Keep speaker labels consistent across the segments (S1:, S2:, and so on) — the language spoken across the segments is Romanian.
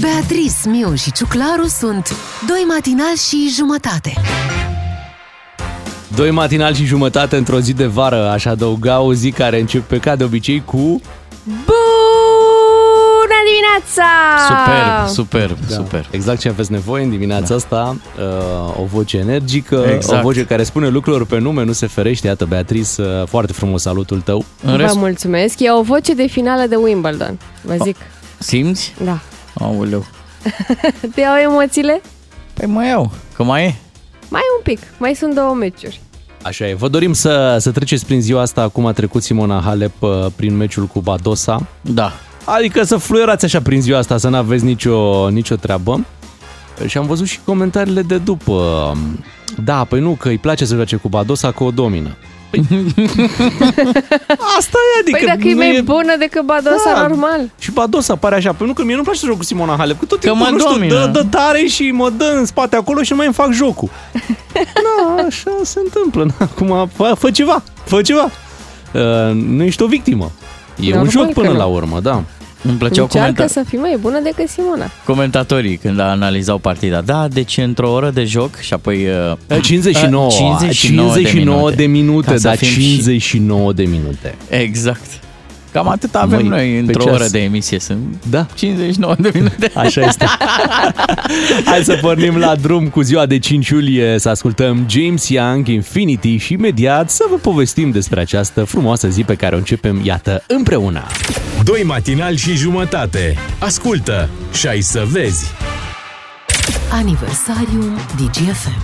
S1: Beatriz, Miu și Ciuclaru sunt Doi matinal și jumătate
S2: Doi matinal și jumătate într-o zi de vară, aș adăuga o zi care începe ca de obicei cu...
S3: Bună dimineața!
S4: Superb, superb, da. superb.
S2: Exact ce aveți nevoie în dimineața da. asta, uh, o voce energică,
S4: Exact.
S2: o voce care spune lucruri pe nume, nu se ferește. Iată, Beatriz, uh, foarte frumos salutul tău.
S4: În rest,
S3: Vă mulțumesc. E o voce de finală de Wimbledon.
S2: Oh.
S3: Vă zic,
S4: simți?
S3: da.
S4: Aoleu.
S3: Te iau emoțiile?
S4: Păi mai iau, că mai e.
S3: Mai un pic. Mai sunt două meciuri.
S2: Așa e. Vă dorim să, să treceți prin ziua asta. Acum a trecut Simona Halep uh, prin meciul cu Badosa.
S4: Da.
S2: Adică să fluierați așa prin ziua asta, să n-aveți nicio, nicio treabă. Și am văzut și comentariile de după. Da, păi nu, că îi place să joace cu Badosa, că o domină. Păi... Asta e, adică...
S3: Păi dacă e
S2: nu
S3: mai bună decât Badosa,
S2: Da.
S3: normal.
S2: Și Badosa pare așa, păi nu, că mie nu-mi place să joc cu Simona Halep, că tot timpul,
S4: mă
S2: nu știu,
S4: domină.
S2: dă, dă tare și mă dă în spate acolo și nu mai îmi fac jocul. Na, așa se întâmplă. Na, Acum, fă, fă ceva, fă ceva. Uh, nu ești o victimă. E
S3: Normal
S2: un joc
S3: că
S2: până
S3: nu.
S2: la urmă, da.
S4: Îmi plăceau
S3: Încearcă
S4: comenta-
S3: să fii mai bună decât Simona.
S4: comentatorii când analizau partida. Da, deci într-o oră de joc și apoi... Uh,
S2: Eh, 59,
S4: 59 de
S2: 59 de minute,
S4: Ca
S2: minute
S4: să
S2: da,
S4: fim și-
S2: 59 de minute.
S4: exact. Cam atât avem
S2: Măi,
S4: noi
S2: pe
S4: într-o
S2: ceas.
S4: oră de emisie. Sunt
S2: Da.
S4: 59 de minute.
S2: Așa este. Hai să pornim la drum cu ziua de 5 iulie, să ascultăm James Young, Infinity și imediat să vă povestim despre această frumoasă zi pe care o începem, iată, împreună.
S5: Doi matinal și jumătate. Ascultă și ai să vezi.
S1: Aniversariul DGFM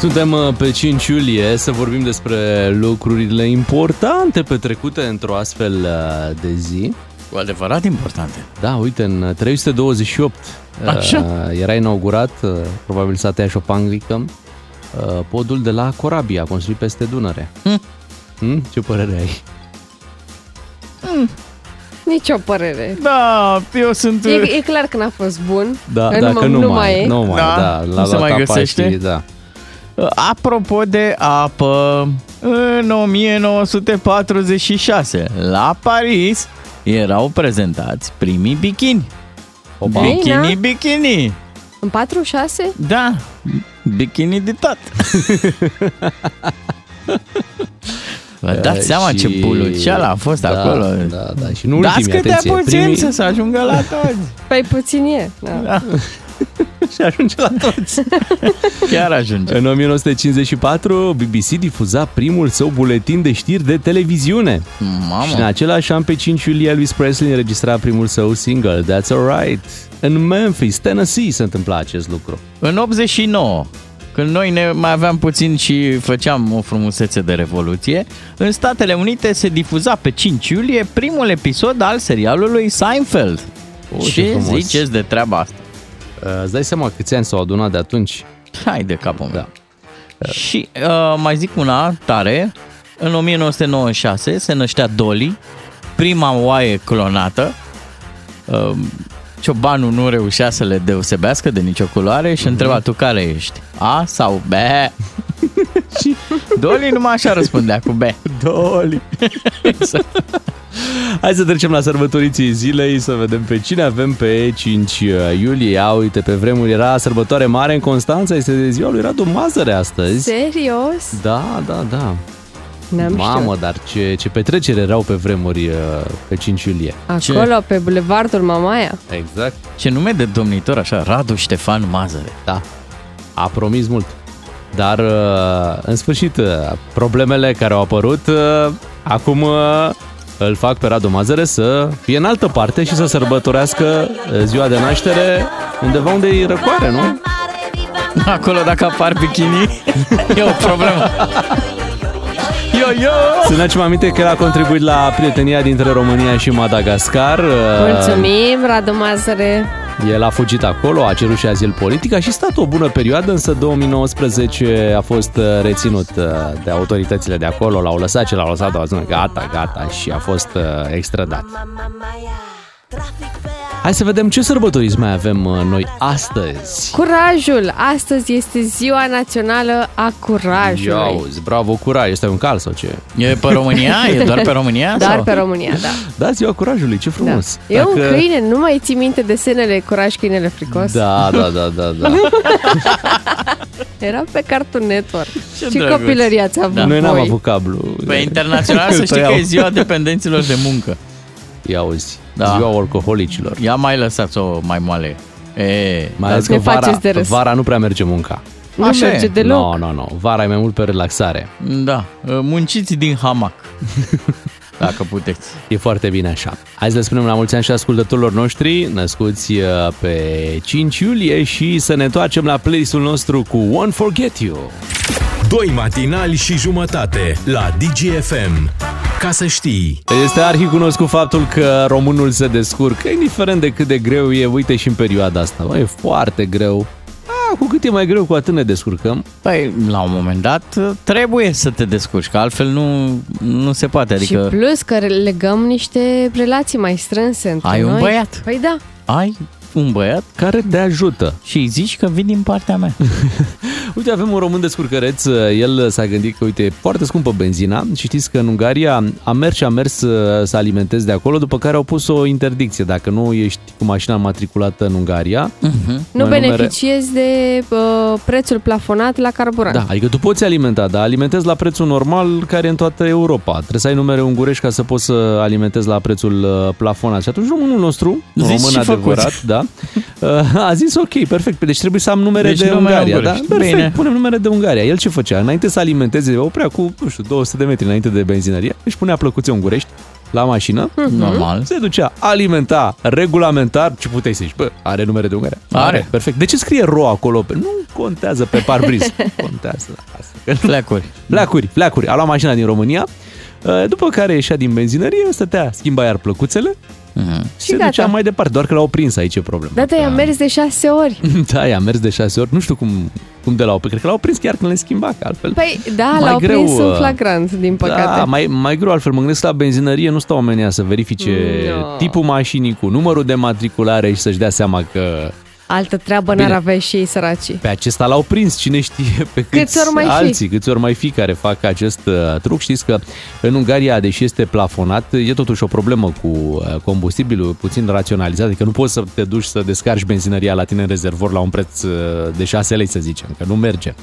S2: Suntem uh, pe 5 iulie să vorbim despre lucrurile importante petrecute într-o astfel uh, de zi.
S4: Cu adevărat importante.
S2: Da, uite, în 328
S4: Așa.
S2: uh, era inaugurat, uh, probabil s-a tăiat și o panglică, uh, podul de la Corabia, construit peste Dunăre.
S4: Hm.
S2: Hm? Ce părere ai? Mm.
S3: Nici o părere.
S4: Da, eu sunt...
S3: E, e clar că n-a fost bun.
S2: uh, Da,
S3: că
S2: da,
S3: Păi nu,
S2: că nu,
S3: nu
S2: mai
S3: e.
S2: Nu mai,
S4: Da,
S2: da, da
S4: nu
S2: l-a
S4: se
S2: luat
S4: mai
S2: apa
S4: găsește.
S2: și- da.
S4: Apropo de apă, în 1946, la Paris, erau prezentați primii bikini.
S2: Opa.
S3: Bine.
S4: Bikini, bikini.
S3: În 46?
S4: Da, bikini de tot. Vă
S2: Uh,
S4: dați seama
S2: și-
S4: ce buluceală a fost
S2: da,
S4: acolo.
S2: Da, da, și nu
S4: Dați
S2: ultimii,
S4: câte
S2: atenție,
S4: puțin
S2: primii
S4: să se ajungă la toți.
S3: Păi puțin e. Da.
S2: și ajunge la toți.
S4: Chiar ajunge.
S2: În 1954, BBC difuza primul său buletin de știri de televiziune. Și în
S4: Mamă,
S2: același an, pe 5 iulie, Elvis Presley înregistra primul său single, That's Alright. În Memphis, Tennessee, se întâmpla acest lucru.
S4: în 89, când noi ne mai aveam puțin și făceam o frumusețe de revoluție, în Statele Unite se difuza pe 5 iulie primul episod al serialului Seinfeld.
S2: O, Oh, ce
S4: ce
S2: frumos.
S4: ziceți de treaba asta?
S2: Uh, îți dai seama câți ani s-au adunat de atunci?
S4: Hai de capul meu.
S2: Da.
S4: Și uh, mai zic una tare. În 1996 se năștea Dolly, prima oaie clonată. Uh, ciobanul nu reușea să le deosebească de nicio culoare și întreba tu care ești? A sau B? și Dolly numai așa răspundea cu B.
S2: Doli! Hai să trecem la sărbătoriții zilei, să vedem pe cine avem pe 5 iulie. Ia uite, pe vremuri era sărbătoare mare în Constanța, este ziua lui Radu Mazăre astăzi.
S3: Serios?
S2: Da, da, da.
S3: N-am
S2: Mamă, dar ce, ce petrecere erau pe vremuri uh, pe 5 iulie.
S3: știut. Acolo, pe bulevardul Mamaia.
S2: Exact.
S4: Ce nume de domnitor așa, Radu Ștefan Mazăre.
S2: Da, a promis mult. Dar, uh, în sfârșit, uh, problemele care au apărut, uh, acum uh, îl fac pe Radu Mazăre să fie în altă parte și să sărbătorească uh, ziua de naștere undeva unde e răcoare, nu?
S4: Acolo dacă apar bikini, e o problemă. Yo, yo!
S2: Să ne aducem aminte că el a contribuit la prietenia dintre România și Madagascar. Uh,
S3: Mulțumim, Radu Mazăre.
S2: El a fugit acolo, a cerut și azil politic, a și stat o bună perioadă, însă 2019 a fost uh, reținut uh, de autoritățile de acolo, l-au lăsat ce l-au lăsat, dar au zis, gata, gata și a fost uh, extradat.
S6: Mamma mia, trafic pe
S2: Hai să vedem ce sărbătoriți mai avem uh, noi astăzi.
S3: Curajul! Astăzi este ziua națională a curajului.
S2: Ia uzi, bravo, curaj. Este un cal sau ce?
S4: E pe România? E doar pe România?
S3: Dar
S4: sau?
S3: pe România, da.
S2: Da, ziua curajului, ce
S3: da.
S2: frumos.
S3: E un câine, nu mai ții minte desenele Curaj, câinele fricos?
S2: Da, da, da, da, da.
S3: Era pe Cartoon Network. Ce, ce
S4: drăguț.
S3: copilărie ați avut
S4: Da.
S2: Noi n-am
S3: voi.
S2: avut cablu.
S4: Pe Păi, internațional să
S2: Îl
S4: știi că
S2: tăiau.
S4: e ziua dependenților de muncă.
S2: Ia uzi,
S4: Da.
S2: ziua alcoholicilor.
S4: Ia mai lăsați-o mai moale. E,
S2: Mai ales că
S3: Ne
S2: vara,
S3: faceți de râs.
S2: vara nu prea merge munca.
S3: Nu
S4: Așa e.
S3: merge deloc.
S2: Nu, nu, nu. Vara e mai mult pe relaxare.
S4: da, munciți din hamac. Dacă puteți.
S2: E foarte bine așa. Hai să le spunem la mulți ani și ascultătorilor noștri născuți uh, pe 5 iulie și să ne întoarcem la playlist-ul nostru cu One Forget You.
S5: Doi matinali și jumătate la DGFM. Ca să știi.
S2: Este arhi cunoscut faptul că românul se descurcă, indiferent de cât de greu e, uite și în perioada asta. Bă, e foarte greu. A, cu cât e mai greu, cu atât ne descurcăm.
S4: Păi, la un moment dat trebuie să te descurci, că altfel nu, nu se poate. Adică
S3: Și plus că legăm niște relații mai strânse între
S4: Ai un
S3: noi.
S4: băiat.
S3: Păi da.
S4: ai un băiat
S2: Care te ajută.
S4: și îi zici că vin din partea mea.
S2: Uite, avem un român descurcăreț, el s-a gândit că, uite, e foarte scumpă benzina și știți că în Ungaria a mers și a mers să, să alimentezi de acolo, după care au pus o interdicție. Dacă nu ești cu mașina matriculată în Ungaria,
S4: Mhm.
S3: Nu
S2: Mai numere-
S3: beneficiezi de uh, prețul plafonat la carburant.
S2: da, adică tu poți alimenta, dar alimentezi la prețul normal care e în toată Europa. Trebuie să ai numere ungurești ca să poți să alimentezi la prețul uh, plafonat. Și atunci românul nostru,
S4: Zis
S2: un român
S4: și făcut.
S2: adevărat, da, uh, a zis ok, perfect, deci trebuie să am numere
S4: Deci
S2: de
S4: numere
S2: Ungaria. Da?
S4: ungurești.
S2: Perfect,
S4: Bine.
S2: punem numere de Ungaria. El ce făcea? Înainte să alimenteze, oprea cu, nu știu, 200 de metri înainte de benzinărie, își punea plăcuțe ungurești la mașină,
S4: Mhm. Normal.
S2: se ducea, alimenta, regulamentar, ce puteai să zici? Bă, are numere de ungare.
S4: Are.
S2: Perfect. De ce scrie ro acolo? Pe... Nu contează pe parbriz. contează. Asta. că nu-
S4: Fleacuri.
S2: Flacuri, flacuri. A luat mașina din România, uh, după care ieșea din benzinărie, stătea, schimba iar plăcuțele
S4: Mhm.
S2: și,
S3: Și
S2: se
S3: gata.
S2: ducea mai departe, doar că l-au prins aici e problema.
S3: Da, da, i-am mers de șase ori.
S2: Da, i-a mers de șase ori, nu știu cum, cum de la o cred că l-au prins chiar când le schimba, că altfel.
S3: Păi da,
S2: Mai
S3: l-au
S2: greu,
S3: prins în
S2: uh,
S3: flagrant, din păcate.
S2: Da, mai, mai greu altfel. Mă gândesc la benzinărie, nu stau oamenii să verifice
S3: No.
S2: tipul mașinii cu numărul de matriculare și să-și dea seama că
S3: Altă treabă
S2: Bine.
S3: n-ar avea și ei săracii.
S2: Pe acesta l-au prins, cine știe pe câți,
S3: ori mai fi.
S2: alții, câți ori mai fi care fac acest uh, truc. Știți că în Ungaria, deși este plafonat, e totuși o problemă cu uh, combustibilul puțin raționalizat, adică nu poți să te duci să descarci benzinăria la tine în rezervor la un preț uh, de 6 lei, să zicem, că nu merge.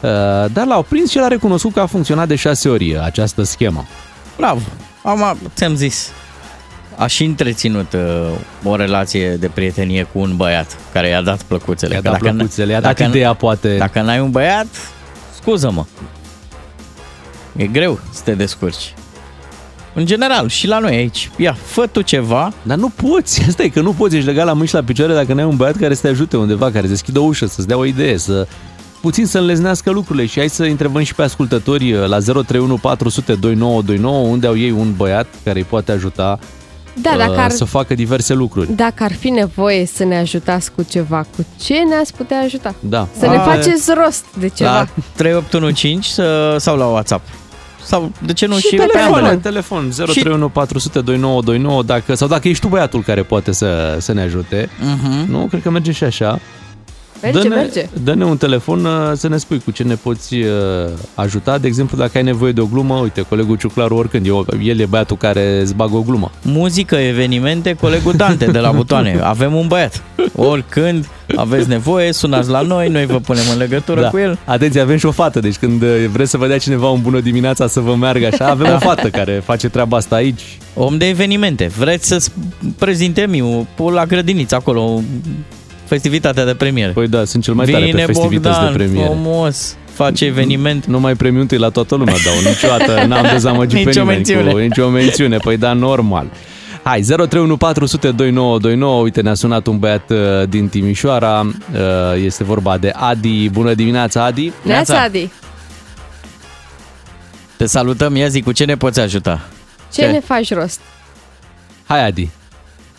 S2: Uh, Dar l-au prins și l-a recunoscut că a funcționat de 6 ori uh, această schemă.
S4: Bravo. Am, ți-am zis. Aș și întreținut uh, o relație de prietenie cu un băiat care i-a dat plăcuțele.
S2: I-a
S4: Că
S2: dat
S4: dacă n-
S2: plăcuțele, i-a dat
S4: dacă n-
S2: ideea, poate.
S4: Dacă n-ai un băiat, scuză-mă. E greu să te descurci. În general, și la noi aici. Ia, fă tu ceva.
S2: Dar nu poți, asta e că nu poți, ești legat la mâini și la picioare dacă nu ai un băiat care să te ajute undeva, care să deschidă o ușă, să-ți dea o idee, să puțin să înleznească lucrurile și hai să întrebăm și pe ascultători uh, la 031 400 2929 unde au ei un băiat care îi poate ajuta
S3: Da,
S2: uh,
S3: dacă ar,
S2: să facă diverse lucruri.
S3: dacă ar fi nevoie să ne ajutați cu ceva, cu ce ne-ați putea ajuta?
S2: Da.
S3: Să ne
S2: Ah,
S3: faceți rost de ceva.
S4: La 3815 să, sau la WhatsApp. Sau, de ce nu,
S3: Și
S4: și, pe
S3: telefon.
S4: ambele.
S2: Telefon, telefon 031 400 2929 dacă, sau dacă ești tu băiatul care poate să, să ne ajute.
S4: Mhm.
S2: Nu, cred că merge și așa.
S3: Merge,
S2: dă-ne,
S3: merge.
S2: Dă-ne un telefon uh, să ne spui cu ce ne poți uh, ajuta. De exemplu, dacă ai nevoie de o glumă, uite, colegul Ciuclaru, oricând, eu, el e băiatul care îți bagă o glumă.
S4: muzică, evenimente, colegul Dante de la butoane. Avem un băiat. Oricând aveți nevoie, sunați la noi, noi vă punem în legătură
S2: Da.
S4: cu el.
S2: Atenție, avem și o fată, deci când uh, vreți să vă dea cineva un bună dimineața să vă meargă așa, avem o fată care face treaba asta aici.
S4: Om de evenimente. Vreți să prezintem eu la grădiniță acolo festivitatea de premiere.
S2: Păi da, sunt cel mai tare pe festivități
S4: Bogdan,
S2: de premiere.
S4: frumos, face eveniment.
S2: Numai premiul întâi la toată lumea dau, niciodată n-am dezamăgit pe
S4: Nicio
S2: nimeni
S4: mențiune.
S2: cu nicio mențiune, păi da, normal. Hai, 031402929, uite ne-a sunat un băiat uh, din Timișoara, uh, este vorba de Adi, bună dimineața Adi.
S3: Neața, Adi,
S4: Te salutăm, ia zi, cu ce ne poți ajuta?
S3: ce,
S4: Ce?
S3: ne faci rost?
S2: Hai Adi,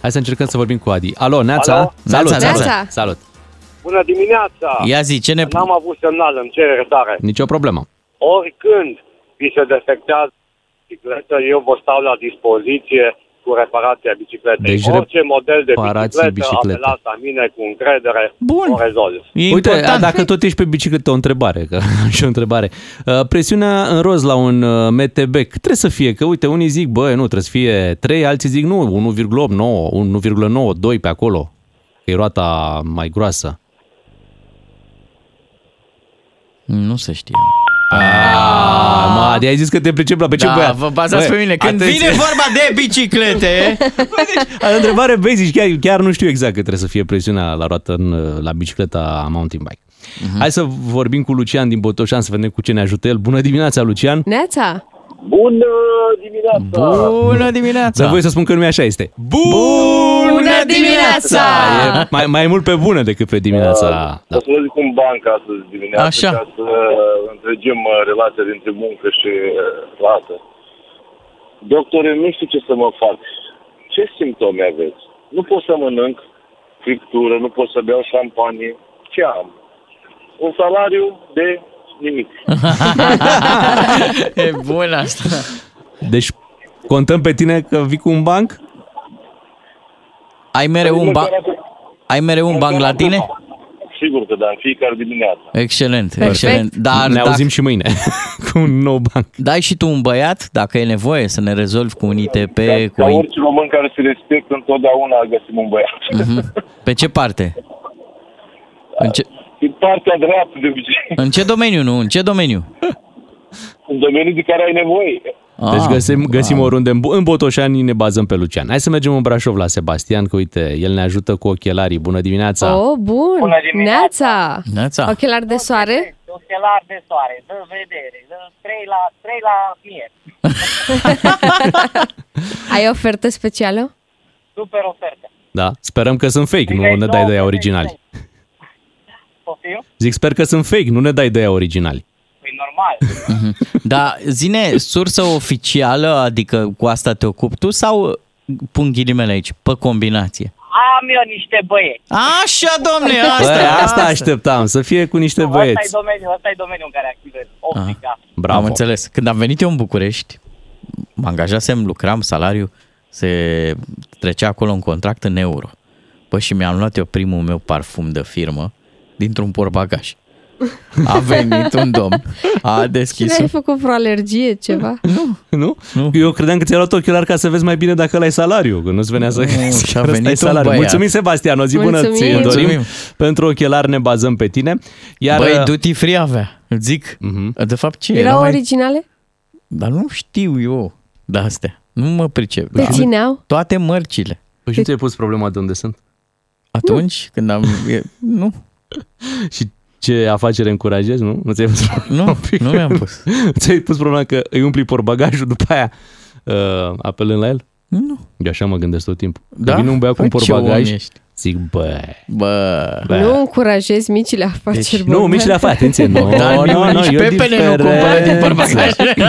S2: hai să încercăm să vorbim cu Adi. Alo, Neața,
S6: Alo.
S2: salut,
S4: Neața,
S2: salut,
S3: Neața.
S2: salut,
S6: Bună dimineața!
S4: Ia zi, ce ne...
S6: N-am avut semnal, îmi cer iertare.
S2: nicio problemă.
S6: Oricând vi se defectează bicicletă, eu vă stau la dispoziție cu reparația bicicletei.
S2: Deci
S6: Orice model de
S2: reparații
S6: bicicletă,
S2: biciclete.
S6: bicicletă. apelați la mine cu încredere,
S4: Bun.
S6: o rezolv.
S4: E
S2: Uite,
S4: important. Păi-
S2: dacă tot ești pe bicicletă, o întrebare, că am și o întrebare. Uh, Presiunea în roz la un uh, MTB, cât trebuie să fie? Că uite, unii zic, bă, nu, trebuie să fie 3, alții zic, nu, 1,8, 9, 1,9, 2 pe acolo. Că e roata mai groasă.
S4: Nu se știe.
S2: Ma, de Ah, ai zis că te pricep la pe Păi ce
S4: Da,
S2: băiat.
S4: vă bazați
S2: Băi,
S4: pe mine. Când
S2: atenție.
S4: vine vorba de biciclete,
S2: A, Întrebare basic, chiar, chiar nu știu exact cât trebuie să fie presiunea la roată în, la bicicleta mountain bike.
S4: Mhm.
S2: Uh-huh. Hai să vorbim cu Lucian din Botoșan să vedem cu ce ne ajută el. Bună dimineața, Lucian!
S3: Neața!
S6: Bună dimineața!
S4: bună
S2: Dar
S4: dimineața!
S2: voi să spun că nu e așa este.
S4: Bună
S2: E mai, mai mult pe bună decât pe dimineața. Da.
S6: O să vă zic un banc astăzi dimineața
S4: Așa.
S6: ca să întregim uh, relația dintre muncă și uh, plată. Doctore, nu știu ce să mă fac. Ce simptome aveți? Nu pot să mănânc friptură, nu pot să beau șampanie. Ce am? Un salariu de nimic.
S4: E bun asta.
S2: Deci contăm pe tine că vii cu un banc?
S4: Ai mereu un, ba- ai mereu un banc la tine?
S6: Sigur că da, în fiecare dimineață.
S4: Excelent,
S3: Perfect.
S4: excelent. Dar
S2: ne
S4: dacă
S2: auzim și mâine cu un nou banc.
S4: dai și tu un băiat, dacă e nevoie să ne rezolvi cu un ITP, cu
S7: Da,
S6: Ca
S4: un...
S6: orice român care se respectă, întotdeauna găsim un băiat.
S4: Mhm. Pe ce parte? În ce,
S6: Din partea dreaptă, de obicei,
S4: în ce domeniu, nu? În ce domeniu?
S6: în domeniul de care ai nevoie.
S2: Deci
S4: Ah,
S2: găsim, găsim oriunde. În Bo- În Botoșani ne bazăm pe Lucian. Hai să mergem în Brașov la Sebastian, că uite, el ne ajută cu ochelarii. Bună dimineața!
S3: Oh, bun!
S7: Bună dimineața.
S3: Neața!
S4: Neața.
S3: Ochelari de soare?
S7: Ochelar de soare, dă vedere, dă 3 la, 3 la mie.
S3: Ai ofertă specială?
S7: Super ofertă.
S2: Da? Sperăm că sunt fake, nu ne dai de ea originali.
S7: Poftim?
S2: Zic, sper că sunt fake, nu ne dai de ea originali.
S7: E normal.
S4: Da, zine, sursă oficială, adică cu asta te ocupi tu sau pun ghilimele aici, pe combinație?
S7: Am eu niște băieți.
S4: Așa, domne, asta,
S2: Asta, Bă,
S4: e,
S2: asta așteptam, să fie cu niște
S7: Asta e
S2: băieți.
S7: domeniul, ăsta e domeniul în care activez.
S4: Ah,
S7: Optica.
S2: Bravo.
S4: Am înțeles. Când am venit eu în București, mă angajasem, lucram, salariu, se trecea acolo un contract în euro. Bă, și mi-am luat eu primul meu parfum de firmă dintr-un porbagaj. A venit un domn, a
S3: Și
S4: deschis
S3: n-ai
S4: un...
S3: făcut vreo alergie, ceva?
S2: Nu?
S4: Nu.
S2: Eu credeam că ți-ai luat ochelar ca să vezi mai bine dacă ăla ai salariu, că nu-ți venea să
S4: Nu,
S2: să
S4: și-a
S2: crezi că
S4: venit
S2: ai
S4: un
S2: salariu.
S4: băiat.
S2: Mulțumim, Sebastian, o zi bună
S3: Mulțumim.
S2: ți dorim.
S4: Mulțumim.
S2: Pentru ochelar ne bazăm pe tine. Iar, uh,
S4: Băi, duty free avea, îți zic.
S2: Mhm.
S4: De fapt, ce?
S3: Erau originale?
S4: Dar nu știu eu de astea. Nu mă pricep.
S3: Te
S4: Da.
S3: țineau?
S4: Toate mărcile.
S2: Păi și nu ți-ai pus problema de unde sunt?
S4: Atunci când am... e- Nu,
S2: Și ce afacere încurajezi, nu? Nu ți-ai pus problema,
S4: nu, nu mi-am pus.
S2: ți-ai pus problema că îi umpli porbagajul după aia uh, apelând la el?
S4: Nu.
S2: Eu așa mă gândesc tot timpul.
S4: Da?
S2: Vine un băiat cu un
S4: Păi ce om
S2: porbagaj,
S4: ești.
S2: zic, bă,
S4: Bă...
S2: bă. deci
S3: Nu încurajezi micile
S4: Deci,
S3: afaceri
S2: Nu,
S3: bune.
S2: mici la afaceri, atenție. Nu,
S4: Da,
S2: nu, nu, eu diferent.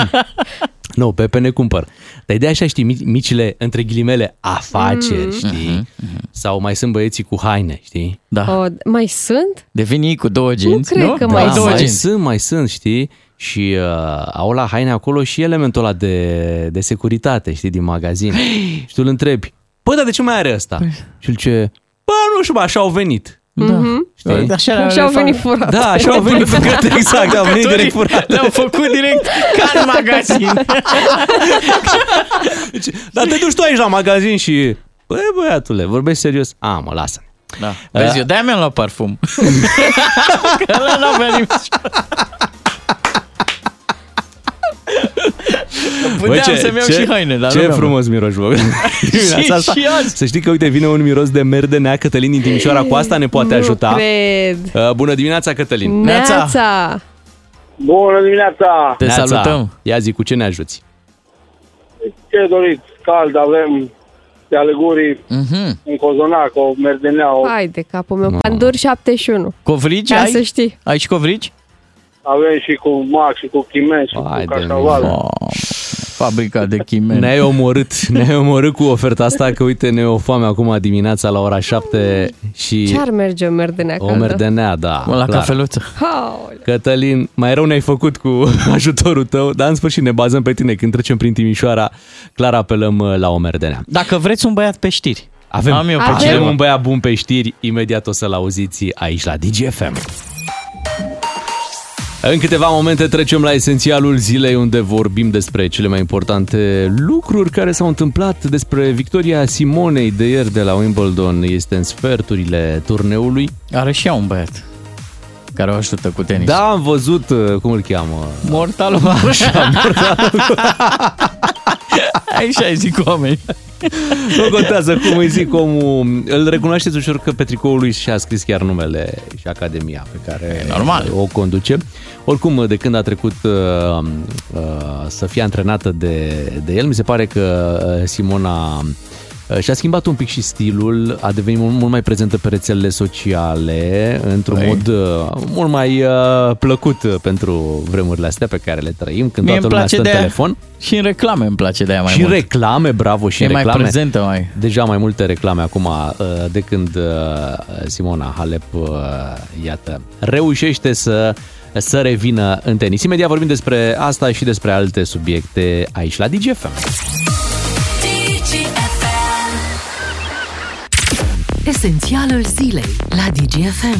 S2: Nu, pepene cumpăr. Dar de așa știi, mi- micile, între ghilimele, afaceri,
S4: Mm.
S2: știi? Sau mai sunt băieții cu haine, știi?
S4: Mhm, Da,
S3: O, Oh, mai sunt?
S4: devin ei cu două jeans, nu?
S3: cred că mai
S4: da,
S3: sunt.
S4: două
S2: mai
S4: jeans.
S2: sunt, mai sunt, știi? Și uh, au la haine acolo și elementul ăla de, de securitate, știi, din magazin. și tu îl întrebi, păi, dar de ce mai are ăsta? și el ce, bă, nu știu, bă, așa au venit. Mm-hmm. Știi?
S4: Da, Așa,
S3: Așa au venit furat.
S2: Da, așa au venit furate, exact, au venit direct furate.
S4: Le-au făcut direct ca în magazin.
S2: Dar te duci tu aici la magazin și... Băi, băiatule, vorbești serios? A, mă, lasă-ne.
S4: Da. Vezi, eu de-aia mi-am luat parfum. Că ăla n-a venit. Puteam Păi să-mi iau și haine, dar
S2: ce
S4: nu mi-am luat.
S2: frumos miros, bă. Dimineața asta.
S4: și azi.
S2: Să știi că, uite, vine un miros de merde nea Cătălin din Timișoara, cu asta ne poate
S3: nu
S2: ajuta.
S3: cred.
S2: Uh, Bună dimineața, Cătălin.
S4: Neața.
S3: Neața.
S6: Bună dimineața!
S4: Te
S2: Neața.
S4: salutăm.
S2: Ia zi, cu ce ne ajuți?
S6: Ce doriți? Cald avem de alegurii,
S4: Mhm.
S6: un cozonac, o merdenea, o...
S3: Hai de capul meu. Pandur 71.
S4: Covrici
S3: Ca să
S4: ai?
S3: știi.
S4: Ai și covrici?
S6: avem și cu mac, și cu chimen, și
S2: Hai
S6: cu
S2: de
S6: cașaval.
S2: mine.
S4: fabrica de chimene.
S2: Ne-ai omorât, ne-ai omorât cu oferta asta, că uite, ne o foame acum dimineața la ora 7 și
S3: Ce-ar merge o merdenea
S2: o merdenea, da.
S4: La
S2: clar.
S4: cafeluță.
S3: Haole.
S2: Cătălin, mai rău ne-ai făcut cu ajutorul tău, dar în sfârșit ne bazăm pe tine. Când trecem prin Timișoara, clar apelăm uh, la o merdenea.
S4: Dacă vreți un băiat pe știri.
S2: Avem,
S4: Am eu pe
S2: avem
S4: cineva.
S2: un băiat bun pe știri, imediat o să-l auziți aici la DGFM. În câteva momente trecem la esențialul zilei unde vorbim despre cele mai importante lucruri care s-au întâmplat despre victoria Simonei de ieri de la Wimbledon. Este în sferturile turneului.
S4: Are și ea un băiat care o ajută cu tenis.
S2: Da, am văzut, uh, cum îl cheamă?
S4: Mortalul. Așa, Aici ai zic oameni.
S2: Nu contează cum îi zic omul. Îl recunoașteți ușor că pe tricoul lui și-a scris chiar numele și academia pe care
S4: normal.
S2: o conduce. Oricum, de când a trecut uh, uh, să fie antrenată de, de el, mi se pare că uh, Simona uh, și-a schimbat un pic și stilul, a devenit mult, mult mai prezentă pe rețelele sociale, într-un
S4: Păi.
S2: mod uh, mult mai uh, plăcut uh, pentru vremurile astea pe care le trăim, când
S4: Mie îmi
S2: toată lumea
S4: place
S2: stă în
S4: de aia.
S2: telefon.
S4: Și în reclame îmi place de aia mai
S2: și în
S4: mult.
S2: reclame, bravo, și
S4: e
S2: în
S4: mai
S2: reclame
S4: prezentă mai.
S2: deja mai multe reclame acum uh, de când uh, Simona Halep, uh, iată, reușește să, să revină în tenis. Imediat vorbim despre asta și despre alte subiecte aici la DGFM.
S1: Esențialul zilei la DGFM.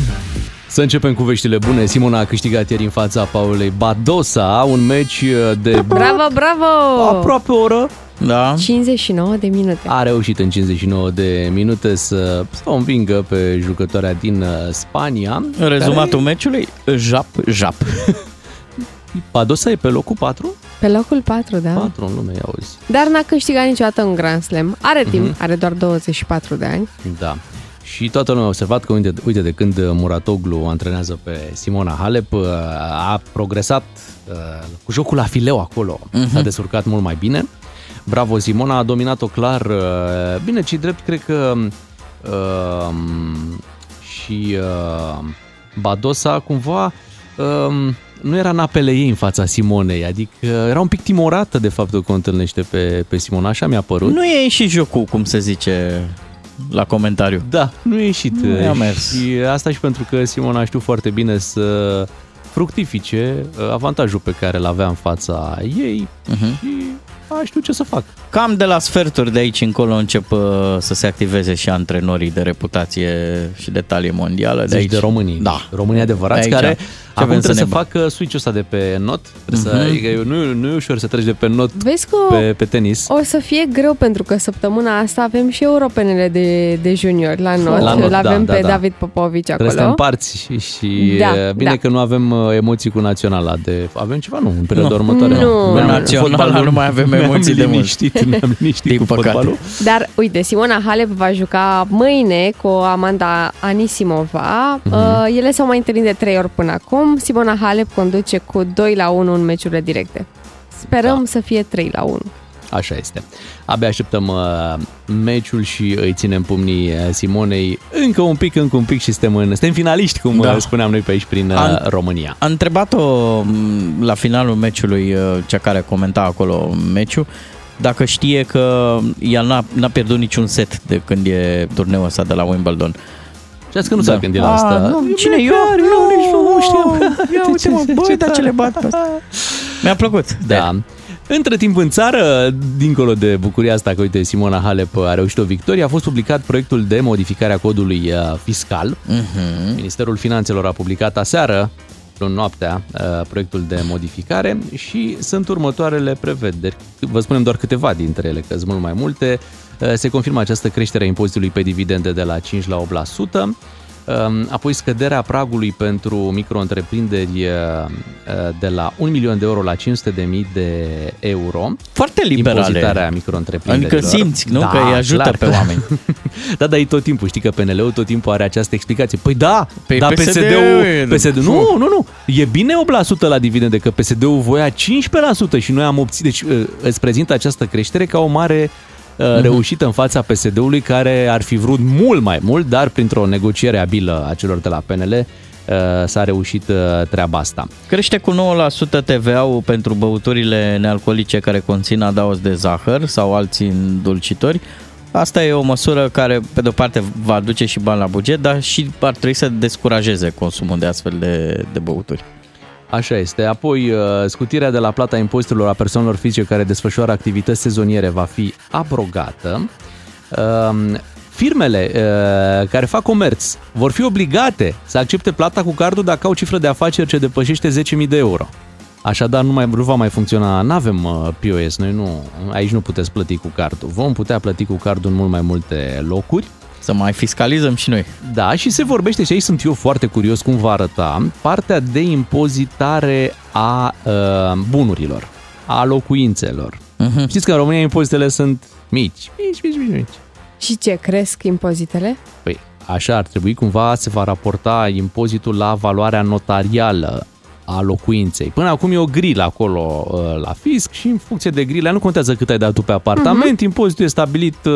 S2: Să începem cu veștile bune. Simona a câștigat ieri în fața Paulei Badosa un meci uh, de
S3: Bravo, bravo!
S2: aproape o oră.
S4: Da.
S3: 59 de minute.
S2: A reușit în 59 de minute să, să o învingă pe jucătoarea din uh, Spania.
S4: În rezumatul meciului, jap, jap.
S2: Badosa e pe locul 4?
S3: Pe locul 4, da?
S2: 4 în lume, ia uzi.
S3: Dar n-a câștigat niciodată un Grand Slam. Are timp,
S2: Mhm.
S3: are doar 24 de ani.
S2: Da. Și toată lumea a observat că, uite, uite, de când Muratoglu o antrenează pe Simona Halep, uh, a progresat uh, cu jocul la fileu acolo.
S4: Mhm.
S2: Uh-huh. S-a descurcat mult mai bine. Bravo, Simona a dominat-o clar. uh, Bine, ci drept, cred că uh, și uh, Badosa cumva uh, nu era în apele ei în fața Simonei, adică era un pic timorată de faptul că o întâlnește pe, pe Simona, așa mi-a părut.
S4: Nu e și jocul, cum se zice la comentariu.
S2: Da, nu e ieșit.
S4: Nu i-a mers.
S2: Și asta și pentru că Simona știu foarte bine să fructifice uh, avantajul pe care îl avea în fața ei uh-huh. și a știut ce să fac.
S4: Mhm. Cam de la sferturi de aici încolo încep uh, să se activeze și antrenorii de reputație și de talie mondială. De
S2: Deci
S4: aici.
S2: de românii.
S4: Da.
S2: Românii adevărați
S4: Aici.
S2: care
S4: Ce
S2: acum
S4: avem să
S2: trebuie să,
S4: ne bă- Mhm.
S2: facă switch-ul ăsta de pe not. Trebuie să, adică eu- nu, nu e ușor să treci de pe not
S3: Vezi că
S2: pe, pe tenis.
S3: o să fie greu pentru că săptămâna asta avem și europenele de, de juniori la noi.
S2: La not,
S3: Îl
S2: da,
S3: avem
S2: da,
S3: pe
S2: da.
S3: David Popovici acolo.
S2: Trebuie să te împarți și, și
S3: Da,
S2: da, bine
S3: da.
S2: că nu avem uh, emoții cu naționala de... Avem ceva, nu? În perioada următoare.
S3: Nu. Cu
S2: Ne-am-
S4: naționala
S2: fotbalul-
S4: nu mai avem
S2: ne-am
S4: emoții de mult.
S2: liniștit, Ne-am liniștit
S4: Din
S2: cu
S4: păcate.
S2: fotbalul.
S3: Dar uite, Simona Halep va juca mâine cu Amanda Anisimova.
S2: Mhm.
S3: Mm-hmm. Ele s-au mai întâlnit de trei ori până acum. Simona Halep conduce cu 2 la 1 în meciurile directe. Sperăm da. să fie 3 la 1.
S2: Așa este. Abia așteptăm uh, meciul și îi ținem pumnii uh, Simonei încă un pic, încă un pic și suntem, în, suntem finaliști, cum
S4: Da.
S2: da. spuneam noi pe aici, prin uh,
S4: An-
S2: România.
S4: A întrebat-o m, la finalul meciului, uh, cea care comenta acolo meciul, dacă știe că el n-a, n-a pierdut niciun set de când e turneul ăsta de la Wimbledon. Da.
S2: Și că nu s-a gândit la
S4: A,
S2: asta.
S4: Nu, cine eu? nu, nici nu, știu. Ia uite mă, băi, dar ce le bat pe astea. Mi-a plăcut.
S2: Da. Între timp în țară, dincolo de bucuria asta că, uite, Simona Halep a reușit o victorie, a fost publicat proiectul de modificare a codului uh, fiscal. Uh-huh. Ministerul Finanțelor a publicat aseară, luni noaptea, uh, proiectul de modificare și sunt următoarele prevederi. Vă spunem doar câteva dintre ele, că sunt mult mai multe. Uh, Se confirmă această creștere a impozitului pe dividende de la 5 la 8%. Um, Apoi scăderea pragului pentru micro-întreprinderi uh, de la 1 milion de euro la 500 de mii de euro.
S4: Foarte liberale.
S2: Impozitarea micro-întreprinderilor. Da,
S4: Adică simți, nu? că îi ajută
S2: clar,
S4: pe
S2: clar.
S4: oameni.
S2: da, dar e tot timpul. Știi că PNL-ul tot timpul are această explicație. Păi da,
S4: Păi
S2: dar
S4: PSD-ul
S2: PSD-ul...
S4: e-
S2: PSD, nu, nu, nu. E bine 8% la dividende, că PSD-ul voia 15% și noi am obținut... Deci uh, îți prezintă această creștere ca o mare uh, reușită în fața PSD-ului, care ar fi vrut mult mai mult, dar printr-o negociere abilă a celor de la PNL uh, s-a reușit uh, treaba asta.
S4: Crește cu 9% TVA-ul pentru băuturile nealcoolice care conțin adaos de zahăr sau alții îndulcitori. Asta e o măsură care, pe de-o parte, va aduce și bani la buget, dar și ar trebui să descurajeze consumul de astfel de, de băuturi.
S2: Așa este. Apoi, uh, scutirea de la plata impozitelor a persoanelor fizice care desfășoară activități sezoniere va fi abrogată. Uh, Firmele uh, care fac comerț vor fi obligate să accepte plata cu cardul dacă au cifră de afaceri ce depășește 10.000 de euro. Așadar, nu, mai, nu va mai funcționa, uh, nu avem POS, noi nu, aici nu puteți plăti cu cardul. Vom putea plăti cu cardul în mult mai multe locuri.
S4: Să mai fiscalizăm și noi.
S2: Da, și se vorbește, și aici sunt eu foarte curios cum va arăta, partea de impozitare a uh, bunurilor, a locuințelor.
S4: Mhm.
S2: Uh-huh. Știți că în România impozitele sunt mici, mici, mici, mici, mici.
S3: Și ce, cresc impozitele?
S2: Păi așa ar trebui, cumva se va raporta impozitul la valoarea notarială a locuinței. Până acum e o grilă acolo uh, la fisc și în funcție de grila nu contează cât ai dat tu pe apartament, uh-huh. impozitul e stabilit uh,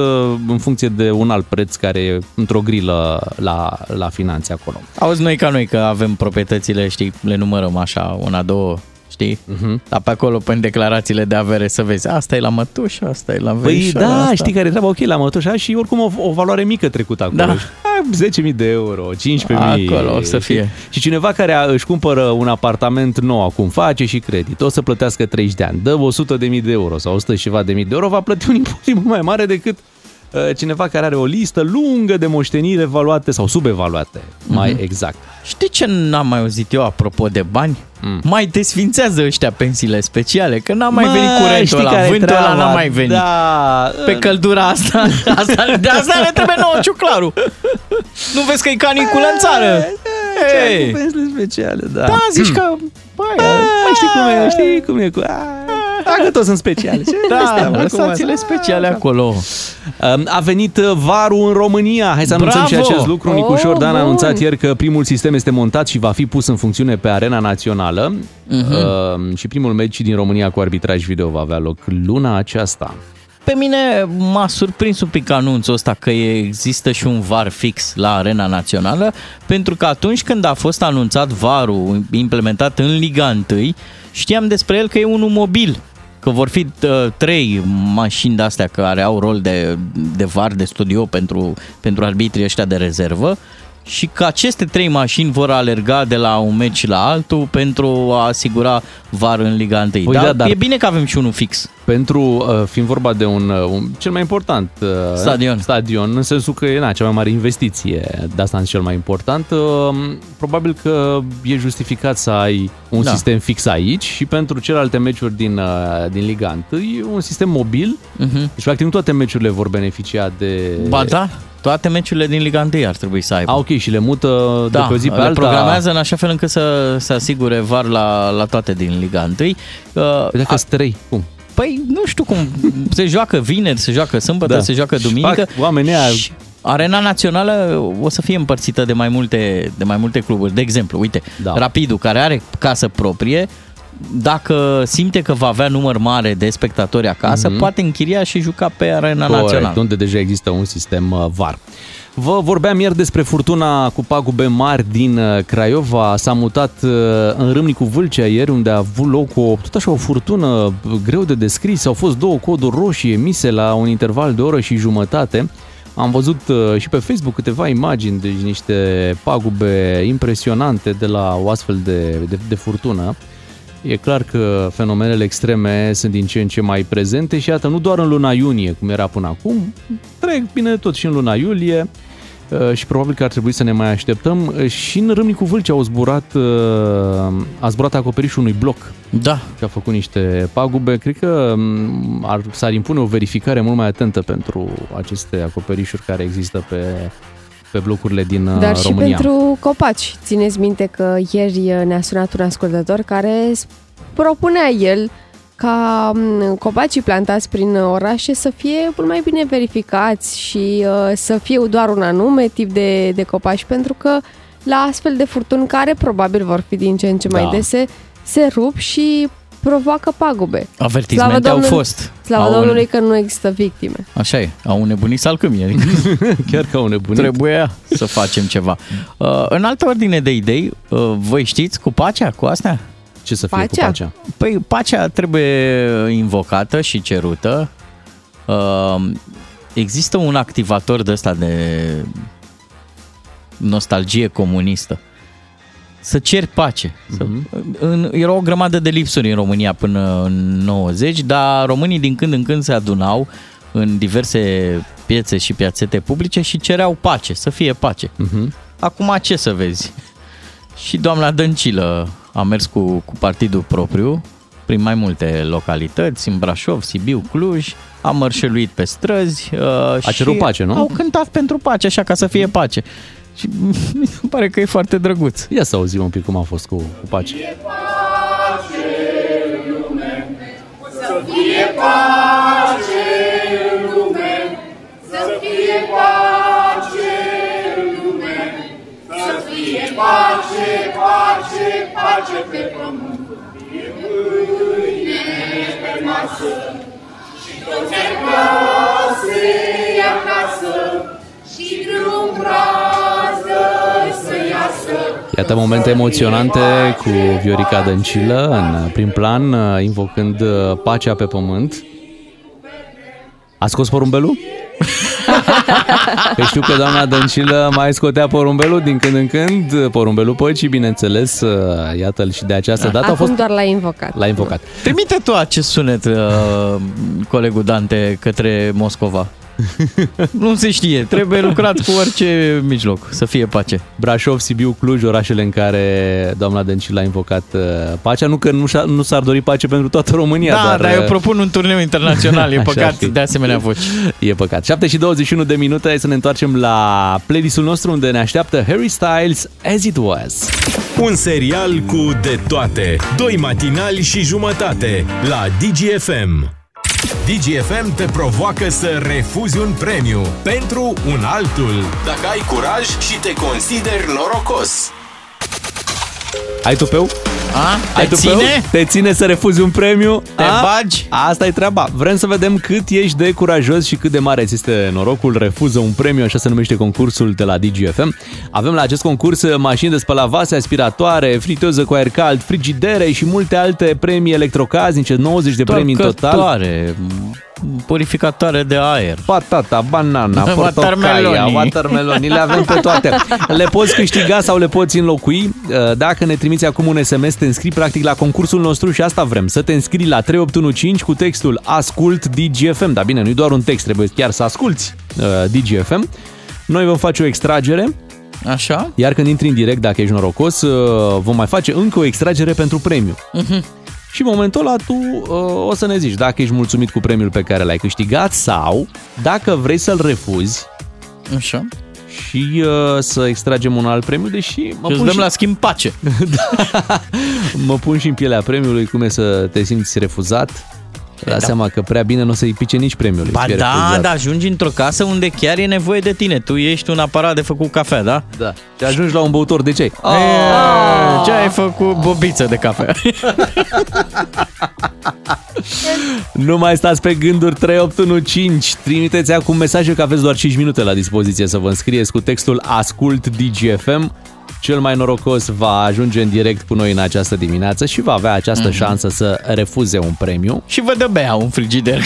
S2: în funcție de un alt preț care e într-o grilă la, la finanțe acolo.
S4: Auzi, noi ca noi că avem proprietățile, știi, le numărăm așa, una, două, știi?
S2: Mhm.
S4: Uh-huh. Dar pe acolo, pe declarațiile de avere, să vezi, asta e la mătușă, asta e la
S2: Păi
S4: verișoara,
S2: da,
S4: asta.
S2: știi care e treaba, ok, la mătușa și oricum o, o valoare mică trecută acolo.
S4: Da.
S2: Da. 10.000 de euro, 15.000.
S4: Acolo o să fie.
S2: Și cineva care a- își cumpără un apartament nou acum, face și credit, o să plătească 30 de ani, dă 100.000 de euro sau 100 și ceva de mii de euro, va plăti un impozit mult mai mare decât uh, cineva care are o listă lungă de moșteniri evaluate sau subevaluate,
S4: Mhm.
S2: mai exact.
S4: Știi ce n-am mai auzit eu apropo de bani?
S2: Mm.
S4: Mm. Mai desfințează ăștia pensiile speciale, că n-am mai
S2: Mă,
S4: venit curentul
S2: știi
S4: ăla,
S2: care e
S4: vântul ăla
S2: treaba?
S4: n-a mai venit. Da.
S2: Da,
S4: Pe căldura asta, asta, de asta le trebuie nouă ciuclarul. Nu vezi că e canicula în țară?
S2: Ei.
S4: Ei,
S2: speciale, da.
S4: da, zici că... Băi,
S2: Mai știi cum e, știi cum e cu... Dacă toți sunt speciale. Ce
S4: Da,
S2: astea, mă,
S4: lăsați-le
S2: cum asta?
S4: speciale acolo.
S2: Um, A venit uh, varul în România. Hai să anunțăm
S4: Bravo!
S2: și acest lucru. Nicușor
S3: Oh,
S2: Dan a
S3: bun.
S2: anunțat ieri că primul sistem este montat și va fi pus în funcțiune pe arena națională.
S4: Mhm.
S2: Uh, și primul meci din România cu arbitraj video va avea loc luna aceasta.
S4: Pe mine m-a surprins un pic anunțul ăsta că e- există și un VAR fix la Arena Națională, pentru că atunci când a fost anunțat VAR-ul implementat în Liga 1, știam despre el că e unul mobil, că vor fi uh, trei mașini de-astea care au rol de, de VAR, de studio pentru, pentru arbitrii ăștia de rezervă, și că aceste trei mașini vor alerga de la un meci la altul pentru a asigura VAR în Liga 1.
S2: Păi da, dar-
S4: e bine că avem și unul fix.
S2: Pentru, uh, fiind vorba de un, uh, un cel mai important uh,
S4: Stadion.
S2: stadion, în sensul că e na, cea mai mare investiție, de asta e cel mai important, uh, probabil că e justificat să ai un da.
S4: Da.
S2: sistem fix aici și pentru celelalte meciuri din, uh, din Liga 1, e un sistem mobil,
S4: Mhm.
S2: deci practic nu toate meciurile vor beneficia de...
S4: Ba da, toate meciurile din Liga 1 ar trebui să aibă.
S2: A, ok, și le mută
S4: da,
S2: de pe o zi pe
S4: le
S2: alta.
S4: programează în așa fel încât să se asigure var la, la toate din Liga 1. Uh,
S2: Păi dacă sunt trei, cum?
S4: păi nu știu cum, se joacă vineri, se joacă sâmbătă,
S2: Da.
S4: se joacă
S2: Și
S4: duminică.
S2: fac oamenii aia-
S4: Și Arena Națională o să fie împărțită de mai multe, de mai multe cluburi. De exemplu, uite,
S2: Da.
S4: da. Rapidul, care are casă proprie, dacă simte că va avea număr mare de spectatori acasă, mm-hmm. poate închiria și juca pe Arena Națională.
S2: Mhm. unde deja există un sistem uh, VAR. Vă vorbeam ieri despre furtuna cu pagube mari din uh, Craiova. S-a mutat uh, în Râmnicu Vâlcea ieri, unde a avut loc o, tot așa o furtună uh, greu de descris. Au fost două coduri roșii emise la un interval de oră și jumătate. Am văzut uh, și pe Facebook câteva imagini, deci niște pagube impresionante de la o astfel de, de, de furtună. E clar că fenomenele extreme sunt din ce în ce mai prezente și iată, nu doar în luna iunie, cum era până acum, trec bine tot și în luna iulie uh, și probabil că ar trebui să ne mai așteptăm. Uh, Și în Râmnicu Vâlcea au zburat, uh, a zburat acoperișul unui bloc
S4: Da,
S2: și a făcut niște pagube. Cred că mm, ar, s-ar impune o verificare mult mai atentă pentru aceste acoperișuri care există pe, pe blocurile din uh,
S3: Dar și
S2: România.
S3: pentru copaci. Țineți minte că ieri uh, ne-a sunat un ascultător care s- propunea el ca m, copacii plantați prin uh, orașe să fie mult mai bine verificați și uh, să fie doar un anume tip de, de copaci, pentru că la astfel de furtuni care probabil vor fi din ce în ce mai
S2: Da.
S3: dese, se rup și provoacă pagube.
S4: Avertismente au fost.
S3: Slavă
S4: au
S3: Domnului că nu există victime.
S4: Așa e, au nebunit salcâmii, adică
S2: Chiar ca un nebunit.
S4: trebuia să facem ceva. Uh, în altă ordine de idei, uh, voi știți cu pacea, cu astea?
S2: Ce să fie
S3: Pacea?
S2: cu pacea?
S4: Păi pacea trebuie invocată și cerută. Uh, există un activator de ăsta de nostalgie comunistă. Să ceri pace.
S2: Mhm.
S4: Să, în, era o grămadă de lipsuri în România până în 90, dar românii din când în când se adunau în diverse piețe și piațete publice și cereau pace, să fie pace.
S2: Mhm.
S4: Acum ce să vezi? Și doamna Dăncilă a mers cu, cu partidul propriu prin mai multe localități, în Brașov, Sibiu, Cluj, a mărșeluit pe străzi. Uh, a
S2: cerut pace, nu?
S4: Au cântat pentru pace, așa, ca să fie pace. Și mi se pare că e foarte drăguț.
S2: Ia să auzim un pic cum a fost cu, cu pacea. Iată momente emoționante cu Viorica Dăncilă în uh, prim plan, invocând uh, pacea pe pământ. A scos porumbelul? Că știu că doamna Dăncilă mai scotea porumbelul din când în când, uh, porumbelul păcii, bineînțeles, uh, iată-l și de această dată a
S3: Acum
S2: fost
S3: doar l-ai invocat.
S2: l-a invocat.
S4: Trimite tu acest sunet, uh, colegul Dante, către Moscova. nu se știe, trebuie lucrat cu orice mijloc să fie pace.
S2: Brașov, Sibiu, Cluj, orașele în care doamna Dăncilă a invocat uh, pacea. Nu că nu, și-a- nu s-ar dori pace pentru toată România,
S4: Da, dar,
S2: dar,
S4: dar eu
S2: uh,
S4: propun un turneu internațional, e
S2: Așa ar
S4: păcat
S2: fi.
S4: de asemenea voci.
S2: E păcat. 7 și 21 de minute, hai să ne întoarcem la playlistul nostru unde ne așteaptă Harry Styles As It Was.
S5: Un serial cu de toate. Doi matinali și jumătate la DGFM. DGFM te provoacă să refuzi un premiu pentru un altul. Dacă ai curaj și te consideri norocos.
S2: Ai tupeu?
S4: A?
S2: Ai
S4: Te ține?
S2: Te ține să refuzi un premiu?
S4: Te
S2: A?
S4: bagi?
S2: Asta e treaba. Vrem să vedem cât ești de curajos și cât de mare ți este norocul. Refuză un premiu, așa se numește concursul de la DGFM. Avem la acest concurs mașini de spălat vase, aspiratoare, friteză cu aer cald, frigidere și multe alte premii electrocaznice, 90 de premii în total.
S4: Torcătoare, purificatoare de aer.
S2: patata, banana, portocaia,
S4: Watermelonii.
S2: watermelonii, le avem pe toate. Le poți câștiga sau le poți înlocui. uh, Dacă ne trimiți acum un SMS, te înscrii practic la concursul nostru și asta vrem. Să te înscrii la 3815 cu textul Ascult DGFM. Dar bine, nu-i doar un text, trebuie chiar să asculti uh, DGFM. Noi vom face o extragere,
S4: Așa?
S2: iar când intri în direct, dacă ești norocos, uh, vom mai face încă o extragere pentru premiu. Și în momentul ăla tu uh, o să ne zici dacă ești mulțumit cu premiul pe care l-ai câștigat sau dacă vrei să-l refuzi
S4: Așa.
S2: și uh, să extragem un alt premiu, deși mă
S4: Și îți
S2: pun,
S4: dăm
S2: și,
S4: la schimb pace.
S2: mă pun și în pielea premiului cum e să te simți refuzat. Da, da. seama că prea bine nu o să-i pice nici premiul.
S4: Ba
S2: să fie
S4: da,
S2: refuzat.
S4: dar ajungi într-o casă unde chiar e nevoie de tine. Tu ești un aparat de făcut cafea, da?
S2: da. Și ajungi la un băutor de ceai.
S4: Oh! Ce ai făcut bobiță de cafea?
S2: Nu mai stați pe gânduri 3815. Trimiteți acum mesajul că aveți doar 5 minute la dispoziție să vă înscrieți cu textul Ascult DGFM. Cel mai norocos va ajunge în direct cu noi în această dimineață și va avea această șansă să refuze un premiu.
S4: Mhm. și vă dă bea un frigider.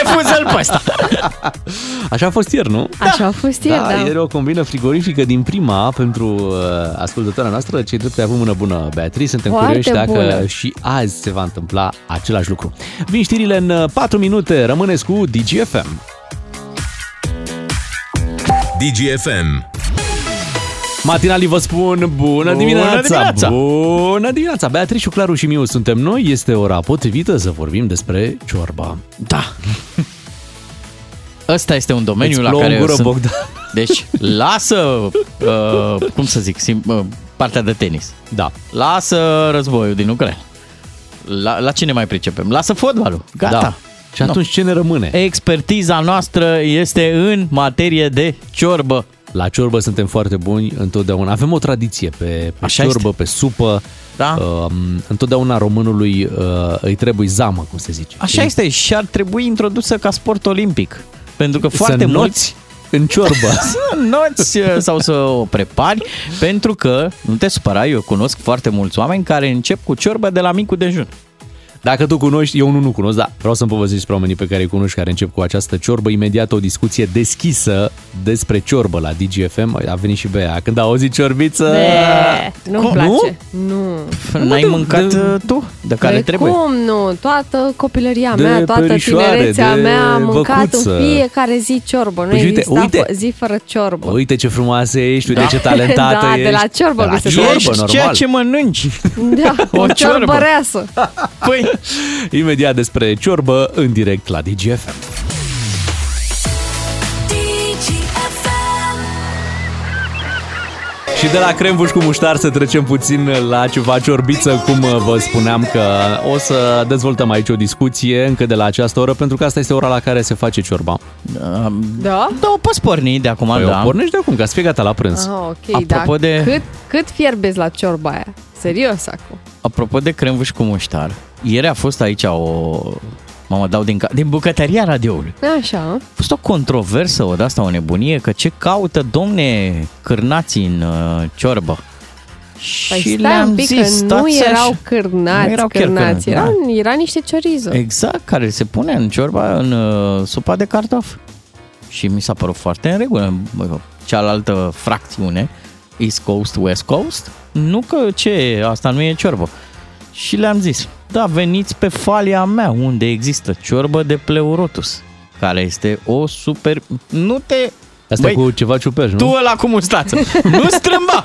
S4: Refuză-l pe ăsta.
S2: Așa a fost ieri, nu?
S3: Așa a fost el, da.
S2: ieri o combină frigorifică din prima pentru uh, ascultătoarea noastră. Cei drept ai avut mână bună, Beatrice. Suntem
S3: Foarte
S2: curioși dacă
S3: bună.
S2: și azi se va întâmpla același lucru. Vin știrile în uh, 4 minute. Rămâneți cu DGFM.
S5: DGFM.
S2: Matinali vă spun bună dimineața!
S4: dimineața!
S2: Bună dimineața! Beatrice, Claru și Miu suntem noi. Este ora potrivită să vorbim despre ciorba.
S4: Da. Ăsta este un domeniu
S2: Îți
S4: la
S2: plouă
S4: care
S2: în gură,
S4: eu sunt...
S2: Bogdan.
S4: Deci, lasă, uh, cum să zic, sim, uh, partea de tenis.
S2: Da.
S4: Lasă războiul din Ucraina. La, la cine mai pricepem? Lasă fotbalul. Gata.
S2: Da.
S4: Da.
S2: Și atunci ce ne rămâne?
S4: Expertiza noastră este în materie de ciorbă.
S2: La ciorbă suntem foarte buni întotdeauna. Avem o tradiție pe, pe
S4: Așa
S2: ciorbă, pe supă.
S4: Da.
S2: Uh, întotdeauna românului uh, îi trebuie zamă, cum se zice.
S4: Așa este și ar trebui introdusă ca sport olimpic. Pentru că
S2: să
S4: foarte mulți
S2: noți în ciorbă.
S4: să noți eh, sau să o prepari, pentru că, nu te supăra, eu cunosc foarte mulți oameni care încep cu ciorbă de la micul dejun.
S2: Dacă tu cunoști, eu nu, nu cunosc, dar vreau să-mi povestesc despre oamenii pe care îi cunoști, care încep cu această ciorbă. Imediat o discuție deschisă despre ciorbă la DGFM. A venit și Bea. Când a auzit ciorbiță...
S3: Be, nu-mi
S4: Cum,
S2: Uh!
S3: place. Nu? nu.
S4: Pf, N-ai mâncat
S2: de-
S4: eh, tu de care
S3: Păi
S4: trebuie.
S3: Cum nu? Toată copilăria
S2: De
S3: mea, toată
S2: perișoare,
S3: tinerețea
S2: de
S3: mea am mâncat
S2: băcuță.
S3: în fiecare zi ciorbă. Nu
S2: Păi și uite,
S3: exista
S2: uite.
S3: fă- zi fără ciorbă.
S2: Păi, Uite ce frumoasă ești, uite da. ce talentată
S3: Da, de
S2: ești.
S3: la ciorbă
S2: de la
S3: găsesc
S2: ciorbă,
S4: Ești
S2: normal.
S4: ceea ce mănânci.
S3: Da,
S4: O
S3: o
S4: ciorbă.
S3: ciorbăreasă.
S4: Păi,
S2: Imediat despre ciorbă în direct la DGFM. Și de la crembuș cu muștar să trecem puțin la ceva ciorbiță, cum vă spuneam că o să dezvoltăm aici o discuție încă de la această oră, pentru că asta este ora la care se face ciorba.
S3: Da?
S4: da, o poți porni de acum,
S2: Păi
S4: da.
S2: o pornești de acum, ca să fie gata la prânz.
S3: Ah, ok,
S4: Apropo
S3: da.
S4: de-
S3: Cât, cât fierbezi la ciorba aia? Serios acum.
S4: Apropo de cremvuș cu muștar, ieri a fost aici o... Mamă, dau din, ca- din bucătăria radioului.
S3: Așa, mă.
S2: Păi
S4: A fost o controversă o de asta, o nebunie, că ce caută, domne, cârnații în uh, ciorbă.
S3: păi și
S4: și
S3: stai
S4: le-am
S3: un pic,
S4: zis,
S3: că nu
S4: stați
S3: erau
S4: așa.
S3: cârnați,
S4: Nu erau
S3: erau
S4: chiar
S3: cârnați,
S4: cârnați,
S2: da.
S3: erau, era niște chorizo.
S4: Exact, care se pune în ciorba, în uh, supa de cartof. Și mi s-a părut foarte în regulă. Bă, Cealaltă fracțiune, East Coast, West Coast, nu că ce, asta nu e ciorbă. Și le-am zis, da, veniți pe falia mea, unde există ciorbă de pleurotus, care este o super... Nu te...
S2: Asta
S4: Băi,
S2: Băi, cu ceva ciuperci, nu?
S4: tu ăla cu mustață. nu strâmba!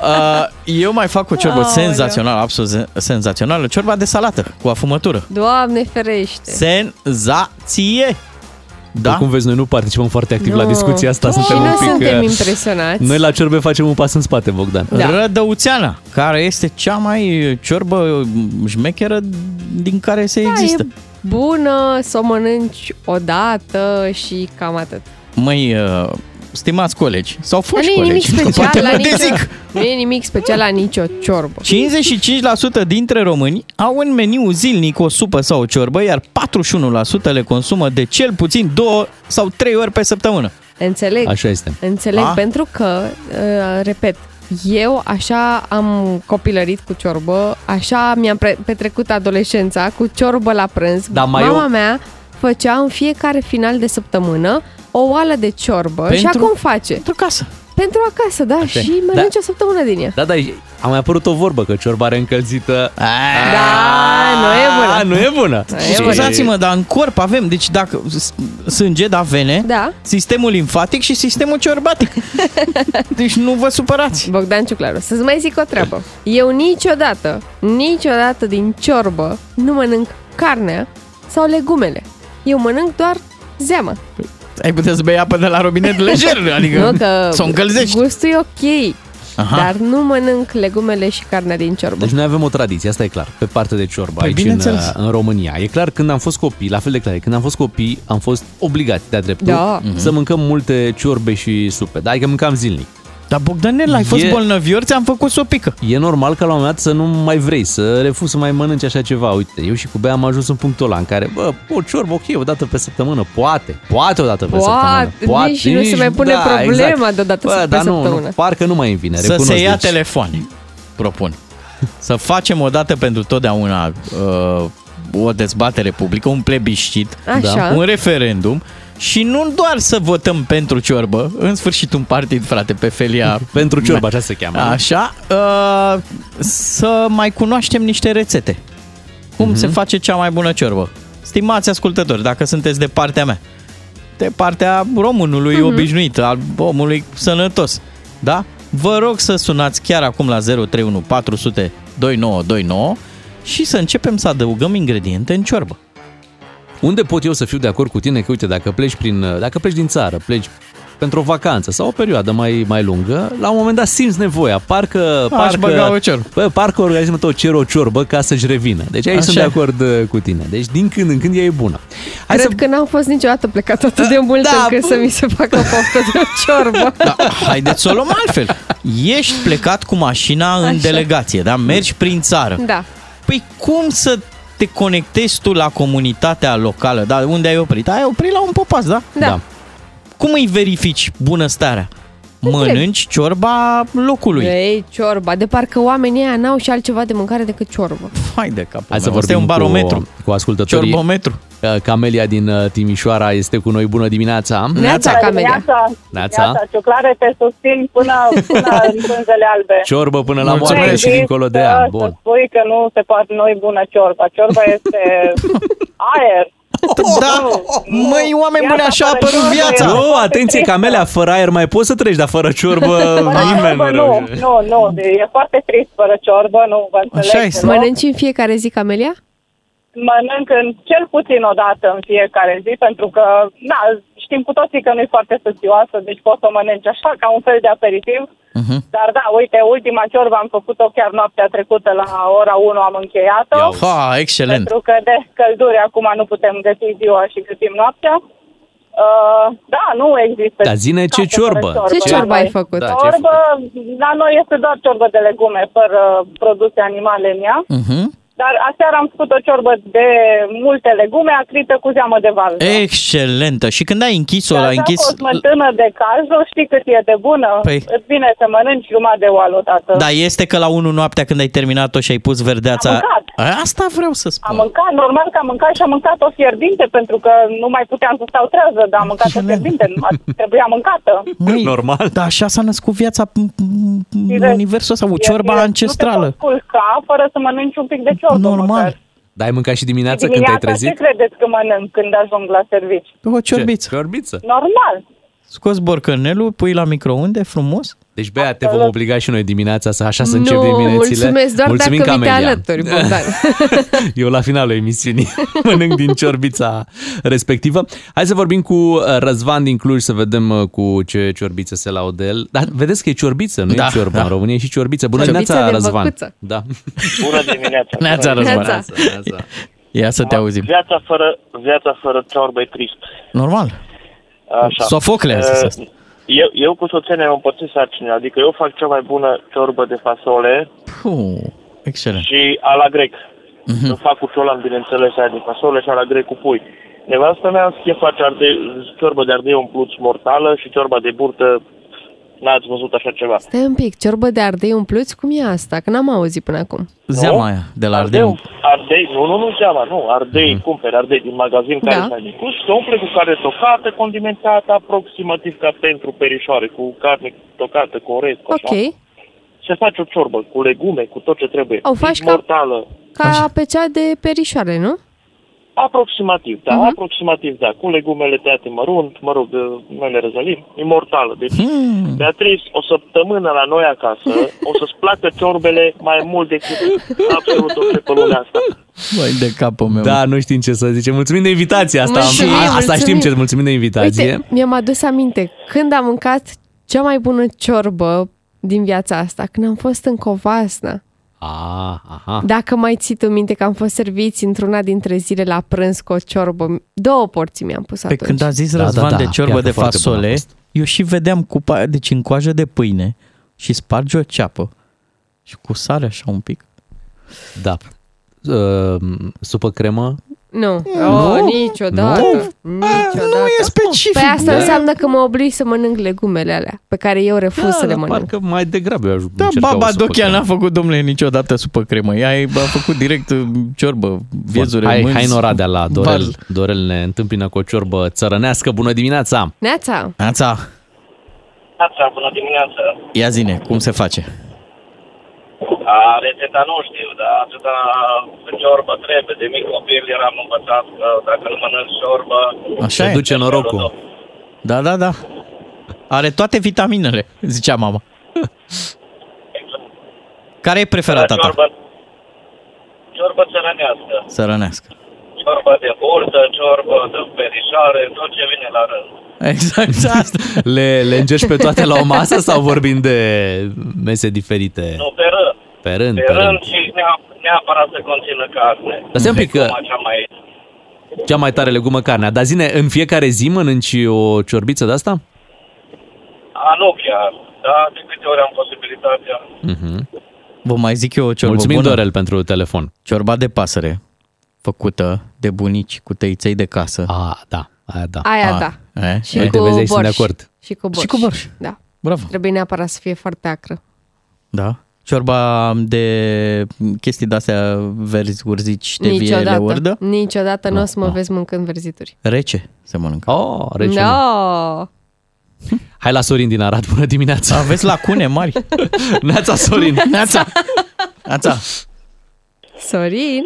S4: uh, eu mai fac o ciorbă
S3: Aoleu.
S4: senzațională, absolut zen- senzațională, ciorba de salată cu afumătură.
S3: Doamne ferește!
S4: Senzație! Da?
S2: Cum vezi, noi nu participăm foarte activ la
S3: Nu.
S2: discuția asta,
S3: Și
S2: suntem
S3: noi
S2: un pic...
S3: suntem
S2: uh,
S3: impresionați.
S2: Noi la ciorbe facem un pas în spate, Bogdan.
S3: Da.
S4: Rădăuțeana, care este cea mai uh, ciorbă șmecheră din care se există.
S3: Da, e bună să o mănânci odată și cam atât.
S4: Măi, uh, stimați colegi, sau
S3: Dar
S4: foști
S3: nu e nimic
S4: colegi,
S3: special
S4: poate
S3: la
S4: mă
S3: nicio,
S4: dezic.
S3: nu e nimic special la nicio ciorbă.
S4: 55% dintre români au în meniu zilnic o supă sau o ciorbă, iar 41% le consumă de cel puțin două sau trei ori pe săptămână.
S3: Înțeleg.
S2: Așa este.
S3: Înțeleg,
S4: A?
S3: A? pentru că, uh, repet, eu așa am copilărit cu ciorbă, așa mi-am pre- petrecut adolescența cu ciorbă la prânz.
S2: Dar mai
S3: Mama
S2: eu-
S3: mea făcea în fiecare final de săptămână o oală de ciorbă și
S4: Pentru-
S3: acum face.
S4: Pentru casă.
S3: Pentru acasă, da, Așa. și
S2: Da.
S3: mănânci o săptămână din ea.
S2: Da, da, a mai apărut o vorbă că ciorba reîncălzită...
S3: Da, nu e bună.
S2: A, nu e bună.
S3: Nu Da, e bună.
S4: Scuzați-mă, dar în corp avem, deci dacă s- sânge, da vene,
S3: Da.
S4: sistemul limfatic și sistemul ciorbatic. deci nu vă supărați.
S3: Bogdan Ciuclaru, să-ți mai zic o treabă. Eu niciodată, niciodată din ciorbă nu mănânc carnea sau legumele. Eu mănânc doar zeamă.
S4: Ai putea să bei apă de la robinet lejer, adică
S3: nu că
S4: să o încălzești.
S3: gustul e ok,
S4: Aha.
S3: dar nu mănânc legumele și carnea din ciorbă.
S2: Deci noi avem o tradiție, asta e clar, pe partea de ciorbă
S4: Păi,
S2: aici în, uh,
S4: bineînțeles.
S2: în România. E clar, când am fost copii, la fel de clar, e, când am fost copii, am fost obligați de-a dreptul Mhm.
S3: Da.
S2: să mâncăm multe ciorbe și supe. Da, adică mâncam zilnic.
S4: Dar Bogdanel, ai fost
S2: E-
S4: bolnăvior, ți-am făcut supică.
S2: E normal că la un moment dat să nu mai vrei, să refuzi să mai mănânci așa ceva. Uite, eu și cu Bea am ajuns în punctul ăla în care, bă, o ciorbă, ok, o dată pe săptămână, poate, poate o dată pe
S3: Poate,
S2: săptămână. Poate, da,
S3: nici
S2: exact.
S3: nu se mai pune problema deodată
S2: bă,
S3: pe
S2: dar nu, nu,
S3: săptămână.
S2: parcă nu mai îmi vine,
S4: Să
S2: recunosc.
S4: se ia
S2: deci.
S4: telefoane, propun. Să facem o dată pentru totdeauna uh, o dezbatere publică, un plebiscit,
S3: Așa.
S4: un referendum și nu doar să votăm pentru ciorbă, în sfârșit un partid, frate, pe felia...
S2: Pentru ciorbă, așa se cheamă. nu?
S4: Așa, uh, să mai cunoaștem niște rețete. Cum se
S3: Mhm.
S4: face cea mai bună ciorbă? Stimați ascultători, dacă sunteți de partea mea, de partea românului
S3: Mhm.
S4: obișnuit, al omului sănătos, da? Vă rog să sunați chiar acum la 031 400 2929 și să începem să adăugăm ingrediente în ciorbă.
S2: uh, Unde pot eu să fiu de acord cu tine că, uite, dacă pleci, prin, dacă pleci din țară, pleci pentru o vacanță sau o perioadă mai, mai lungă, la un moment dat simți nevoia, parcă...
S4: Aș
S2: parcă,
S4: băga o ciorbă.
S2: Bă, parcă organismul tău cer o ciorbă ca să-și revină. Deci aici
S4: Așa
S2: sunt de
S4: e.
S2: acord uh, cu tine. Deci din când în când ea e bună. Hai
S3: Cred că n-am fost niciodată plecat atât de mult
S2: Da,
S3: încât
S2: bă.
S3: să mi se facă poftă de o ciorbă.
S4: Da, haideți să o luăm altfel. Ești plecat cu mașina în
S3: Așa.
S4: delegație, da? Mergi prin țară.
S3: Da.
S4: Păi cum să te conectezi tu la comunitatea locală, da? Unde ai oprit? Ai oprit la un popas, da?
S3: Da.
S2: Da.
S4: Cum îi verifici bunăstarea?
S3: Păi
S4: Mănânci ciorba locului.
S3: Ei, ciorba. De parcă oamenii aia n-au și altceva de mâncare decât ciorbă.
S4: Hai de capul
S2: Hai să
S4: meu,
S2: vorbim
S4: asta e un barometru.
S2: cu, cu ascultătorii.
S4: Ciorbometru.
S2: Uh, Camelia din uh, Timișoara este cu noi. Bună dimineața!
S3: Neața, Camelia.
S8: Neața,
S2: Neața.
S8: Neața, ciuclare te susțin până, până în pânzele albe.
S2: Ciorbă până la
S4: Mulțumesc.
S2: moarte și
S8: Trebuie
S2: dincolo de
S8: să-
S2: ea.
S8: Să
S2: Bun.
S8: spui că nu se poate noi bună ciorba. Ciorba este aer.
S4: Da,
S8: nu.
S4: măi, oameni
S8: Ia
S4: buni,
S8: să
S4: așa a
S8: apară
S4: apărut
S8: ciorba,
S4: viața.
S8: ia.
S2: Nu, atenție, Camelia, fără aer mai poți să treci, dar fără ciorbă
S8: Fără
S2: nimeni nu
S8: ciorbă, nu,
S2: reușește.
S8: nu, nu, e foarte trist fără ciorbă, nu vă înțeleg.
S4: este.
S8: deloc.
S3: Mănânci în fiecare zi, Camelia?
S8: Mănânc în cel puțin o dată în fiecare zi, pentru că, na, știm cu toții că nu e foarte sățioasă, deci poți să mănânci așa, ca un fel de aperitiv. Uh-huh. Dar da, uite, ultima ciorbă am făcut-o chiar noaptea trecută la ora 1 am încheiat-o.
S2: Ia uite.
S4: Ha, excelent.
S8: Pentru că de călduri acum nu putem găsi ziua și găsim noaptea. Uh, da, nu există.
S2: Dar zine ce
S8: casă
S2: ciorbă.
S8: fără
S3: Ce
S2: Ce-
S3: ciorbă ai făcut?
S2: Da, ce ai
S8: Ciorbă, la noi este doar ciorbă de legume, fără produse animale în ea.
S4: Mhm.
S8: Dar aseară am făcut o ciorbă de multe legume acrită cu zeamă de valză.
S4: Excelentă. Și când ai închis-o,
S3: Da,
S8: Dar
S4: ai
S8: a
S4: închis...
S8: fost mântână de cazul, știi cât e de bună?
S4: Păi.
S8: Îți vine să mănânci jumătate de oală odată.
S4: Da, este că la 1 noaptea când ai terminat-o și ai pus verdeața...
S8: Am
S4: Asta vreau să
S8: Am
S4: spun.
S8: mâncat, normal că am mâncat și am mâncat-o fierbinte, pentru că nu mai puteam să stau trează, dar am mâncat-o fierbinte, nu mai trebuia mâncată.
S4: Măi,
S2: Normal.
S4: Dar așa s-a născut viața în- în în
S8: Bine.
S4: universul ăsta, o ciorba
S8: Fierbinte, Nu
S4: ancestrală.
S8: te poți culca fără să mănânci un pic de ciorbă,
S4: Normal.
S8: măcar.
S2: Dar ai mâncat și dimineața când te-ai
S8: Dimineața ce
S2: trezit?
S8: credeți că mănânc când ajung la servici?
S4: O
S2: Ce? Da.
S4: ciorbiță.
S2: Ciorbiță.
S8: Normal.
S4: Scoți borcanelul, pui la microunde, frumos.
S2: Deci, Bea, te vom obliga și noi dimineața să așa să încep
S3: nu,
S2: diminețile.
S3: mulțumesc, doar
S2: Mulțumim,
S3: dacă mi te
S2: Camelia.
S3: alături, Bogdan.
S2: Eu la finalul emisiunii mănânc din ciorbița respectivă. Hai să vorbim cu uh, Răzvan din Cluj să vedem uh, cu ce ciorbiță se laudă el. Dar vedeți că e ciorbiță, nu
S4: Da,
S2: e ciorbă
S4: da.
S2: în România, e și ciorbiță. Bună
S3: Ciorbiță
S2: dimineața,
S3: de
S2: Răzvan.
S3: văcuță.
S2: Da.
S6: Bună dimineața!
S4: Neața,
S3: Neața.
S4: Răzvan.
S2: Neața.
S4: Ia să te auzim.
S6: Viața fără, viața fără ciorbă e trist.
S4: Normal.
S6: Așa.
S4: Sofocle a zis
S6: Uh,
S4: asta.
S6: Eu, eu cu soția ne-am împărțit sarcina, adică eu fac cea mai bună ciorbă de fasole
S4: Puh, excelent.
S6: și ala grec.
S3: Mhm.
S6: Mm-hmm. Nu fac cu ciolan, bineînțeles, aia de fasole și ala grec cu pui. Nevastă mea îmi scrie face arde, ciorbă de ardei umpluți mortală și ciorba de burtă, n-ați văzut așa ceva.
S3: Stai un pic, ciorbă de ardei umpluți? Cum e asta? Că n-am auzit până acum.
S4: Zeama aia de la Ardeu.
S6: Ardei, nu, nu, nu seama, nu. Ardei, mm-hmm. cumperi ardei din magazin care
S3: Mhm. Da.
S6: s-a micut, se umple cu care tocată, condimentată aproximativ ca pentru perișoare, cu carne tocată, cu orez, cu așa.
S3: Ok.
S6: Se face o ciorbă cu legume, cu tot ce trebuie. Deci
S3: O faci ca-
S6: mortală.
S3: Ca pe cea de perișoare, nu?
S6: Aproximativ, da, uh-huh. aproximativ, da. Cu legumele tăiate mărunt, mă rog, noi le răzălim, imortală. Deci, hmm. Beatriz, o săptămână la noi acasă, o să-ți placă ciorbele mai mult decât absolut orice pe lumea asta.
S4: Băi, de capul meu.
S2: Da, nu știm ce să zicem. Mulțumim de invitație asta. am-
S3: Mulțumim,
S2: a- asta știm
S3: mulțumim.
S2: ce mulțumim de invitație.
S3: Uite, mi-am adus aminte când am mâncat cea mai bună ciorbă din viața asta, când am fost în Covasna.
S2: A,
S4: Ah.
S2: aha.
S3: Dacă mai ții tu minte că am fost serviți într-una dintre zile la prânz cu o ciorbă, două porții mi-am pus
S4: Pe
S3: atunci.
S4: Păi când a zis
S2: Da, da,
S4: Răzvan
S2: da,
S4: de
S2: chiar
S4: ciorbă
S2: că
S4: de
S2: foarte bună a
S4: fasole,
S2: fost.
S4: eu și vedeam cupa aia, deci în coajă de pâine și spargi o ceapă și cu sare așa un pic.
S2: Da. Uh, supă cremă?
S3: Nu, oh, niciodată. niciodată.
S4: Nu e specific.
S3: Păi asta înseamnă că mă oblig să mănânc legumele alea, pe care eu refuz să le
S2: Da, dar
S3: mănânc.
S2: Parcă mai degrabă eu aș
S4: Da,
S2: încerca o
S4: baba
S2: supă
S4: Dochea
S2: cremă.
S4: n-a făcut, domnule, niciodată supă cremă. Ea a făcut direct uh, ciorbă, viezuri,
S2: hai,
S4: mânzi.
S2: hai în Oradea la Dorel.
S4: val.
S2: Dorel ne întâmpină cu o ciorbă țărănească. Bună dimineața!
S3: Neața,
S4: Ața,
S6: Ața, bună dimineața.
S4: ia zine, cum se face?
S6: A, rețeta nu știu, dar atâta ciorbă trebuie. De mic copil eram învățat că dacă nu mănânci ciorbă...
S4: Așa
S2: Te
S4: e.
S2: duce norocul.
S4: Da, da, da. Are toate vitaminele, zicea mama. Care e preferata ta?
S6: Da, Ciorbă, ciorbă țărănească,
S4: Sărănească.
S6: ciorbă de burtă, ciorbă de perișoare, tot ce vine la rând.
S4: Exact asta.
S2: Le, le încerci pe toate la o masă sau vorbim de mese diferite?
S6: Nu, pe rând.
S2: Pe rând,
S6: Pe rând și neap- neapărat să conțină carne.
S2: Dar stai un pic că-
S6: Deci Cum așa mai...
S2: Cea mai tare legumă carnea. Dar zine, în fiecare zi mănânci o ciorbiță de asta?
S6: A, nu chiar. Da, de câte ori am posibilitatea.
S4: Vă mai zic eu o ciorbă
S2: Mhm. Mulțumim,
S4: bună.
S2: Dorel, pentru telefon.
S4: Ciorba de pasăre, făcută de bunici cu tăiței de casă.
S2: Ah, da, aia da.
S3: Aia
S4: A,
S3: da.
S4: Ah, e?
S3: Și
S2: Uite,
S3: cu
S2: vezi, aici
S3: borș.
S2: sunt de acord.
S3: Și cu borș.
S4: Și cu borș.
S3: Da.
S4: Bravo.
S3: Trebuie neapărat să fie foarte acră.
S4: Da. Ciorba de chestii de-astea verzi, urzici, de vie, le urdă.
S3: Niciodată nu o să mă
S4: da.
S3: vezi mâncând verzituri.
S4: Rece se mănâncă.
S2: Oh, rece. Da.
S3: No!
S2: Hai la Sorin din Arad, bună dimineața.
S4: Aveți lacune mari.
S2: Neața, Sorin.
S4: Neața! Neața!
S3: Sorin?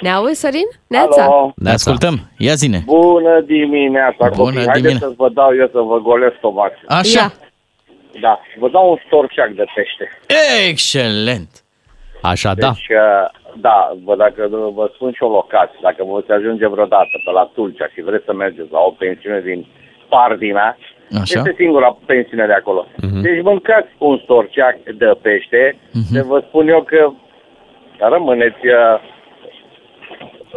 S3: Ne auzi, Sorin? Neața?
S6: Alo,
S4: Ne ascultăm. Ia zine.
S6: bună dimineața,
S4: Bună
S6: copii. Haideți
S4: dimine-
S6: să vă dau eu să vă golesc tobacul.
S4: Așa.
S3: Ia.
S6: Da, vă dau un storceac de pește.
S4: Excelent!
S2: Așa, da.
S6: Deci, uh, da, vă, dacă vă spun și o locație, dacă vă veți ajunge vreodată pe la Tulcea și vreți să mergeți la o pensiune din Pardina,
S4: Așa. Mhm.
S6: este singura pensiune de acolo. Deci mâncați un storceac de pește, de vă spun eu că rămâneți uh,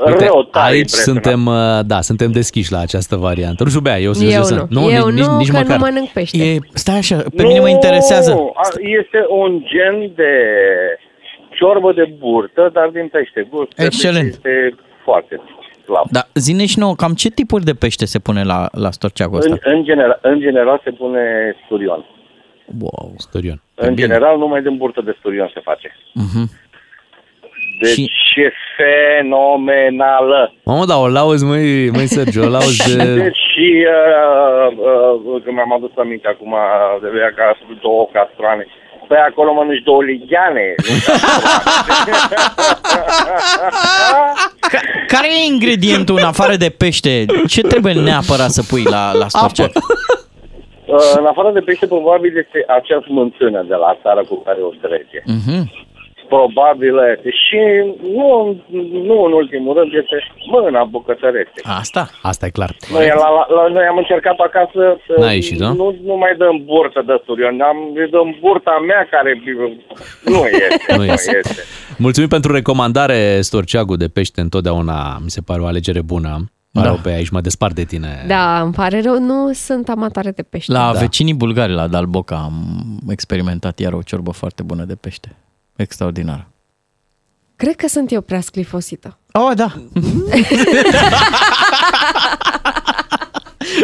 S2: Uite,
S6: rău tare
S2: aici
S6: impresionat.
S2: suntem, uh, da, suntem deschiși la această variantă. Nu știu, Bea, eu sunt
S3: Eu
S2: să...
S3: nu. Eu
S2: nici,
S3: nu,
S2: nici
S3: că
S2: măcar.
S3: nu mănânc pește.
S4: E, stai așa, pe mine mă interesează.
S6: Nu, a- este un gen de ciorbă de burtă, dar din pește. Gustul
S4: Excelent.
S6: este foarte slab.
S4: Da, zine și nouă, cam ce tipuri de pește se pune la, la storceagul ăsta?
S6: În, în, general, în general se pune sturion.
S4: Wow.
S2: Sturion.
S6: În general, numai din burtă de sturion se face.
S4: Mhm.
S6: Deci
S4: Și-
S6: și... e fenomenală.
S2: Mamă, dar o lauzi, măi, măi Sergiu, o lauzi de...
S6: Deci și, uh, uh, că mi-am adus aminte acum, de la ca două castroane. Păi acolo mănânci două ligiane. Uh,
S4: Care e ingredientul în afară de pește? Ce trebuie neapărat să pui la, la storceag?
S6: Uh, în afară de pește, probabil este acea smântână de la țară cu care o trece.
S4: Mhm.
S6: Probabil este. Și nu, nu în ultimul rând este mâna bucătărește.
S4: Asta?
S2: Asta e clar.
S6: Noi, la, la, la, noi am încercat acasă să
S2: N-a ieșit, da?
S6: nu, nu mai dăm burtă de sturion, am, îi dăm burta mea care nu este.
S2: Nu
S6: nu
S2: iese.
S6: este.
S2: Mulțumim pentru recomandare, Storceagul de pește, întotdeauna mi se pare o alegere bună. Pare da. pe aici, mă despart de tine.
S3: Da, îmi pare rău, nu sunt amatoare de pește.
S4: La da. vecinii bulgari, la Dalboca, am experimentat iar o ciorbă foarte bună de pește. Extraordinară.
S3: Cred că sunt eu prea sclifosită.
S4: Oh, da.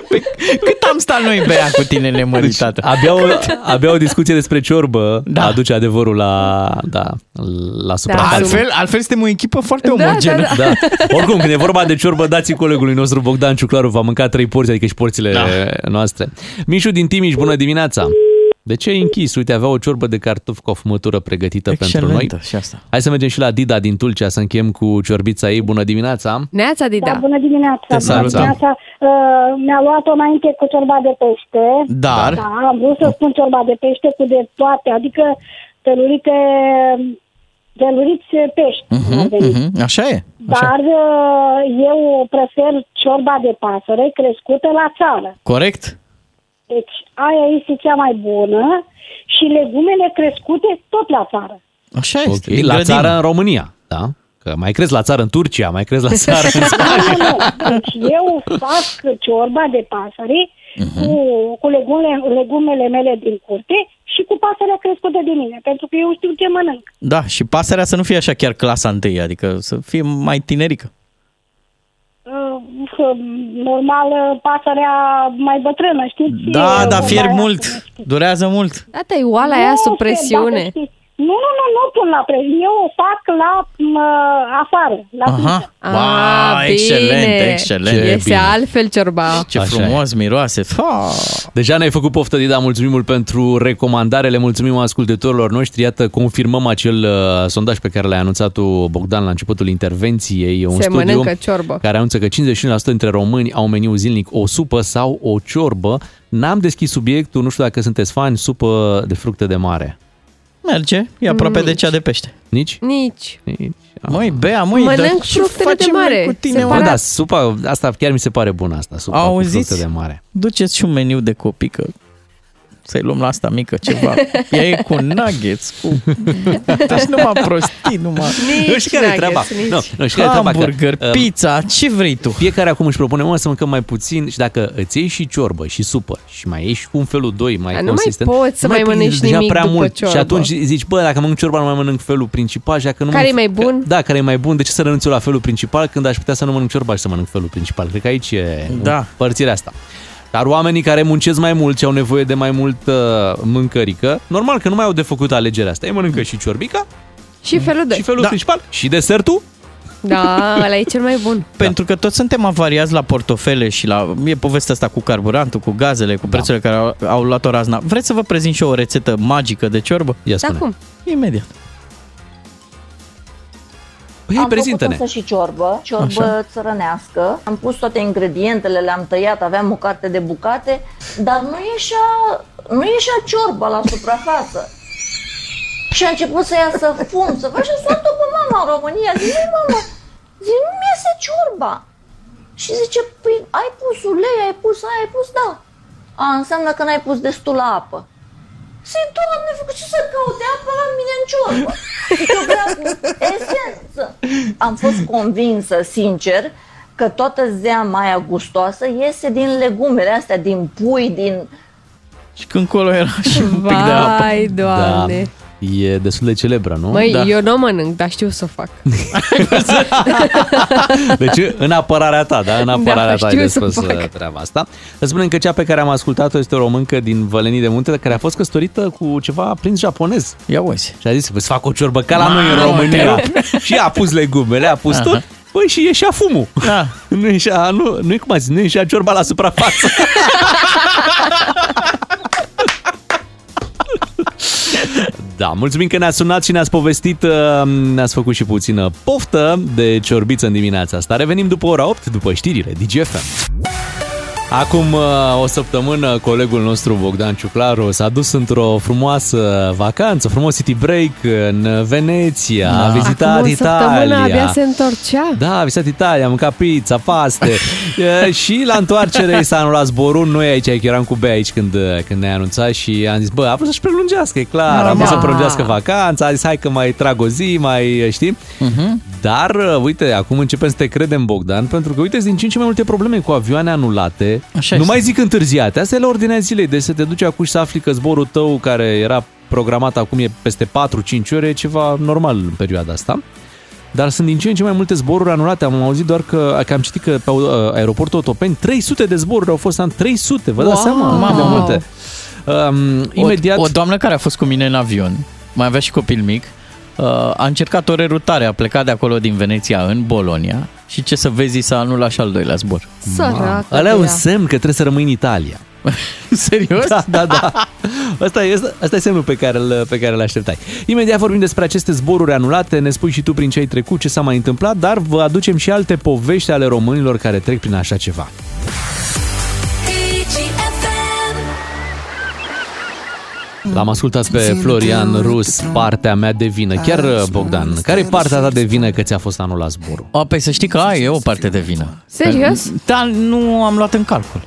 S4: Păi, cât am stat noi, Bea, cu tine nemăritată?
S2: Deci, Abia o, abia o discuție despre ciorbă da. aduce adevărul la, da, la suprafață.
S4: Altfel, altfel suntem o echipă foarte
S3: da,
S4: omogenă.
S3: da.
S2: Da. Oricum, când e vorba de ciorbă, dați colegului nostru Bogdan Ciuclaru, va mânca trei porți, adică și porțile da. noastre. Mișu din Timiș, bună dimineața! De ce ai închis? Uite, avea o ciorbă de cartofi cu o fumătură pregătită
S4: Excelentă
S2: pentru noi.
S4: și asta.
S2: Hai să mergem și la Dida din Tulcea să încheiem cu ciorbița ei. Bună dimineața!
S3: Neața,
S9: Da,
S3: Dida.
S9: bună dimineața. Bună
S2: salutăm.
S9: dimineața. Uh, mi-a luat-o înainte cu ciorba de pește.
S4: Dar?
S9: Da, am vrut să spun ciorba de pește cu de toate, adică telurite, teluriți pești. ar veni.
S4: Mhm, Așa e.
S9: Dar uh, eu prefer ciorba de pasăre crescută la țară.
S4: Corect?
S9: Deci aia este cea mai bună și legumele crescute tot la țară.
S4: Așa
S2: Ok,
S4: este. din
S2: la
S4: grădină.
S2: țară în România, da? Că mai crezi la țară în Turcia, mai crezi la țară în Spania.
S9: Nu, nu. Deci eu fac ciorba de pasăre
S4: Mhm.
S9: cu, cu legume, legumele mele din curte și cu pasărea crescută de mine, pentru că eu știu ce mănânc.
S4: Da, și pasărea să nu fie așa chiar clasa întâi, adică să fie mai tinerică.
S9: Uh, că, Normal, uh, pasărea mai bătrână, știți?
S4: Da,
S9: E
S4: da,
S9: vorba
S4: fier
S9: aia,
S4: mult,
S9: cum știți.
S4: durează mult.
S3: Da, te oala aia
S9: Nu,
S3: sub
S9: se
S3: presiune.
S9: bagă, știți. Nu, nu, nu, nu pun la presiune. Eu o fac la mă, afară, la frigider.
S4: Aha,
S3: Ah.
S4: wow, excelent, excelent.
S2: Ce
S3: Este
S2: bine.
S3: altfel ciorba.
S4: Ce
S2: Așa
S4: frumos miroase. Fa.
S2: Deja ne-ai făcut poftă, Dida, mulțumim mult pentru recomandare, le mulțumim ascultătorilor noștri. Iată, confirmăm acel uh, sondaj pe care l-ai anunțat tu, Bogdan, la începutul intervenției. E Un
S3: Se
S2: studiu
S3: mănâncă ciorbă.
S2: Care anunță că 51% dintre români au meniu zilnic o supă sau o ciorbă. N-am deschis subiectul, nu știu dacă sunteți fani, supă de fructe de mare.
S4: Merge,
S3: Mm.
S4: e aproape de cea de pește.
S2: Nici?
S3: Nici.
S4: Măi, Bea, măi, dar
S3: Mănânc
S4: ce
S3: fructele de
S4: facem noi
S3: mare.
S4: cu tine, mă?
S2: Bă, da, supa, asta chiar mi se pare bună asta, supa cu
S4: Auziți?
S2: fructe de mare.
S4: Duceți și un meniu de copii, că să-i luăm la asta mică ceva. Ea e cu nuggets, cu... Deci numai prostii, numai...
S2: Nu știu care e treaba. Nu, nu știu care e treaba.
S4: Hamburger,
S2: pizza, ce vrei tu? Fiecare acum își propune, mă, să mâncăm mai puțin și dacă îți iei și ciorbă și supă și mai iei și cu un felul 2 mai
S3: Dar nu mai
S2: consistent.
S3: poți să mai
S2: prinzi
S3: mănânci
S2: deja
S3: nimic
S2: prea
S3: după
S2: mult.
S3: ciorbă.
S2: Și atunci zici, bă, dacă mănânc ciorba, nu mai mănânc felul principal. Și dacă nu
S3: Care
S2: mănânc-
S3: e mai bun?
S2: Da, care e mai bun, de ce să renunț eu la felul principal când aș putea să nu mănânc ciorba și să mănânc felul principal? Cred că aici e da. părțirea asta. Dar oamenii care muncesc mai mult și au nevoie de mai mult uh, mâncărică, normal că nu mai au de făcut alegerea asta. Ei mănâncă și ciorbica,
S3: Și felul 2.
S2: și felul da. principal, și desertul,
S3: Da, ăla e cel mai bun.
S4: Da. Pentru că toți suntem avariați la portofele și la... E povestea asta cu carburantul, cu gazele,
S2: Da.
S4: cu prețurile care au, au luat-o razna. Vreți să vă prezint și eu o rețetă magică de ciorbă? Ia
S3: Da, cum?
S4: Imediat.
S2: Păi,
S10: am
S4: prezintă-ne.
S10: făcut însă și ciorbă, ciorbă
S4: Așa.
S10: țărănească. Am pus toate ingredientele, le-am tăiat, aveam o carte de bucate, dar nu ieșea, nu ieșea ciorba la suprafață. Și a început să iasă fum, să faci asta pe mama în România. Zic, "Măi, mama, zic, nu-mi iese ciorba. Și zice, păi ai pus ulei, ai pus aia, ai pus, da. A, înseamnă că n-ai pus destulă apă. Zic, doamne, făcut ce să caute apă la mine în ciorbă? Zic, eu vreau esență. Am fost convinsă, sincer, că toată zeama aia gustoasă iese din legumele astea, din pui, din...
S4: Și când colo era și un pic de apă.
S3: Vai, doamne.
S2: Da. E destul de celebră, nu? Da.
S3: Măi, eu nu mănânc, dar știu să o fac.
S2: Deci în apărarea ta, da? În apărarea
S3: Da,
S2: ta ai
S3: știu
S2: de
S3: să
S2: spus
S3: fac.
S2: uh, treaba asta. Să spunem că cea pe care am ascultat-o este o româncă din Vălenii de Munte, care a fost căsătorită cu ceva prins japonez.
S4: Ia uite.
S2: Și a zis, "Vă, să fac o ciorbă ca la noi în
S4: Mamă,
S2: România.
S4: te
S2: și a pus legumele, a pus
S4: Aha.
S2: tot. Păi și ieșea fumul.
S4: Da.
S2: nu ieșea, nu, nu cum a zis, nu ieșea ciorba la suprafață. Da, mulțumim că ne-ați sunat și ne-ați povestit, uh, ne-ați făcut și puțină poftă de ciorbiță în dimineața asta. Revenim după ora 8, după știrile DGFM. Acum uh, o săptămână, colegul nostru Bogdan Ciuclaru s-a dus într-o frumoasă vacanță, frumos city break în Veneția,
S4: Da.
S2: a vizitat
S3: Acum o săptămână
S2: Italia.
S3: abia se întorcea.
S2: Da, a vizitat Italia, a mâncat pizza, paste E, și la întoarcere i s-a anulat zborul. Noi aici, că eram cu Bea aici când, când ne-a anunțat și am zis, bă, a vrut să-și prelungească, e clar,
S4: Da,
S2: a vrut
S4: da.
S2: să prelungească vacanța, a zis, hai că mai trag o zi, mai știi.
S4: Mhm.
S2: Dar, uh, uite, acum începem să te credem, Bogdan, pentru că, uite, din ce în ce mai multe probleme cu avioane anulate.
S4: Așa
S2: nu
S4: este.
S2: mai zic întârziate, asta e la ordinea zilei, deci să te duci acum și să afli că zborul tău care era programat acum e peste 4-5 ore, e ceva normal în perioada asta. Dar sunt din ce în ce mai multe zboruri anulate. Am auzit doar că, că am citit că pe uh, aeroportul Otopeni 300 de zboruri au fost an 300, vă dați
S4: Wow!
S2: seama cât de multe. Um, imediat...
S4: O, o doamnă care a fost cu mine în avion, mai avea și copil mic, uh, a încercat o rerutare, a plecat de acolo din Veneția în Bolonia și ce să vezi, s-a anulat și al doilea zbor.
S3: Săracă
S2: Ăla e
S3: de
S2: un
S3: ea.
S2: semn că trebuie să rămâi în Italia.
S4: Serios?
S2: Da, da, da. Asta e, asta e semnul pe care, îl, pe care îl așteptai. Imediat vorbim despre aceste zboruri anulate, ne spui și tu prin ce ai trecut, ce s-a mai întâmplat, dar vă aducem și alte povești ale românilor care trec prin așa ceva. L-am ascultat pe Florian Rus, partea mea de vină. Chiar, Bogdan, care e partea ta de vină că ți-a fost anulat zborul?
S4: A, păi să știi că ai e o parte de vină.
S3: Serios?
S4: Da, nu am luat în calcul.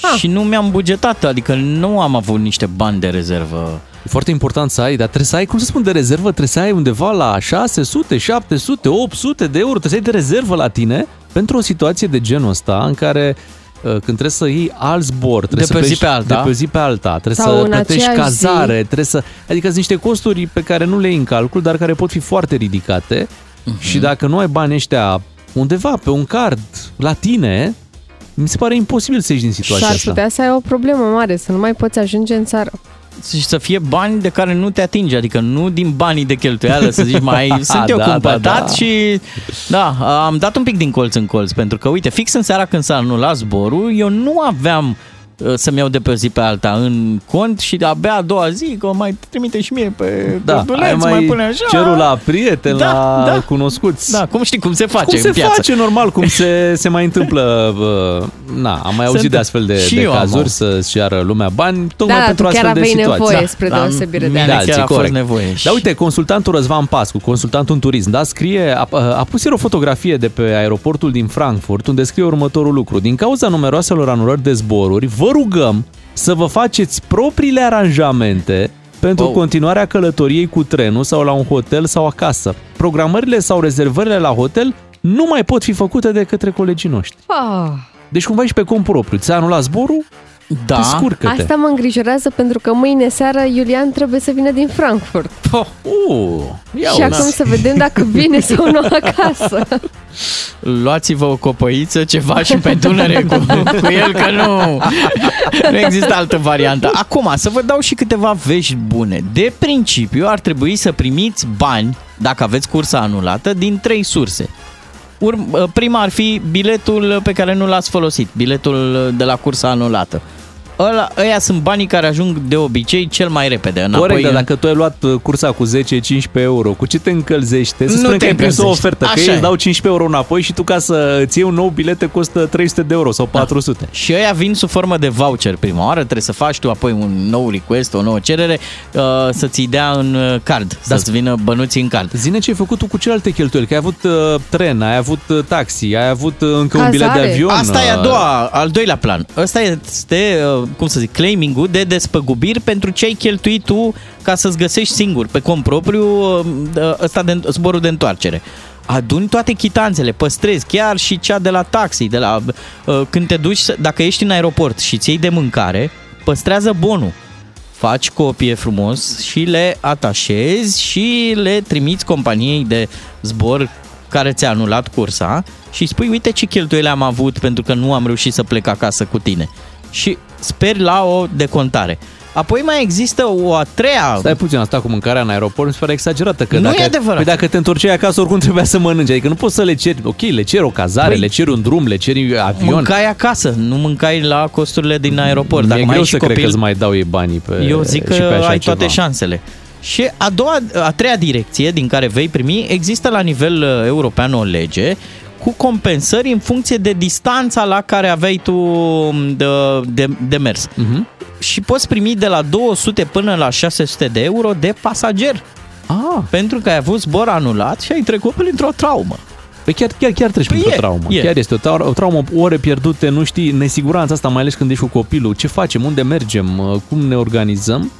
S4: Ah. Și nu mi-am bugetat, adică nu am avut niște bani de rezervă.
S2: E foarte important să ai, dar trebuie să ai, cum să spun, de rezervă, trebuie să ai undeva la 600, 700, 800 de euro, trebuie să ai de rezervă la tine pentru o situație de genul ăsta în care uh, când trebuie să iei alt zbor, trebuie
S4: De
S2: să
S4: pe zi
S2: pleci-
S4: pe alta.
S2: de pe zi pe alta, trebuie
S4: Sau
S2: să
S4: în
S2: plătești
S4: aceeași zi.
S2: cazare, trebuie să, adică sunt niște costuri pe care nu le iei în calcul, dar care pot fi foarte ridicate
S4: Mhm.
S2: și dacă nu ai bani ăștia undeva pe un card la tine, mi se pare imposibil să ieși din
S3: Și
S2: situația
S3: ar
S2: asta.
S3: putea să ai o problemă mare, să nu mai poți ajunge în țară.
S4: Și să fie bani de care nu te atinge, adică nu din banii de cheltuială, să zici, mai sunt eu
S2: Da,
S4: da,
S2: da,
S4: cumpătat da,
S2: da.
S4: da. și da, am dat un pic din colț în colț, pentru că uite, fix în seara când s-a anulat zborul, eu nu aveam uh, să-mi iau de pe o zi pe alta în cont și abia a doua zi că o mai trimite și mie pe
S2: Da,
S4: corduleț,
S2: ai mai,
S4: mai pune așa.
S2: cerul la prieteni,
S4: Da,
S2: la
S4: da.
S2: cunoscuți.
S4: Da, cum știi cum se face
S2: Cum
S4: în
S2: se
S4: piață.
S2: face normal, cum se, se mai întâmplă, bă, na, am mai
S4: Se
S2: auzit de
S4: întâmplă.
S2: astfel de,
S4: Și
S2: de
S4: eu am
S2: cazuri
S4: auzit.
S2: să-și ceară lumea bani, tocmai
S3: Da, da,
S2: pentru
S3: tu chiar
S2: astfel de
S3: aveai
S2: situații.
S3: nevoie, spre Da, deosebire de mine alții.
S4: chiar a fost
S2: corect.
S4: nevoie
S2: Da, uite, consultantul Răzvan Pascu, consultantul în turism, da, scrie, a, a pus ieri o fotografie de pe aeroportul din Frankfurt, unde scrie următorul lucru. Din cauza numeroaselor anulări de zboruri, vă rugăm să vă faceți propriile aranjamente pentru
S4: Wow.
S2: continuarea călătoriei cu trenul sau la un hotel sau acasă. Programările sau rezervările la hotel nu mai pot fi făcute de către colegii noștri.
S3: Ah.
S2: Deci cumva ești pe cont propriu. Ți-a anulat zborul? Da. Te scurcă-te.
S3: Asta mă îngrijorează pentru că mâine seara Iulian trebuie să vină din Frankfurt.
S2: Uh, ia
S3: și
S4: uite.
S3: acum să vedem dacă vine sau nu acasă.
S4: Luați-vă o copăiță, ceva și pe
S11: um, né,
S4: Dunăre
S2: Uhum.
S4: cu, cu el, că nu, nu există altă variantă. Acum, să vă dau și câteva vești bune. De principiu, ar trebui să primiți bani, dacă aveți cursa anulată, din trei surse. Urm- ă, prima ar fi biletul pe care nu l-ați folosit, biletul de la cursa anulată. Ăla, ăia sunt banii care ajung de obicei cel mai repede înapoi.
S2: Corect, dar
S4: în-
S2: dacă tu ai luat uh, cursa cu 10-15 euro, cu ce te încălzește? Să
S4: Nu
S2: spunem
S4: te
S2: că ai prins o
S4: încălzești.
S2: ofertă, că
S4: Așa
S2: ei
S4: e.
S2: îți dau 15 euro înapoi și tu ca să îți iei un nou bilet te costă 300 de euro sau 400. Da.
S4: Și ăia vin sub formă de voucher prima oară, trebuie să faci tu apoi un nou request, o nouă cerere, uh, să ți dea în uh, card, să-ți vină bănuții în card.
S2: Da. Zine ce ai făcut tu cu celelalte cheltuieli, că ai avut uh, tren, ai avut uh, taxi, ai avut uh, încă un bilet de avion.
S4: Asta e a
S2: uh,
S4: doua, al doilea plan. Asta este, uh, cum să zic, claiming-ul de despăgubiri pentru ce ai cheltuit tu ca să-ți găsești singur, pe cont propriu, uh, ăsta de, zborul de întoarcere. Aduni toate chitanțele, păstrezi chiar și cea de la taxi, de la uh, când te duci, să- dacă ești în aeroport și ți iei de mâncare, păstrează bonul. Faci copie frumos și le atașezi și le trimiți companiei de zbor care ți-a anulat cursa și spui uite ce cheltuieli am avut pentru că nu am reușit să plec acasă cu tine. Și speri la o decontare. Apoi mai există o a treia...
S2: Stai puțin, asta cu mâncarea în aeroport mi se pare exagerată. Că
S4: Nu
S2: dacă,
S4: e adevărat.
S2: Păi dacă te întorceai acasă, oricum trebuia să mănânci. Adică nu poți să le ceri, ok, le ceri o cazare,
S4: Păi-
S2: le ceri un drum, le ceri avion.
S4: Mâncai acasă, nu mâncai la costurile din aeroport. Dacă
S2: Mi-e
S4: mai
S2: greu
S4: ai și
S2: să cred
S4: copil,
S2: că îți mai dau ei banii pe
S4: Eu zic
S2: și pe
S4: că
S2: așa
S4: ai
S2: ceva.
S4: toate șansele. Și a, doua, a treia direcție din care vei primi, există la nivel uh, european o lege cu compensări în funcție de distanța la care aveai tu um, de, de, de mers.
S2: Mhm.
S4: Și poți primi de la 200 până la 600 de euro de pasager.
S2: Ah.
S4: Pentru că ai avut zbor anulat și ai trecut printr-o traumă.
S2: Păi chiar, chiar, chiar treci
S4: Păi
S2: printr-o
S4: e,
S2: traumă.
S4: e.
S2: Chiar este o, tra- o traumă, ore pierdute, nu știi, nesiguranța asta, mai ales când ești cu copilul, ce facem, unde mergem, Uh, cum ne organizăm.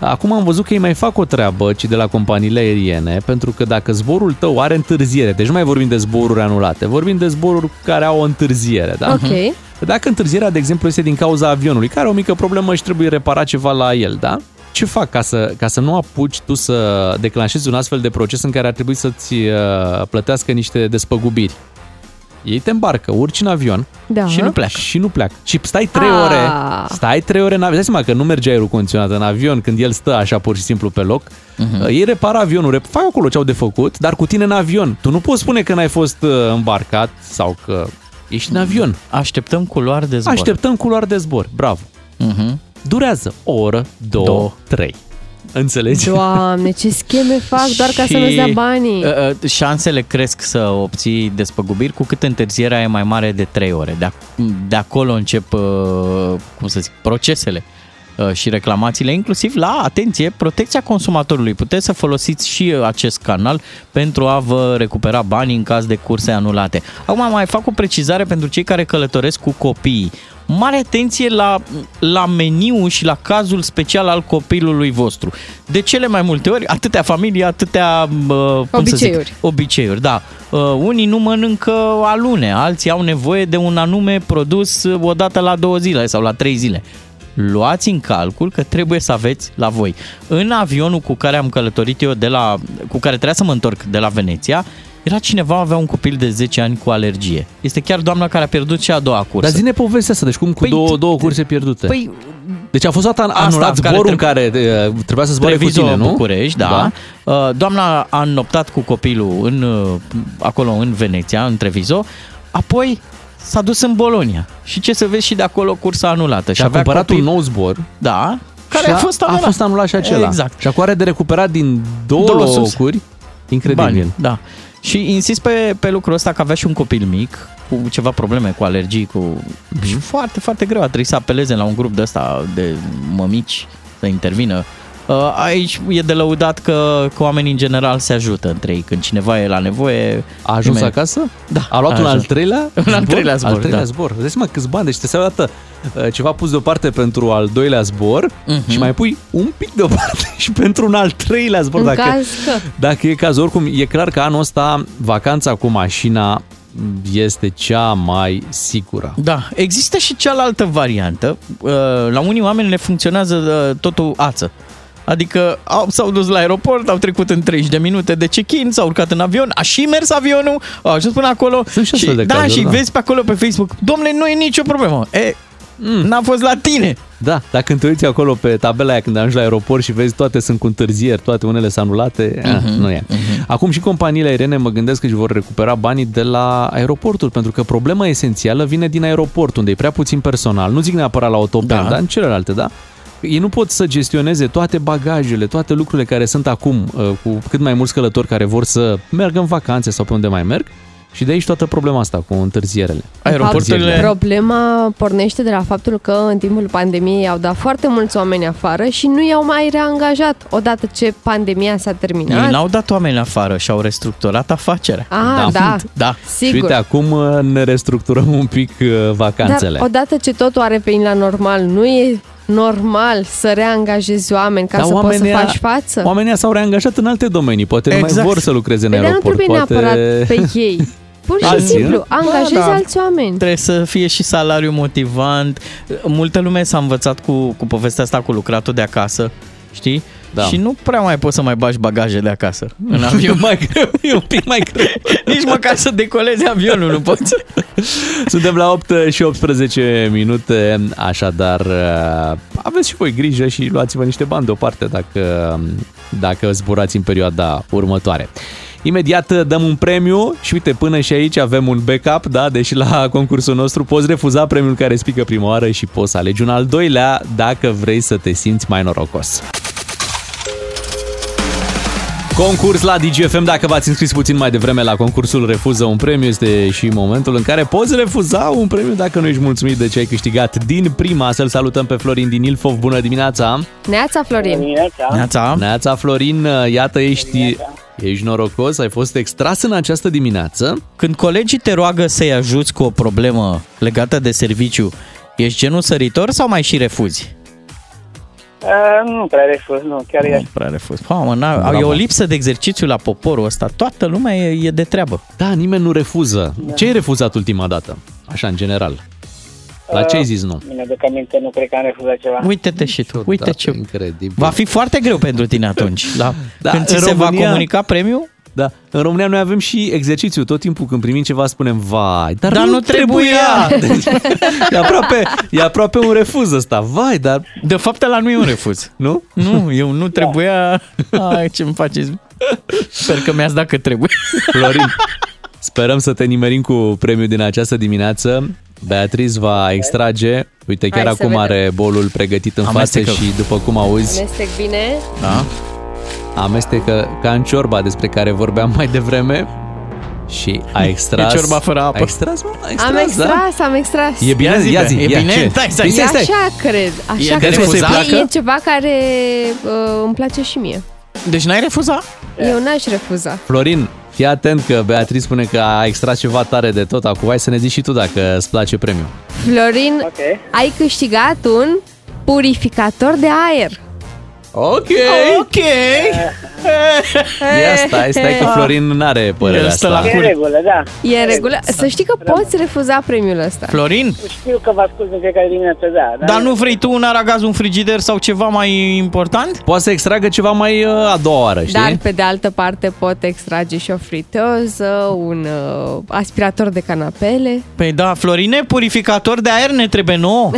S2: Acum am văzut că ei mai fac o treabă, ci de la companiile aeriene, pentru că dacă zborul tău are întârziere, deci nu mai vorbim de zboruri anulate, vorbim de zboruri care au o întârziere, da?
S3: Ok.
S2: Dacă întârzierea, de exemplu, este din cauza avionului, care are o mică problemă și trebuie reparat ceva la el, da? Ce fac ca să, ca să nu apuci tu să declanșezi un astfel de proces în care ar trebui să-ți uh, plătească niște despăgubiri? Ei te îmbarcă, urci în avion
S3: Da.
S2: și nu pleacă. Și nu pleacă. Și stai trei
S3: Ah.
S2: ore, stai trei ore în avion. Dai seama că nu merge aerul condiționat în avion când el stă așa pur și simplu pe loc.
S4: Mhm.
S2: Uh-huh. Ei repară avionul, rep- fac acolo ce au de făcut, dar cu tine în avion. Tu nu poți spune că n-ai fost uh, îmbarcat sau că ești în avion.
S4: Mhm. Așteptăm culoar de zbor.
S2: Așteptăm culoar de zbor, bravo.
S4: Uh-huh.
S2: Durează o oră, două,
S4: Două.
S2: trei. Înțelegi?
S3: Doamne, ce scheme fac doar ca să
S4: Deci- Și,
S3: nu-ți dea banii.
S4: uh, uh, Șansele cresc să obții despăgubiri cu cât întârzierea e mai mare de 3 ore. De, ac- de acolo încep, uh, cum să zic, procesele uh, și reclamațiile, inclusiv la, atenție, protecția consumatorului. Puteți să folosiți și uh, acest canal pentru a vă recupera banii în caz de curse anulate. Acum mai fac o precizare pentru cei care călătoresc cu copiii. Mare atenție la, la meniu și la cazul special al copilului vostru. De cele mai multe ori, atâtea familii, atâtea uh, cum să zic,
S3: Obiceiuri.
S4: obiceiuri, da. Uh, unii nu mănâncă alune, alții au nevoie de un anume produs uh, odată la două zile sau la trei zile. Luați în calcul că trebuie să aveți la voi. În avionul cu care am călătorit eu, de la, cu care trebuia să mă întorc de la Veneția, era cineva, avea un copil de 10 ani cu alergie. Este chiar doamna care a pierdut și a doua cursă.
S2: Dar zine povestea asta, deci cum cu păi, două, două curse pierdute.
S4: păi,
S2: deci a fost dat an-
S4: asta
S2: anulat
S4: care
S2: zborul în care uh, trebuia să zboare cu
S4: Trevizo,
S2: tine, nu?
S4: București, da. da. Doamna a uh, înnoptat cu copilul în, uh, acolo în Veneția, în Trevizo, apoi s-a dus în Bolonia. Și ce să vezi și de acolo cursa anulată.
S2: Și a
S4: avea
S2: cumpărat
S4: copii-
S2: un nou zbor.
S4: Da. Care
S2: și
S4: a fost anulat.
S2: A fost anulat și acela.
S4: Exact.
S2: Și acum are de recuperat din două,
S4: Două surse.
S2: locuri. Incredibil.
S4: Bani, da. Și insist pe, pe lucrul ăsta că avea și un copil mic cu ceva probleme cu alergii, cu...
S2: Mhm.
S4: Mm-hmm. Și foarte, foarte greu a trebuit să apeleze la un grup de ăsta de mămici să intervină. Uh, Aici e de lăudat că, că oamenii în general se ajută între ei. Când cineva e la nevoie...
S2: A ajuns acasă?
S4: Da.
S2: A luat un al
S4: ajuns.
S2: treilea?
S4: Un al treilea zbor,
S2: Al treilea
S4: da.
S2: zbor. Îți mă, câți bani, deci te dată uh, ceva pus deoparte pentru al doilea zbor
S4: Mhm.
S2: și mai pui un pic deoparte și pentru un al treilea zbor.
S3: În
S2: dacă,
S3: caz că...
S2: Dacă e cazul, oricum, e clar că anul ăsta vacanța cu mașina este cea mai sigură.
S4: Da, există și cealaltă variantă. Uh, La unii oameni le funcționează uh, totul ață. Adică au, s-au dus la aeroport, au trecut în 30 de minute de check-in, s-au urcat în avion, a și mers avionul, au ajuns până acolo. Sunt și,
S2: astfel de
S4: da,
S2: cazuri,
S4: și
S2: da.
S4: vezi pe acolo pe Facebook, domnule, nu e nicio problemă. E, mm. N-a fost la tine.
S2: Da, dacă te uiți acolo pe tabela aia când ajungi la aeroport și vezi toate sunt cu întârzieri, toate unele sunt anulate, ah,
S4: Mhm,
S2: nu e. Acum și companiile aeriene mă gândesc că își vor recupera banii de la aeroportul, pentru că problema esențială vine din aeroport, unde e prea puțin personal. Nu zic neapărat la autopen, da. dar în celelalte, da? Ei nu pot să gestioneze toate bagajele, toate lucrurile care sunt acum uh, cu cât mai mulți călători care vor să meargă în vacanțe sau pe unde mai merg. Și de aici toată problema asta cu întârzierele.
S3: Fapt, Problema pornește de la faptul că în timpul pandemiei au dat foarte mulți oameni afară și nu i-au mai reangajat odată ce pandemia s-a
S2: Mm.
S3: terminat.
S4: Ei n-au dat oameni afară și au restructurat afacerea.
S3: Ah, da.
S4: da.
S3: Sigur. Și uite,
S2: acum uh, ne restructurăm un pic uh,
S3: Dar odată ce totul are pe la normal, nu e normal să reangajezi oameni ca
S2: Dar
S3: să poți să
S2: oamenii-
S3: faci față?
S2: Oamenii s-au reangajat în alte domenii, poate exact. nu mai
S4: Exact.
S2: vor să lucreze în
S3: Păi, dar nu
S2: aeroport.
S3: trebuie
S2: poate...
S3: neapărat pe ei. Pur și
S4: Alții,
S3: simplu,
S4: da?
S3: angajezi
S4: Da, da.
S3: alți oameni.
S4: Trebuie să fie și salariu motivant. Multă lume s-a învățat cu, cu povestea asta cu lucratul de acasă, știi? Da. Și nu prea mai poți să mai bagi bagaje de acasă în avion.
S2: mai greu, e un pic mai greu.
S4: Nici măcar să decoleze avionul nu poți.
S2: Suntem la 8 și 18 minute, așadar uh, aveți și voi grijă și luați-vă niște bani deoparte dacă, dacă zburați în perioada următoare. Imediat uh, dăm un premiu și uite, până și aici avem un backup, da, deși la concursul nostru poți refuza premiul care spică prima oară și poți să alegi un al doilea dacă vrei să te simți mai norocos. Concurs la DGFM, dacă v-ați înscris puțin mai devreme la concursul Refuză un premiu, este și momentul în care poți refuza un premiu dacă nu ești mulțumit de ce ai câștigat din prima. Să-l salutăm pe Florin din Ilfov, bună dimineața!
S3: Neața, Florin.
S2: Neața! Neața, Florin, iată, ești, ești norocos, ai fost extras în această dimineață.
S4: Când colegii te roagă să-i ajuți cu o problemă legată de serviciu, ești genul săritor sau mai și refuzi?
S7: Uh, nu prea refuz, nu, chiar e
S4: Nu prea refuz. Mamă, n-a-
S2: Bravo.
S4: e o lipsă de exercițiu la poporul ăsta. Toată lumea e, e de treabă.
S2: Da, nimeni nu refuză. Ce ai refuzat ultima dată? Așa, în general. La ce ai zis nu?
S7: Bine, de aminte, nu cred că am refuzat ceva.
S4: Uite-te și tu, uite ce...
S2: Incredibil.
S4: Va fi foarte greu pentru tine atunci. La, da, când ți
S2: în
S4: se
S2: România-
S4: va comunica premiul,
S2: Da, în România noi avem și exercițiu. Tot timpul când primim ceva spunem, vai, dar,
S4: Dar
S2: nu
S4: nu
S2: trebuia. Deci,
S4: trebuia.
S2: e, aproape, e aproape un refuz ăsta, vai, dar...
S4: De fapt ăla nu e un refuz.
S2: Nu?
S4: Nu, Da. eu nu trebuia... Ai, ce-mi faceți? Sper că mi-ați dat că trebuie.
S2: Florin, sperăm să te nimerim cu premiul din această dimineață. Beatriz va extrage, uite chiar
S3: Hai să
S2: acum
S3: vedem.
S2: are bolul pregătit în față
S4: Amestecă.
S2: și după cum auzi,
S3: Amestec bine.
S2: da? amestecă ca în ciorba despre care vorbeam mai devreme și a extras.
S4: ciorba fără apă.
S2: A extras, mă, a extras,
S3: Am
S2: Da?
S3: extras, am extras.
S2: E bine, ia zi, ia zi,
S4: e
S2: ia,
S4: bine?
S2: ce?
S4: Stai, stai,
S2: Stai,
S3: E
S2: stai, stai.
S3: așa cred,
S4: E
S3: așa
S4: de
S3: cred.
S4: refuzat?
S3: E, e ceva care uh, îmi place și mie.
S4: Deci n-ai refuzat?
S3: Eu n-aș refuza.
S2: Florin, fii atent că Beatriz spune că a extras ceva tare de tot. Acum hai să ne zici și tu dacă îți place premiul.
S3: Florin, ai câștigat un purificator de aer.
S2: Ok!
S4: Ok!
S2: Ia stai, stai că Florin nu are părerea
S4: El stă la
S2: asta.
S7: E în regulă, da.
S3: E în regulă. Să știi că poți refuza premiul ăsta.
S4: Florin?
S7: Știu că vă ascult în fiecare dimineață, da.
S4: Dar nu vrei tu un aragaz, un frigider sau ceva mai important?
S2: Poate să extragă ceva mai uh, a doua oară, știi?
S3: Dar, pe de altă parte, pot extrage și o friteză, un uh, aspirator de canapele.
S4: Păi da, Florine, purificator de aer ne trebuie nouă.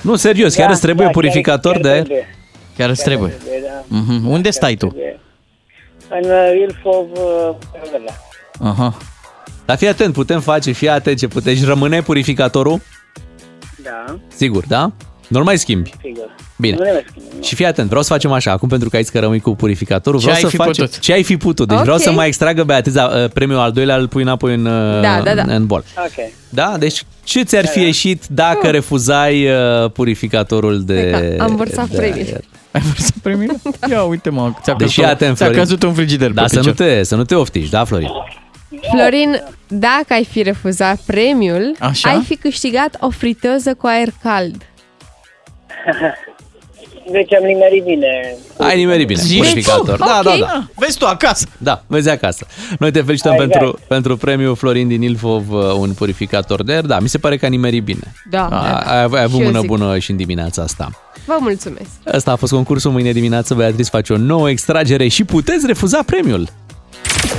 S2: Nu, serios, chiar
S7: Da,
S2: îți trebuie
S7: da, chiar-
S2: purificator
S7: chiar
S2: de aer?
S7: trebuie.
S4: Chiar îți trebuie.
S7: trebuie, da.
S4: Mhm. Unde stai tu?
S7: În uh, Ilfov, uh, pe lângă.
S4: Aha.
S2: Dar fii atent, putem face, fii atent ce puteți. Rămâne purificatorul?
S12: Da,
S2: Sigur, da? Nu-l mai schimbi.
S12: sigur.
S2: Bine.
S12: Nu le mai schimb.
S2: Și fii atent, vreau să facem așa, acum pentru că aici că rămâi cu purificatorul,
S4: Ce
S2: vreau
S4: ai fi
S2: să facem
S4: putut?
S2: ce ai fi putut. Deci vreau
S4: Ok.
S2: să mai extragă Beatriza uh, premiul al doilea, îl pui înapoi în, uh,
S3: Da, da, da.
S2: în bol.
S12: Ok. Da,
S2: Da? Deci ce ți-ar fi ieșit dacă refuzai uh, purificatorul de...
S3: Hmm. Am vărsat
S2: de
S3: premiile.
S4: Ai vrut să primi? Ia uite mă, ți-a
S2: Deci fii
S4: căzut,
S2: atent,
S4: ți-a
S2: Florin.
S4: căzut un frigider
S2: Da,
S4: pe
S2: să nu,
S4: picior.
S2: te, să nu te oftici, da, Florin?
S3: Florin, dacă ai fi refuzat premiul,
S2: Așa?
S3: ai fi câștigat o friteză cu aer cald.
S12: Deci am nimerit bine.
S2: Ai nimerit bine,
S12: Zici
S2: purificator.
S12: tu?
S2: Da, da,
S12: Ok.
S2: da.
S4: Vezi tu acasă.
S2: Da, vezi acasă. Noi te felicităm
S12: Exact.
S2: pentru, pentru premiul Florin din Ilfov, uh, un purificator de aer. Da, mi se pare că a nimerit bine.
S3: Da.
S2: A, ai, ai avut
S3: Și eu
S2: mână
S3: zic.
S2: bună și în dimineața asta.
S3: Vă mulțumesc.
S2: Asta a fost concursul. Mâine dimineață Beatrice face o nouă extragere și puteți refuza premiul.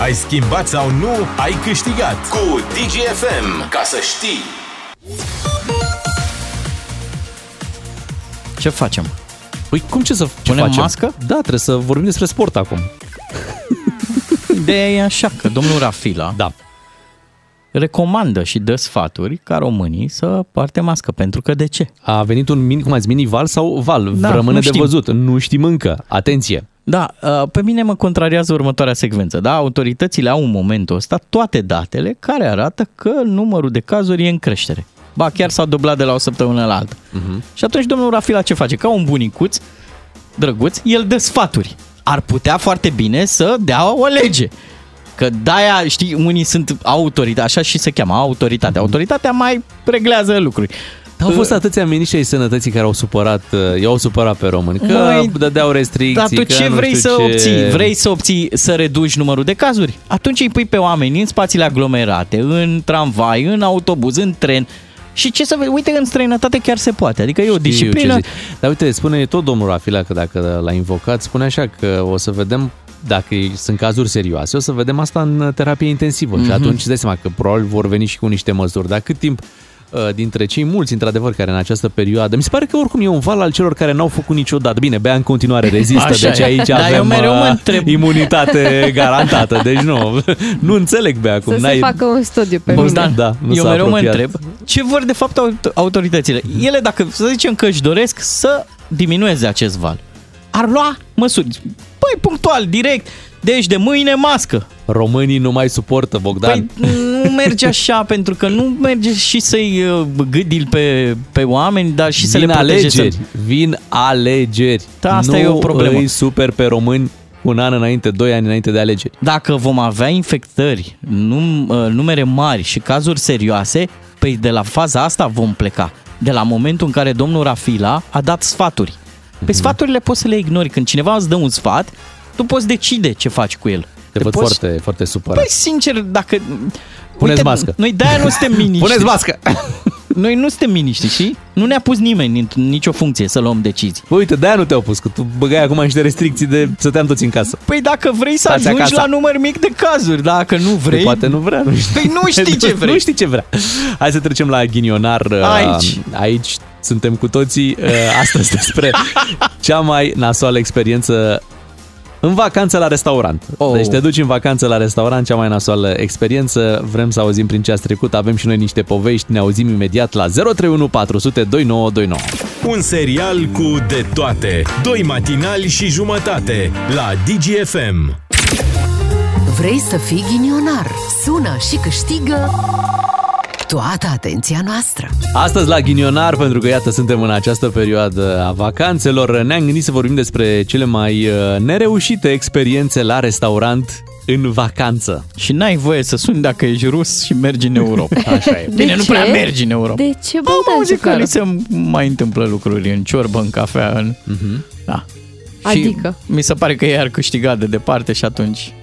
S5: Ai schimbat sau nu, ai câștigat cu DGFM. Ca să știi!
S4: Ce facem?
S2: Păi cum ce să ce
S4: Punem
S2: facem?
S4: mască?
S2: Da, trebuie să vorbim despre sport acum.
S4: Ideea e așa, că domnul Rafila
S2: da.
S4: recomandă și dă sfaturi ca românii să poarte mască. Pentru că de ce?
S2: A venit un mini, cum ați mini-val sau val?
S4: Da,
S2: Rămâne
S4: nu
S2: de
S4: știm.
S2: văzut. Nu știm încă. Atenție!
S4: Da, uh, pe mine mă contrariază următoarea secvență. Da, autoritățile au în momentul ăsta toate datele care arată că numărul de cazuri e în creștere. Ba, chiar s-a dublat de la o săptămână la alta.
S2: Mhm.
S4: Uh-huh. Și atunci domnul Rafila ce face? Ca un bunicuț drăguț, el dă sfaturi. Ar putea foarte bine să dea o lege. Că de-aia, știi, unii sunt autoritate, așa și se cheamă, autoritatea.
S2: Mhm.
S4: Autoritatea mai reglează lucruri. Uh,
S2: Dar au fost atâția miniștri ai sănătății care au supărat, uh, i-au supărat pe români, că
S4: Măi,
S2: dădeau restricții,
S4: Dar tu
S2: că
S4: ce
S2: nu
S4: vrei
S2: știu
S4: să
S2: ce...
S4: obții? Vrei să obții să reduci numărul de cazuri? Atunci îi pui pe oameni în spațiile aglomerate, în tramvai, în autobuz, în tren. Și ce să vezi? Uite, în străinătate chiar se poate. Adică e o
S2: Știu eu ce
S4: disciplină.
S2: zici. Dar uite, spune tot domnul Rafila că dacă l-a invocat, spune așa că o să vedem dacă sunt cazuri serioase, o să vedem asta în terapie intensivă. Mm-hmm. Și
S4: Mhm.
S2: atunci îți dai seama că probabil vor veni și cu niște măsuri. Dar cât timp uh, dintre cei mulți, într-adevăr, care în această perioadă... Mi se pare că oricum e un val al celor care n-au făcut niciodată. Bine, bea în continuare rezistă,
S4: Așa
S2: deci
S4: e.
S2: aici
S4: Dar
S2: avem
S4: eu mereu mă
S2: uh,
S4: întreb.
S2: imunitate garantată. Deci nu, nu înțeleg bea acum.
S3: Să se
S2: n-ai-
S3: facă un studiu pe
S2: Bogdan,
S3: mine.
S2: da, nu
S4: Eu
S2: s-a
S4: mereu mă
S2: apropiat.
S4: întreb ce vor de fapt aut- autoritățile. Ele, dacă să zicem că își doresc să diminueze acest val, ar lua măsuri. Păi, punctual, direct. Deci, de mâine, mască.
S2: Românii nu mai suportă, Bogdan.
S4: Păi nu merge așa, pentru că nu merge și să-i uh, gâdil pe, pe oameni, dar și să
S2: vin
S4: le protejezi.
S2: alegeri, vin alegeri.
S4: Da, asta
S2: nu
S4: e o problemă.
S2: Îi super pe români cu un an înainte, doi ani înainte de alegeri.
S4: Dacă vom avea infectări, num, uh, numere mari și cazuri serioase, păi de la faza asta vom pleca. De la momentul în care domnul Rafila a dat sfaturi.
S2: Mhm.
S4: Pe sfaturile poți să le ignori. Când cineva îți dă un sfat, tu poți decide ce faci cu el.
S2: Te văd
S4: poți-
S2: foarte, foarte supărat.
S4: Păi sincer, dacă...
S2: Puneți mască.
S4: Noi de-aia nu suntem miniștri.
S2: Puneți mască.
S4: Noi nu suntem miniștri, și Nu ne-a pus nimeni în nicio funcție să luăm decizii.
S2: Bă, uite, de-aia nu te-au pus, că tu băgai acum niște restricții de stăteam toți în casă.
S4: Păi dacă vrei să
S2: Stați
S4: ajungi
S2: acasă. Păi
S4: la număr mic de cazuri, dacă nu vrei...
S2: Poate nu vrea, nu știu.
S4: Păi nu știi ce vrei.
S2: Nu știi ce vrea. Hai să trecem la ghinionar. uh,
S4: Aici.
S2: Aici suntem cu toții uh, astăzi despre cea mai nasoală experiență în vacanță la restaurant. Oh. Deci te duci în vacanță la restaurant, cea mai nasoală experiență. Vrem să auzim prin ce ați trecut. Avem și noi niște povești. Ne auzim imediat la 031 400 2929.
S5: Un serial cu de toate. Doi matinali și jumătate la DGFM.
S1: Vrei să fii ghinionar? Sună și câștigă toată atenția noastră.
S2: Astăzi la Ghinionar, pentru că iată suntem în această perioadă a vacanțelor, ne-am gândit să vorbim despre cele mai uh, nereușite experiențe la restaurant în vacanță.
S4: Și n-ai voie să suni dacă ești rus și mergi în Europa. Așa e. Deci
S3: De
S4: Bine, nu
S3: ce?
S4: prea mergi în Europa.
S3: De ce,
S4: Am
S3: Bogdan
S4: auzit că
S3: Ciuclaru?
S4: li se mai întâmplă lucruri în ciorbă, în cafea, în...
S2: Mhm.
S4: Da.
S3: Adică?
S4: Și mi se pare că ei ar câștiga de departe și atunci...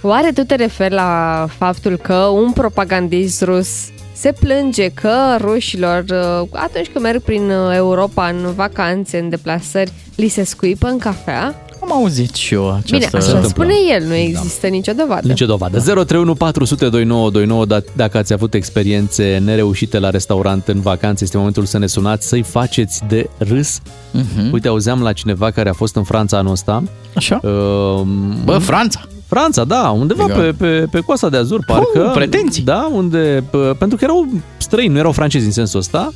S3: Oare tu te referi la faptul că un propagandist rus se plânge că rușilor, uh, atunci când merg prin uh, Europa în vacanțe, în deplasări, li se scuipă în cafea?
S4: Am auzit și eu această...
S3: Bine, așa spune el,
S2: Da.
S3: nu există nicio dovadă.
S2: Nicio dovadă. 031 400 2929, da- dacă ați avut experiențe nereușite la restaurant în vacanță, este momentul să ne sunați, să-i faceți de râs. Uite, auzeam la cineva care a fost în Franța anul ăsta.
S4: Mhm. Așa?
S2: Uh,
S4: Bă, Franța!
S2: Franța, da, undeva
S4: Egal.
S2: pe, pe, pe coasta de Azur, parcă.
S4: Oh, pretenții.
S2: Da, unde, p- pentru că erau străini, nu erau francezi în sensul ăsta.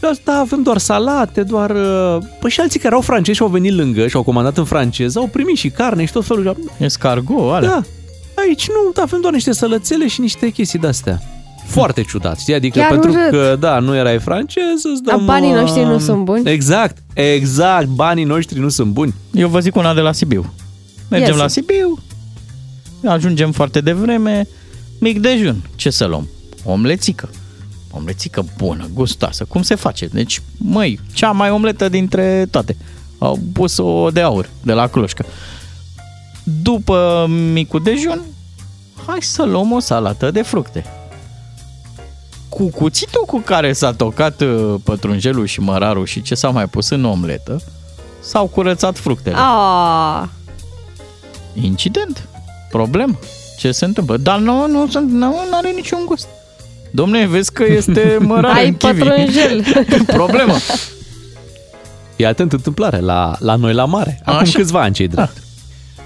S2: Dar da, avem doar salate, doar... uh, Păi și alții care erau francezi și au venit lângă și au comandat în franceză, au primit și carne și tot felul.
S4: Escargot, alea.
S2: Da. Aici nu, da, avem doar niște sălățele și niște chestii de-astea. Foarte ciudat, știi? Adică
S3: Chiar
S2: pentru
S3: urât.
S2: că, da, nu erai francez, îți
S3: Dar
S2: dăm...
S3: banii
S2: uh,
S3: noștri nu sunt buni.
S2: Exact, exact, banii noștri nu sunt buni.
S4: Eu vă zic una de la Sibiu. Mergem
S2: Ia
S4: la
S2: zi.
S4: Sibiu, ajungem foarte devreme, mic dejun. Ce să luăm? Omlețică. Omlețică bună, gustoasă. Cum se face? Deci, măi, cea mai omletă dintre toate. Au pus-o de aur, de la Clușcă. După micul dejun, hai să luăm o salată de fructe. Cu cuțitul cu care s-a tocat uh, pătrunjelul și mărarul și ce s-a mai pus în omletă, s-au curățat fructele.
S3: Ah,
S4: Incident. Problemă. Ce se întâmplă? Dar nu, nu, sunt- nu are niciun gust. Domne, vezi că este mărare
S3: ai
S4: în kiwi.
S3: pătrunjel.
S4: Problemă.
S2: E atent întâmplare la, la noi la mare. Acum Așa. câțiva ani, cei
S4: Ah.
S2: drept.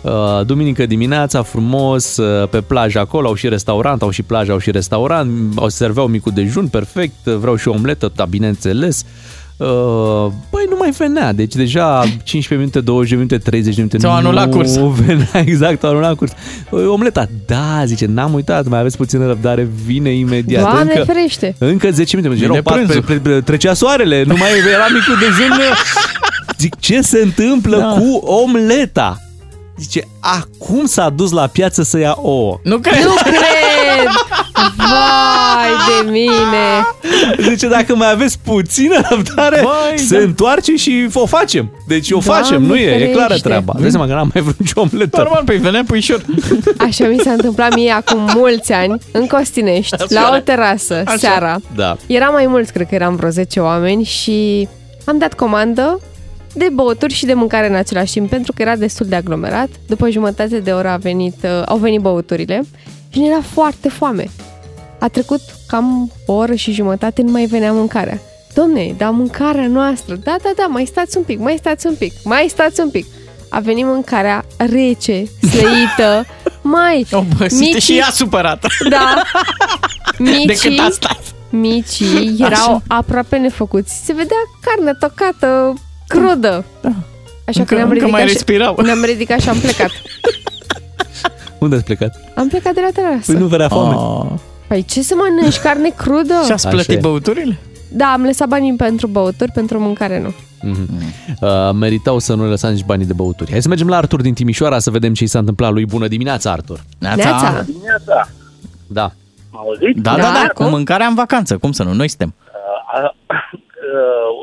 S2: Uh, Duminică dimineața, frumos, uh, pe plajă acolo, au și restaurant, au și plajă, au și restaurant, au serveau micul dejun, perfect, uh, vreau și o omletă, da, bineînțeles. Uh, Băi, nu mai venea, deci deja 15 minute, 20 minute, 30 minute.
S4: Ți-au anulat
S2: nu
S4: cursul.
S2: Venea, exact, au anulat curs. Uh, Omleta, da, zice, n-am uitat, mai aveți puțină răbdare, vine imediat.
S3: Doamne
S2: Încă-
S3: ferește!
S2: încă 10 minute, deci
S4: Vine
S2: erau pat,
S4: prânzul.
S2: pre, pre, trecea soarele, nu mai era micul dejun. Zic, ce se întâmplă da. cu omleta? Zice, acum s-a dus la piață să ia ouă.
S4: Nu
S3: Nu cred! Vai de mine!
S2: Zice, dacă mai aveți puțină răbdare,
S4: Băi,
S2: se
S4: da.
S2: întoarce și o facem. Deci o
S3: Doamne
S2: facem, nu e, e clară
S3: ferește.
S2: treaba. Vezi seama că n-am mai vrut nicio omletă.
S4: Normal, păi veneam puișor.
S3: Așa mi s-a întâmplat mie acum mulți ani, în Costinești, la o terasă,
S4: Așa.
S3: seara.
S2: Da.
S3: Era mai mulți, cred că eram vreo 10 oameni și am dat comandă de băuturi și de mâncare în același timp, pentru că era destul de aglomerat. După jumătate de oră a venit, uh, au venit băuturile și ne era foarte foame. A trecut cam o oră și jumătate, nu mai venea mâncarea. Domne, dar mâncarea noastră, da, da, da, mai stați un pic, mai stați un pic, mai stați un pic. A venit mâncarea rece, slăită, mai...
S4: Obosită Păi, și
S3: Mici-
S4: ea supărată.
S3: Da. Micii,
S4: De cât a stat.
S3: micii erau
S4: Așa.
S3: aproape nefăcuți. Se vedea carne tocată, crudă. Da. Așa
S4: Încă-
S3: că ne-am
S4: încă
S3: ridicat,
S4: mai
S3: și-
S4: respirau.
S3: ne-am ridicat și am plecat.
S2: Unde ați plecat?
S3: Am plecat de la terasă.
S2: Păi nu vă era foame.
S3: Păi ce să mănânci? Carne crudă?
S4: Ah. Și ați plătit băuturile?
S3: Da, am lăsat banii pentru băuturi, pentru mâncare nu.
S2: Mhm. Uh, meritau să nu le lăsa nici banii de băuturi. Hai să mergem la Artur din Timișoara să vedem ce i s-a întâmplat lui. Bună dimineața, Artur!
S4: Neața.
S13: Dimineața.
S2: Da.
S13: M-auziți?
S4: Da, da, da, cu mâncarea în vacanță, cum să nu, noi suntem.
S13: Uh, uh,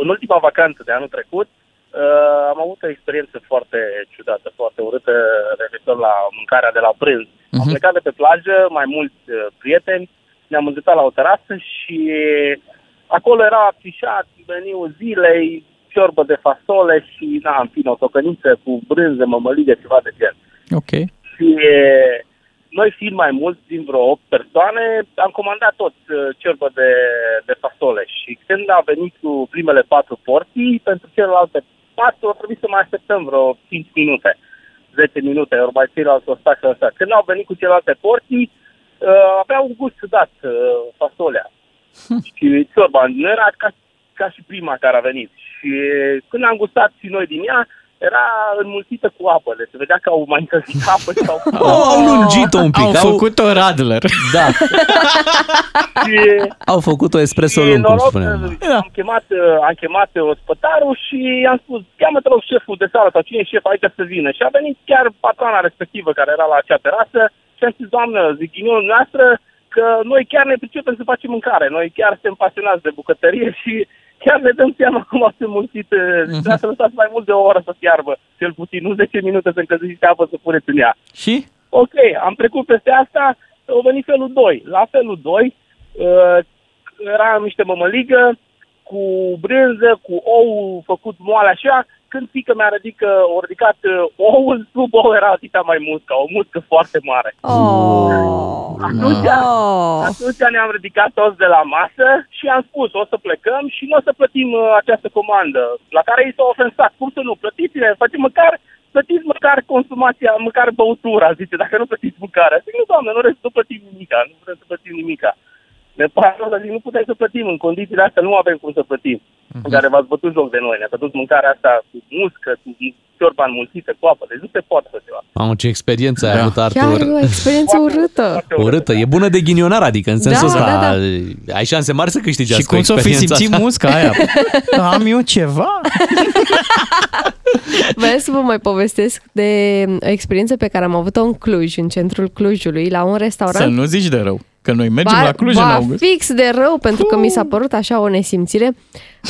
S13: în ultima vacanță de anul trecut uh, am avut o experiență foarte ciudată, foarte urâtă referitor la mâncarea de la prânz. Am
S14: Mhm.
S13: plecat de pe plajă, mai mulți uh, prieteni, ne-am îndreptat la o terasă și acolo era afișat meniul zilei, ciorbă de fasole și, na, în fine, o tocăniță cu brânză, mămăligă, ceva de gen.
S4: Ok.
S13: Și e, noi fiind mai mulți, din vreo 8 persoane, am comandat tot uh, ciorbă de, de fasole. Și când a venit cu primele patru porții, pentru celelalte patru a trebuit să mai așteptăm vreo 5 minute, 10 minute, ori mai ceilalți o stat și așa. Când au venit cu celelalte porții, uh, avea un gust ciudat uh, fasolea. Și ciorba nu era ca, ca și prima care a venit. Și când am gustat și noi din ea, era înmulțită cu apă. Deci se vedea că au mai încălzit apă și au...
S2: Au, au lungit-o un pic.
S4: Oh, Au făcut-o Radler.
S2: Da.
S13: și
S2: Au făcut o espresso
S13: și
S2: lung, cum
S13: noroc
S2: spuneam.
S13: că am chemat, uh, am chemat uh, ospătarul și i-am spus, cheamă te rog șeful de sală sau cine e șef aici să vină. Și a venit chiar patrona respectivă care era la acea terasă și am zis, doamnă, zic ghinionul noastră că noi chiar ne pricepem să facem mâncare. Noi chiar suntem pasionați de bucătărie și chiar ne dăm seama cum au mulțit.
S4: Mhm.
S13: Trebuie să lăsați mai mult de o oră să fiarbă, cel puțin, nu 10 minute să încălziți apă să puneți în ea.
S4: Și?
S13: Ok, am trecut peste asta, au venit felul 2. La felul 2 uh, era niște mămăligă cu brânză, cu ou făcut moale așa, când fică mi-a ridică, o ridicat uh, oul, sub ou era atâta mai muscă, o muscă foarte mare. Atunci, atunci ne-am ridicat toți de la masă și am spus, o să plecăm și nu o să plătim uh, această comandă, la care ei s-au ofensat. Cum să nu? Plătiți-ne, facem măcar plătiți măcar consumația, măcar băutura, zice, dacă nu plătiți mâncarea. Zic, nu, doamne, nu vrem să plătim nimica, nu vrem să plătim nimica. Ne pare rău, dar zic, păi, nu putem să plătim, în condițiile astea nu avem cum să plătim. Uh-huh. În care v-ați bătut joc de noi, ne-a dus mâncarea asta cu muscă, cu ciorba înmulțită, cu apă, deci nu se poate așa ceva.
S2: Mamă, ce experiență
S4: Da.
S2: ai avut,
S3: Chiar e
S2: Artur.
S3: o experiență urâtă.
S2: Urâtă, e bună de ghinionar, adică în
S3: Da,
S2: sensul ăsta
S3: da, da.
S2: ai șanse mari să câștigi
S4: Și
S2: asta cu
S4: cum s-o fi
S2: experiența
S4: simțit
S2: asta.
S4: musca aia? Am eu ceva?
S3: Vreau să vă mai povestesc de o experiență pe care am avut-o în Cluj, în centrul Clujului, la un
S4: Să
S3: restaurant.
S4: nu zici de rău, că noi mergem
S3: ba,
S4: la Cluj
S3: ba,
S4: în august.
S3: fix de rău, pentru că mi s-a părut așa o nesimțire.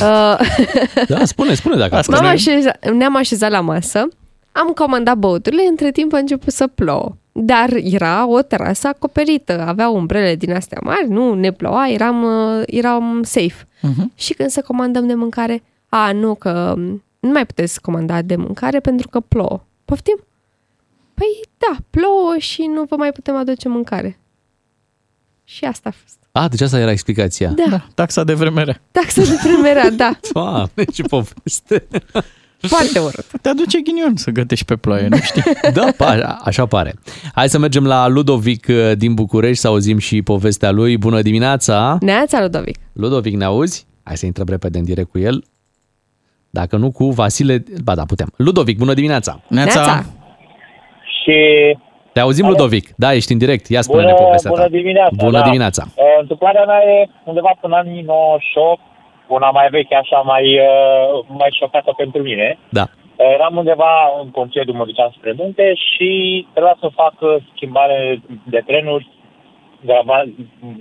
S3: Uh,
S2: Da, spune, spune dacă
S3: Asta ne-am, așeza, ne-am așezat la masă, am comandat băuturile, între timp a început să plouă. Dar era o terasă acoperită, avea umbrele din astea mari, nu ne ploua, eram, uh, eram safe.
S11: Mhm.
S3: Și când să comandăm de mâncare, a, nu, că nu mai puteți comanda de mâncare pentru că plouă. Poftim? Păi da, plouă și nu vă mai putem aduce mâncare. Și asta a fost.
S2: A, deci asta era explicația.
S3: Da. Da,
S4: taxa de vremere.
S3: Taxa de primerea, da.
S2: Doamne, ce poveste!
S3: Foarte urât.
S4: Te aduce ghinion să gătești pe ploaie, nu știi?
S2: Da, pa- așa pare. Hai să mergem la Ludovic uh, din București să auzim și povestea lui. Bună dimineața!
S3: Neața, Ludovic.
S2: Ludovic, ne auzi? Hai să intrăm repede în direct cu el. Dacă nu, cu Vasile... Ba da, putem. Ludovic, bună dimineața!
S6: Neața. Și
S2: Te auzim, Ludovic? Da, ești în direct. Ia spune-ne
S6: bună,
S2: povestea
S6: bună
S2: ta.
S6: dimineața.
S2: Bună
S6: da.
S2: dimineața!
S6: Uh, Întâmplarea mea e undeva până anii 98, una mai veche, așa, mai, uh, mai șocată pentru mine. Eh,
S2: Da.
S6: Eram undeva în concediu, mă duceam spre munte și trebuia să fac uh, schimbare de trenuri de la Ba-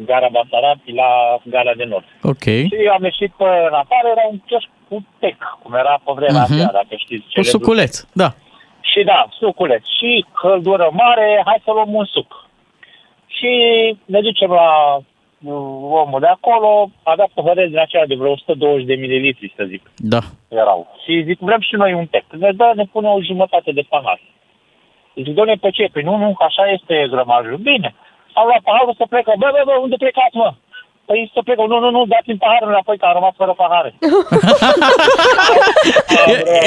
S6: gara Basarabi la gara de nord.
S4: Ok.
S6: Și am ieșit pe în afară, era un chioșc cu tec, cum era pe vremea
S4: Mhm.
S6: uh-huh. aceea, dacă știți.
S4: Cu
S6: cele
S4: suculeț, da.
S6: și da, suculeț. Și căldură mare, hai să luăm un suc. Și ne ducem la uh, omul de acolo, avea păhărel din aceea de vreo 120 de mililitri, să zic,
S4: Da.
S6: erau. Și zic, vrem și noi un tec. Ne dă, ne pune o jumătate de panar. Zic, doamne, pe ce? Păi nu, nu, că așa este grămajul. Bine, am luat paharul să plecă. Bă, bă, bă, unde plecați, mă? Păi să plecă. Nu, nu, nu, dați-mi paharul înapoi, că am rămas fără pahare.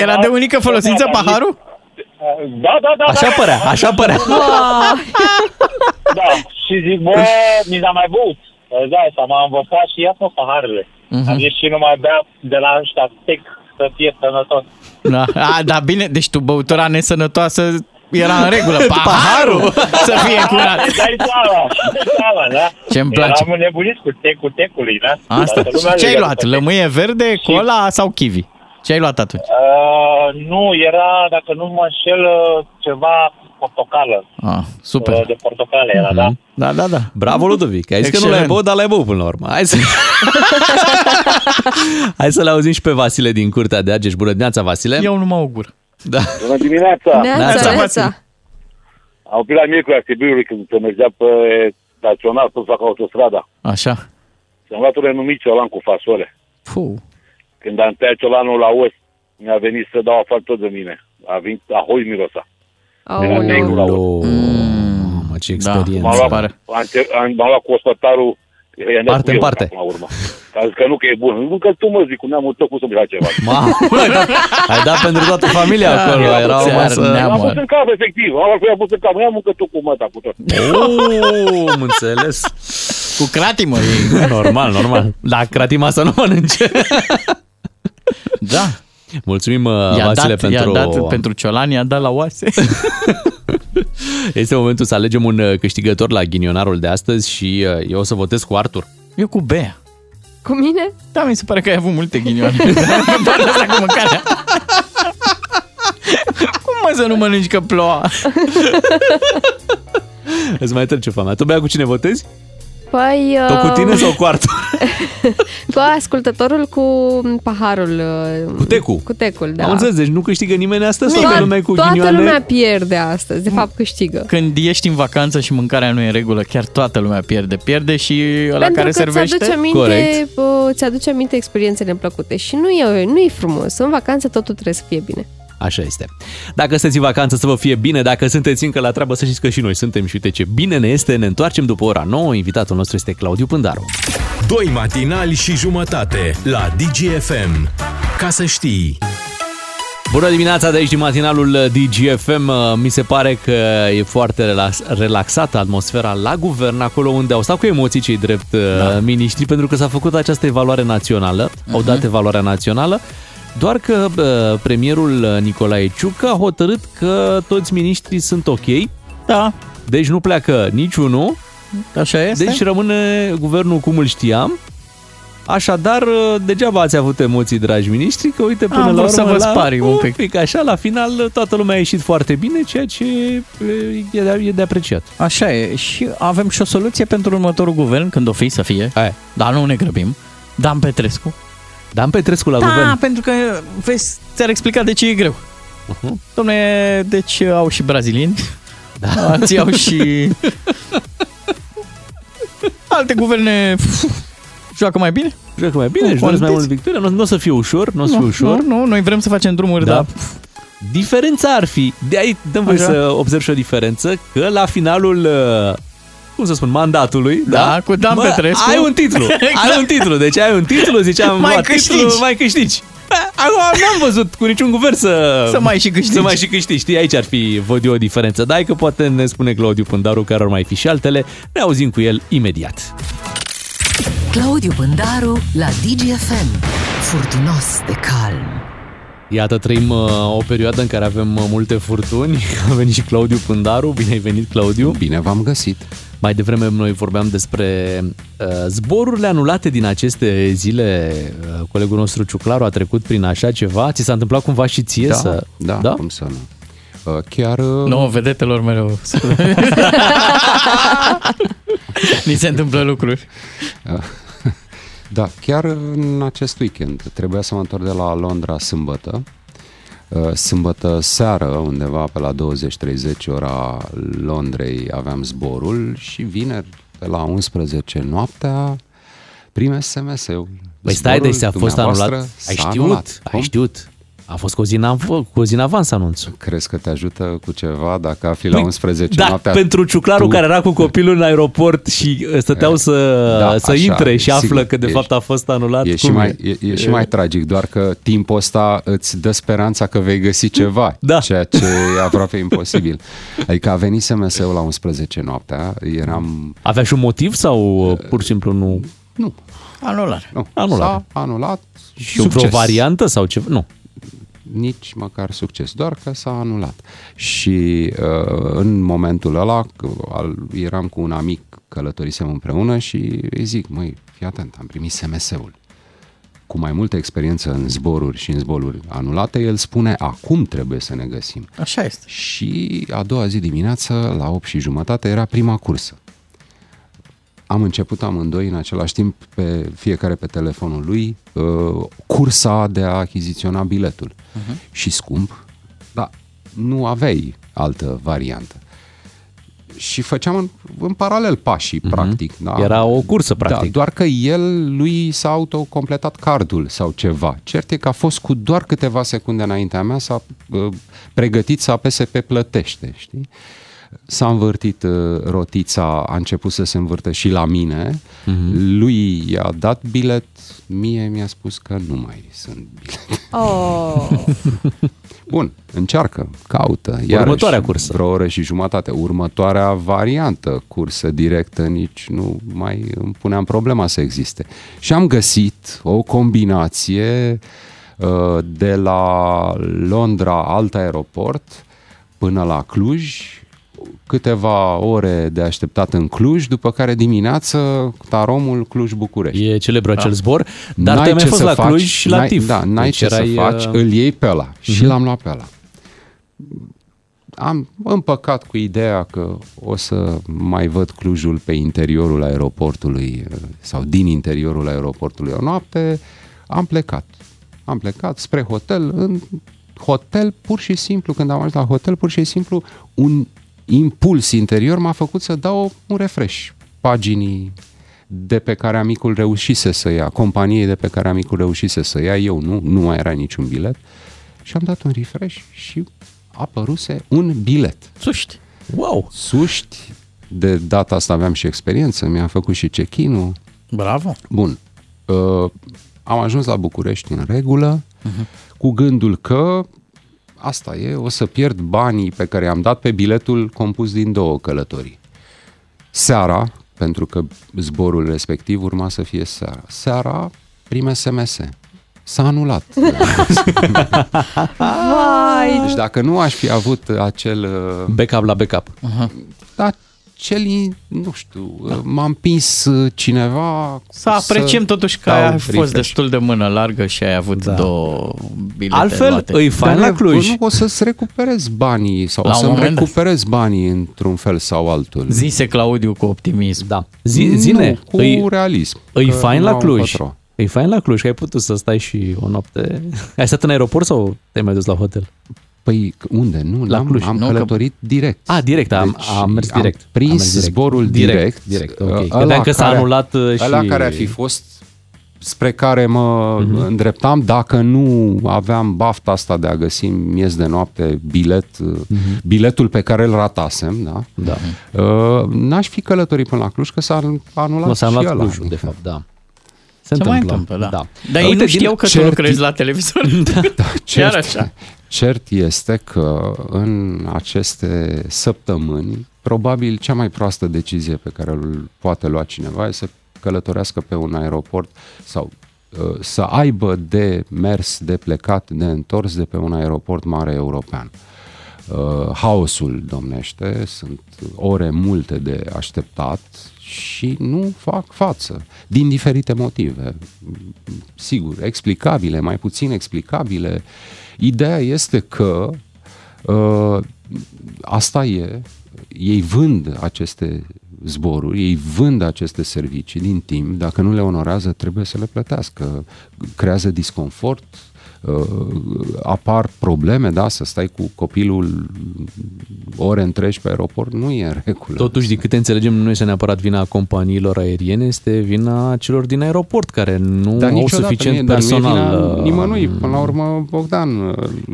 S4: Era de unică folosință paharul?
S6: Da, da, da.
S4: Așa
S6: da,
S4: părea,
S6: da.
S4: așa părea.
S6: da, și zic, bă, mi s-a mai băut. Îți dai seama, am învățat și ia-ți mă paharele.
S4: Mhm.
S6: Am zis și nu mai bea de la ăștia sec să fie sănătos.
S4: Da. A, da, bine, deci tu băutura nesănătoasă era în regulă.
S6: Paharul?
S4: Paharul să fie curat.
S6: Dai seama, dai seama, da?
S4: Ce-mi place.
S6: Eram înnebunit cu tecul tecului, da?
S4: Asta.
S6: Toată lumea
S4: Și ce ai
S6: legată
S4: luat?
S6: de-
S4: Lămâie verde, cola sau kiwi? Ce ai luat atunci?
S6: Uh, nu, era, dacă nu mă înșel, uh, ceva portocală.
S4: Ah, super.
S6: Uh, De portocale era, da?
S4: Da, da, da.
S2: Bravo, Ludovic! Ai zis că nu
S4: Excelent.
S2: l-ai băut, dar l-ai băut până la urmă. Hai să... Hai să-l auzim și pe Vasile din Curtea de Argeș. Bună dimineața, Vasile!
S4: Eu nu mă augur.
S2: Da.
S15: Bună dimineața!
S3: Neața.
S15: Am oprit la Miercurea Sibiului când se mergea pe național, tot fac autostrada.
S4: Așa.
S15: Și am luat un renumit ciolan cu fasole.
S4: Puh.
S15: Când am tăiat ciolanul la os, mi-a venit să dau afară tot de mine. A venit a hoi mirosa. Era negru la os.
S2: Mamă, ce experiență!
S4: Da,
S15: M-am luat, am, te- am, m-am luat cu ospătarul i-am dat
S2: Parte
S15: cu
S2: în
S15: eu,
S2: parte.
S15: acum, la urmă. Am zis că nu, că e bun. Nu că tu mă zic, cu neamul tău, cum să-mi faci ceva.
S2: Mamă, ai dat pentru toată familia
S4: Da,
S2: acolo. Era o masă.
S15: Am pus în cap, efectiv. Am luat cu ea, am pus în cap. Ia muncă tu cu măta, cu tot.
S2: Oh, am înțeles.
S4: Cu cratimă.
S2: Normal, normal. La cratima să nu mănânce.
S4: Da.
S2: Mulțumim, uh,
S4: I-a
S2: Vasile,
S4: dat, pentru...
S2: pentru...
S4: i-a dat pentru ciolan, i-a dat la oase.
S2: Este momentul să alegem un uh, câștigător la ghinionarul de astăzi și uh, eu o să votez cu Artur.
S4: Eu cu Bea.
S3: Cu mine?
S4: Da, mi se pare că ai avut multe ghinioane. Pe partea asta cu mâncarea. Cum mă să nu mănânci că ploua?
S2: Îți mai trece foamea. Tu, Bea, cu cine votezi?
S3: Păi...
S2: Tot cu tine
S3: uh,
S2: sau cu Artur?
S3: Cu ascultătorul cu paharul. uh,
S2: Cu tecul.
S3: Cu tecul, da.
S2: Am înțeles, deci nu câștigă nimeni astăzi? Toată lumea e cu
S3: toată
S2: ghinioane?
S3: lumea pierde astăzi, de fapt câștigă.
S4: Când ești în vacanță și mâncarea nu e în regulă, chiar toată lumea pierde. Pierde și la
S3: Pentru
S4: care
S3: că
S4: servește.
S3: ți-aduce aminte, uh, ți-aduce aminte experiențele neplăcute și nu e, nu e frumos. În vacanță totul trebuie să fie bine.
S2: Așa este. Dacă sunteți în vacanță să vă fie bine, dacă sunteți încă la treabă să știți că și noi suntem și uite ce bine ne este, ne întoarcem după ora 9, invitatul nostru este Claudiu Pândaru.
S5: Doi matinali și jumătate la DGFM. Ca să știi...
S2: Bună dimineața de aici din matinalul DGFM. Uh, Mi se pare că e foarte relax, relaxată atmosfera la guvern, acolo unde au stat cu emoții cei drept da. miniștri, pentru că s-a făcut această evaluare națională, uh-huh.
S4: Mhm.
S2: au dat evaluarea națională, doar că uh, premierul Nicolae Ciucă a hotărât că toți miniștrii sunt ok.
S4: Da.
S2: Deci nu pleacă niciunul.
S4: Așa este.
S2: Deci rămâne guvernul cum îl știam. Așadar, uh, degeaba ați avut emoții, dragi miniștri, că uite, până
S4: Am
S2: la
S4: vrut
S2: urmă,
S4: să vă
S2: la
S4: sparim un pic.
S2: pic. Așa, la final, toată lumea a ieșit foarte bine, ceea ce e de, e de apreciat.
S4: Așa e. Și avem și o soluție pentru următorul guvern, când o fi să fie.
S2: Aia.
S4: Dar nu ne grăbim. Dan Petrescu.
S2: Dan Petrescu la
S4: da,
S2: guvern.
S4: pentru că, vezi, ți-ar explica de ce e greu. Uh-huh. Domne, deci au și brazilieni, da. alții au și alte guverne pf, joacă mai bine.
S2: Joacă mai bine, își doresc mai mult victorie. Nu, nu o să fie ușor, nu o să fie ușor.
S4: Nu, nu, noi vrem să facem drumuri,
S2: Da.
S4: da. dar
S2: Diferența ar fi, de aici dăm voi
S4: Așa.
S2: să observ și o diferență, că la finalul, uh, cum să spun, mandatului, da,
S4: Da, cu Dan
S2: mă,
S4: Petrescu.
S2: ai un titlu, ai
S4: Exact.
S2: un titlu, deci ai un titlu, ziceam,
S4: Mai
S2: luat Titlul,
S4: câștigi.
S2: mai câștigi. Acum n-am văzut cu niciun guvern să...
S4: Să mai și câștigi.
S2: Să mai și câștigi, știi, aici ar fi, văd eu o diferență. Dar hai că poate ne spune Claudiu Pândaru care ar mai fi și altele. Ne auzim cu el imediat.
S1: Claudiu Pândaru la DGFM. Furtunos de calm.
S2: Iată, trăim uh, o perioadă în care avem uh, multe furtuni. A venit și Claudiu Pândaru. Bine ai venit, Claudiu.
S14: Bine v-am găsit.
S2: Mai devreme noi vorbeam despre uh, zborurile anulate din aceste zile. Uh, colegul nostru Ciuclaru a trecut prin așa ceva. Ți s-a întâmplat cumva și ție
S14: da,
S2: să...
S14: da, da, cum să nu. Uh, Chiar...
S4: nouă vedetelor mereu. Ni se întâmplă lucruri.
S14: Da, chiar în acest weekend. Trebuia să mă întorc de la Londra sâmbătă. Uh, Sâmbătă seară, undeva pe la 20-30 ora Londrei, aveam zborul și vineri pe la 11 noaptea prime SMS-ul.
S2: Păi stai,
S14: Zborul
S2: deci a fost
S14: dumneavoastră
S2: anulat. Ai
S14: s-a
S2: știut,
S14: anulat.
S2: ai știut. A fost cu o zi în, av- cu o zi în avans anunțul.
S14: Crezi că te ajută cu ceva dacă afli la 11
S2: da,
S14: Deci, noaptea?
S2: pentru ciuclarul
S14: tu-
S2: care era cu copilul în aeroport și uh, stăteau să,
S14: Da,
S2: uh, să
S14: așa,
S2: intre și
S14: sigur, Deci,
S2: află că de
S14: ești-
S2: fapt a fost anulat.
S14: E și,
S2: Cum
S14: mai, e, e și mai tragic, doar că timpul ăsta îți dă speranța că vei găsi ceva, da. ceea ce e aproape imposibil. Adică a venit SMS-ul la 11 noaptea, eram...
S2: Avea și un motiv sau uh, pur și simplu nu?
S4: Anular.
S14: Nu,
S2: Anulat.
S14: S-a anulat
S2: Și vreo variantă sau ceva? Nu.
S14: nici măcar succes, doar că s-a anulat. Și uh, în momentul ăla că al- eram cu un amic, călătorisem împreună și îi zic, măi, fii atent, am primit SMS-ul. Cu mai multă experiență în zboruri și în zboruri anulate, el spune, acum trebuie să ne găsim.
S4: Așa este.
S14: Și a doua zi dimineață, la 8 și jumătate, era prima cursă. Am început amândoi în același timp, pe fiecare pe telefonul lui, uh, cursa de a achiziționa biletul.
S4: Mhm.
S14: Uh-huh.
S2: Mhm.
S14: Și scump, dar nu aveai altă variantă. Și făceam în, în paralel pașii, uh-huh. practic. Da?
S2: Mhm. Era o cursă,
S14: Da,
S2: practic.
S14: doar că el, lui s-a autocompletat cardul sau ceva. Cert e că a fost cu doar câteva secunde înaintea mea, s-a uh, pregătit să apese pe plătește, știi? S-a învârtit uh, rotița, a început să se învârtă și la mine.
S2: Mhm.
S14: Lui i-a dat bilet, mie mi-a spus că nu mai sunt bilete.
S3: Oh.
S14: Bun, încearcă, caută. Iarăși,
S2: Următoarea
S14: cursă. Vreo oră și jumătate. Următoarea variantă, cursă directă, nici nu mai îmi puneam problema să existe. Și am găsit o combinație uh, de la Londra, alt aeroport, până la Cluj, câteva ore de așteptat în Cluj, după care dimineață taromul Cluj-București.
S2: E celebru acel
S14: Da.
S2: zbor, dar
S14: N-ai
S2: te-ai mai
S14: ce
S2: fost
S14: să
S2: la
S14: faci,
S2: Cluj și la
S14: n-ai-
S2: TIF.
S14: Da, n-ai
S2: Deci
S14: ce să
S2: erai,
S14: faci,
S2: uh,
S14: îl iei pe ăla și
S2: Mhm.
S14: l-am luat pe ăla. Am împăcat cu ideea că o să mai văd Clujul pe interiorul aeroportului uh, sau din interiorul aeroportului o noapte. Am plecat. Am plecat spre hotel. În hotel, pur și simplu, când am ajuns la hotel, pur și simplu, un impuls interior m-a făcut să dau un refresh paginii de pe care amicul reușise să ia, companiei de pe care amicul reușise să ia, eu nu, nu mai era niciun bilet. Și am dat un refresh și apăruse un bilet.
S4: Suști!
S2: Wow!
S14: Suști! De data asta aveam și experiență, mi-am făcut și check-in-ul.
S4: Bravo!
S14: Bun. Uh, am ajuns la București în regulă, uh-huh. cu gândul că Asta e, o să pierd banii pe care i-am dat pe biletul compus din două călătorii. Seara, pentru că zborul respectiv urma să fie seara. Seara prime SMS. S-a anulat.
S3: Vai!
S14: Deci dacă nu aș fi avut acel... uh,
S2: Backup la backup.
S14: Acel, nu știu, m-a împins uh, cineva...
S4: Să apreciem totuși că
S14: dau
S4: ai fost
S14: refresh.
S4: destul de mână largă și ai avut da. două bilete
S14: Altfel,
S4: luate.
S14: îi faci
S4: Dar
S14: la Nu, o să-ți recuperez banii sau
S4: La
S14: la o
S4: un
S14: să-mi
S4: moment dat.
S14: recuperez banii într-un fel sau altul.
S4: Zise Claudiu cu optimism.
S2: Da. Zi, zine,
S14: nu, cu
S2: îi-
S14: realism.
S2: Îi
S14: că
S2: fain
S14: nu
S2: la
S14: au
S2: Cluj.
S14: încotro.
S2: Îi fain la Cluj, că ai putut să stai și o noapte. Ai stat în aeroport sau te-ai mai dus la hotel?
S14: Păi unde? Nu,
S2: la
S14: n-am-
S2: Cluj.
S14: am
S2: nu,
S14: călătorit direct. Deci
S2: A, direct, am, am mers
S14: am
S2: direct.
S14: prins
S2: am mers
S14: zborul direct. Uh,
S2: Direct,
S14: Ăla
S2: ok. Credeam că s-a
S14: care-
S2: anulat uh, și...
S14: ăla care ar fi fost spre care mă
S2: Mhm.
S14: mm-hmm. îndreptam dacă nu aveam bafta asta de a găsi miez de noapte bilet, mm-hmm. biletul pe care îl ratasem, da?
S2: Mhm. da.
S14: Uh, n-aș fi călătorit până la Cluj, că s-a anulat
S2: Nu, s-a
S14: și
S2: anulat
S14: ăla.
S2: Clujul, de fapt, da. Se
S4: Se mai întâmplă, da. Dar ei nu știau că tu lucrezi la televizor. da, Chiar așa.
S14: Cert este că în aceste săptămâni, probabil cea mai proastă decizie pe care o poate lua cineva e să călătorească pe un aeroport sau uh, să aibă de mers, de plecat, de întors de pe un aeroport mare european. Uh, Haosul domnește, sunt ore multe de așteptat și nu fac față, din diferite motive. Sigur, explicabile, mai puțin explicabile. Ideea este că uh, asta e, ei vând aceste zboruri, ei vând aceste servicii din timp, dacă nu le onorează, trebuie să le plătească. Creează disconfort, uh, apar probleme, da, să stai cu copilul ore întregi pe aeroport, nu e în regulă.
S2: Totuși, din câte înțelegem, nu este neapărat vina companiilor aeriene, este vina celor din aeroport care nu
S14: Dar
S2: au
S14: niciodată
S2: suficient
S14: nu e, dar nu e
S2: personal.
S14: vina
S2: uh,
S14: nimănui, până la urmă, Bogdan.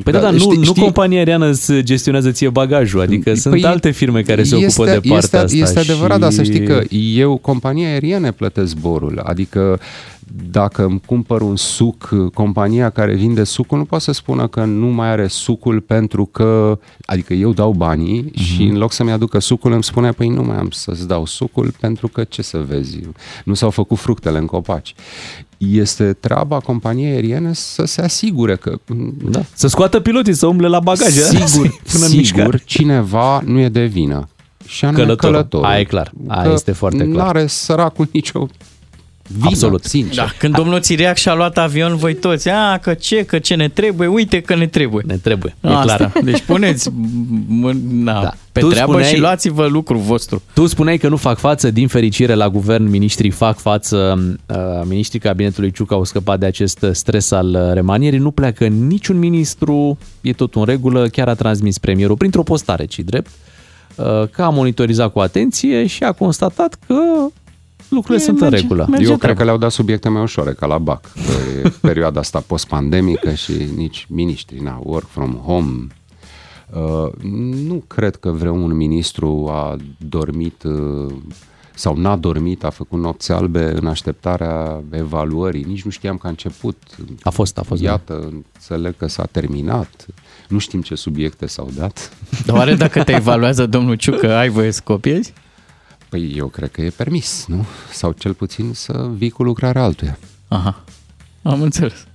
S2: Păi da, da, nu, nu compania aeriană îți gestionează ție bagajul, adică sunt alte firme care se ocupă de partea
S14: Păi este,
S2: asta.
S14: Este adevărat,
S2: și...
S14: dar să știi că eu, compania aeriene, plătesc zborul. Adică dacă îmi cumpăr un suc, compania care vinde sucul nu poate să spună că nu mai are sucul pentru că... Adică eu dau banii
S2: Mhm.
S14: mm-hmm. și în loc să-mi aducă sucul îmi spune, păi nu mai am să-ți dau sucul pentru că ce să vezi, nu s-au făcut fructele în copaci. Este treaba companiei aeriene să se asigure că...
S2: Da. Să scoată piloții să umble la bagaje.
S14: Sigur,
S2: până în mișcare.
S14: sigur cineva nu e de vină. Și anume
S2: Călătorul.
S14: călătorul.
S2: Aia e clar. Aia
S14: Că
S2: este foarte clar.
S14: N-are săracul nicio vină,
S2: Absolut.
S14: sincer.
S4: Da. Când domnul Țiriac și-a luat avion, voi toți, a, că ce, că ce ne trebuie, uite că ne trebuie.
S2: Ne trebuie, e
S4: Asta.
S2: clar.
S4: Deci puneți mâna da. pe treabă spuneai... și luați lucrul vostru.
S2: Tu spuneai că nu fac față, din fericire la guvern miniștrii fac față, uh, miniștrii cabinetului Ciuc au scăpat de acest stres al uh, remanierii, nu pleacă niciun ministru, e tot în regulă, chiar a transmis premierul printr-o postare, ci drept, uh, că a monitorizat cu atenție și a constatat că lucrurile sunt în regulă.
S14: Eu cred că le-au dat subiecte mai ușoare, ca la BAC. Că e perioada asta post-pandemică și nici miniștri, na, work from home. Uh, nu cred că vreun ministru a dormit uh, sau n-a dormit, a făcut nopți albe în așteptarea evaluării. Nici nu știam că a început.
S2: A fost, a fost, da.
S14: Iată, înțeleg că s-a terminat. Nu știm ce subiecte s-au dat.
S4: Dar oare dacă te evaluează domnul Ciucă, ai voie să copiezi?
S14: Păi eu cred că e permis, nu? Sau cel puțin să vii cu lucrarea altuia.
S4: Aha. Am înțeles.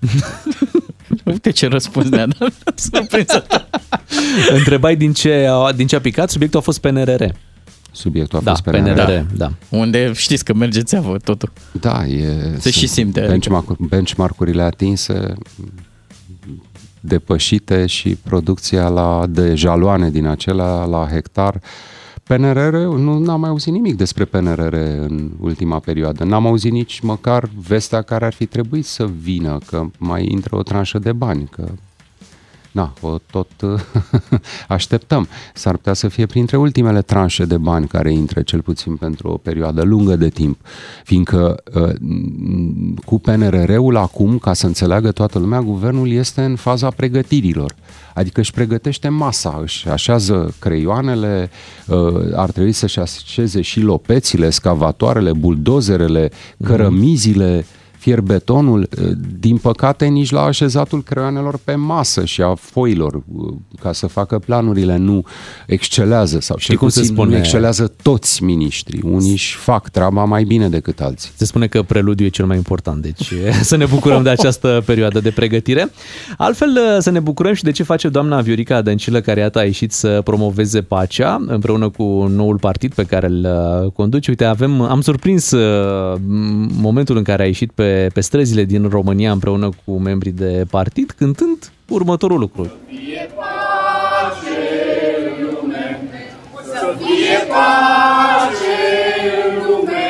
S4: Uite ce răspuns ne-a dat. Da, Surprinzător.
S2: Întrebai din ce, a, din ce a picat, subiectul a fost PNRR.
S14: Subiectul a
S2: da,
S14: fost
S4: Păi
S2: PNRR.
S14: PNRR.
S2: PNRR, da.
S4: Unde știți că merge țeavă totul.
S14: Da, e...
S4: Se și simte, adică.
S14: Benchmark, benchmark-urile atinse, depășite și producția la, de jaloane din acelea la hectar. PNRR, nu n-am mai auzit nimic despre PNRR în ultima perioadă. N-am auzit nici măcar vestea care ar fi trebuit să vină, că mai intră o tranșă de bani, că Na, o tot uh, așteptăm. S-ar putea să fie printre ultimele tranșe de bani care intră, cel puțin pentru o perioadă lungă de timp, fiindcă uh, m- cu PNRR-ul acum, ca să înțeleagă toată lumea, guvernul este în faza pregătirilor. Adică își pregătește masa, își așează creioanele, uh, ar trebui să-și așeze și lopețile, scavatoarele, buldozerele, cărămizile, fier betonul, din păcate nici la așezatul creioanelor pe masă și a foilor ca să facă planurile nu excelează sau
S2: Știi
S14: cel
S2: cum se
S14: puțin
S2: spune?
S14: nu excelează toți miniștrii. Unii își fac treaba mai bine decât alții.
S2: Se spune că preludiu e cel mai important, deci să ne bucurăm de această perioadă de pregătire. Altfel, să ne bucurăm și de ce face doamna Viorica Dăncilă, care iată a ieșit să promoveze pacea împreună cu noul partid pe care îl uh, conduce. Uite, avem, am surprins uh, momentul în care a ieșit pe, pe străzile din România împreună cu membrii de partid, cântând următorul lucru.
S16: Să fie pace în lume,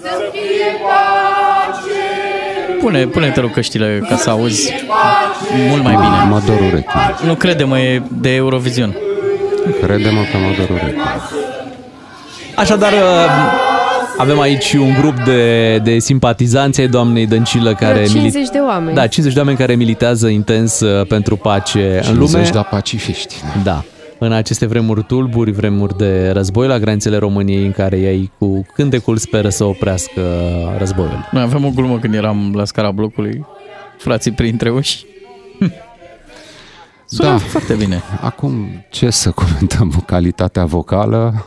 S16: să fie pace,
S4: Pune, pune te rog căștile ca să auzi mult mai bine.
S14: Mă dor urechile.
S4: Nu crede-mă, e de Eurovision.
S14: Crede-mă că mă dor urechile.
S2: Așadar, uh, avem aici un grup de, de simpatizanți ai doamnei Dăncilă care...
S3: Vreo
S2: mili-
S3: 50 de oameni.
S2: Da, 50 de oameni care militează intens uh, pentru pace în lume.
S14: 50 de pacifiști.
S2: Da. În aceste vremuri tulburi, vremuri de război la granițele României, în care ei cu cântecul speră să oprească războiul.
S4: Noi aveam o glumă când eram la scara blocului, frații printre uși. Sună
S14: Da.
S4: foarte bine.
S14: Acum, ce să comentăm? Calitatea vocală,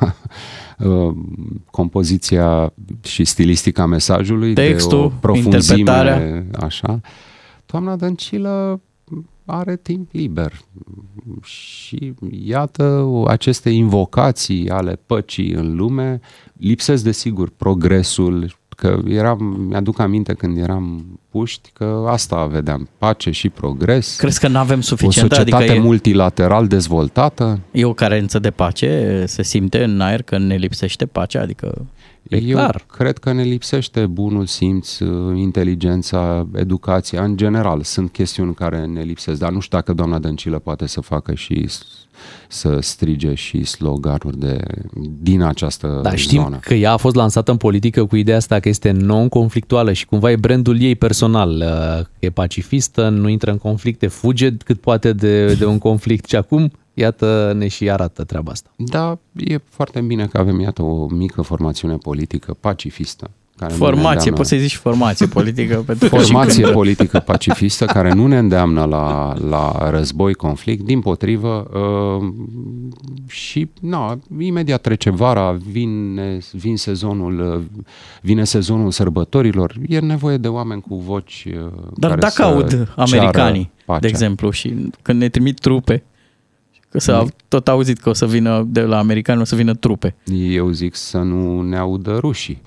S14: compoziția și stilistica mesajului, de o
S4: Textul,
S14: profunzime,
S4: interpretarea.
S14: așa. Doamna Dăncilă are timp liber și iată aceste invocații ale păcii în lume, lipsesc desigur progresul, că eram, mi-aduc aminte când eram puști că asta vedeam, pace și progres.
S4: Crezi că n-avem suficient?
S14: O societate
S4: Adică e-
S14: multilateral dezvoltată.
S4: E o carență de pace, se simte în aer că ne lipsește pacea, adică e
S14: Eu
S4: clar.
S14: cred că ne lipsește bunul simț, uh, inteligența, educația. În general, sunt chestiuni care ne lipsesc, dar nu știu dacă doamna Dăncilă poate să facă și s- să strige și sloganuri de, din această
S2: Da, știm
S14: zonă.
S2: că ea a fost lansată în politică cu ideea asta că este non-conflictuală și cumva e brandul ei personal. uh, E pacifistă, nu intră în conflicte, fuge cât poate de, de un conflict. Și acum, iată, ne și arată treaba asta.
S14: Da, e foarte bine că avem, iată, o mică formațiune politică pacifistă. Care nu ne
S4: Formație,
S14: îndeamnă-
S4: poți să-i zici formație politică. pentru că și
S14: Formație
S4: când-
S14: politică pacifistă care nu ne îndeamnă la, la război, conflict, din potrivă uh, și na, imediat trece vara, vine, vin sezonul, uh, vine sezonul sărbătorilor, e nevoie de oameni cu voci uh,
S4: Dar
S14: care
S4: dacă
S14: să
S4: aud
S14: ceară
S4: americanii,
S14: pacea.
S4: de exemplu, și când ne trimit trupe, că s-a tot auzit că o să vină de la americani, o să vină trupe.
S14: Eu zic să nu ne audă rușii.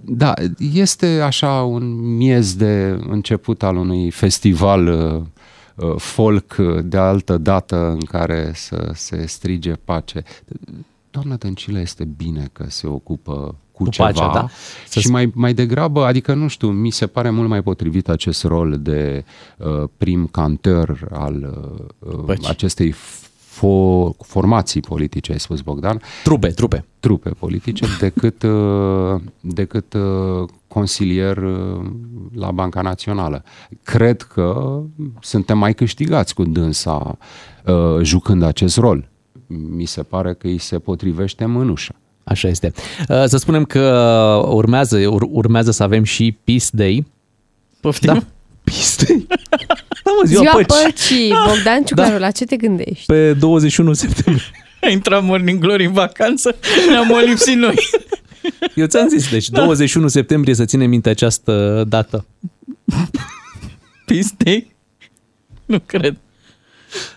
S14: Da, este așa un miez de început al unui festival uh, uh, folk uh, de altă dată în care să se strige pace. Doamna Dăncilă este bine că se ocupă cu,
S2: Cu
S14: ceva
S2: pacea, da.
S14: și mai, mai degrabă, adică nu știu, mi se pare mult mai potrivit acest rol de uh, prim cantor al uh, uh, acestei fo- formații politice, ai spus Bogdan.
S2: Trupe, trupe.
S14: Trupe politice, decât, uh, decât uh, consilier uh, la Banca Națională. Cred că suntem mai câștigați cu dânsa uh, jucând acest rol. Mi se pare că îi se potrivește mânușa.
S2: Așa este. Uh, Să spunem că urmează, ur- urmează să avem și Peace Day.
S4: Poftim? Da?
S2: Peace Day? Da, mă, ziua,
S3: Ziua
S2: păcii. Ah, da.
S3: păcii. Bogdan Ciuclaru, la ce te gândești?
S2: Pe 21 septembrie.
S14: Mm.
S4: A intrat Morning Glory în vacanță, ne-am molipsit noi.
S2: Eu ți-am zis, deci
S4: Da.
S2: 21 septembrie să ținem minte această dată.
S4: Peace Day? Nu cred.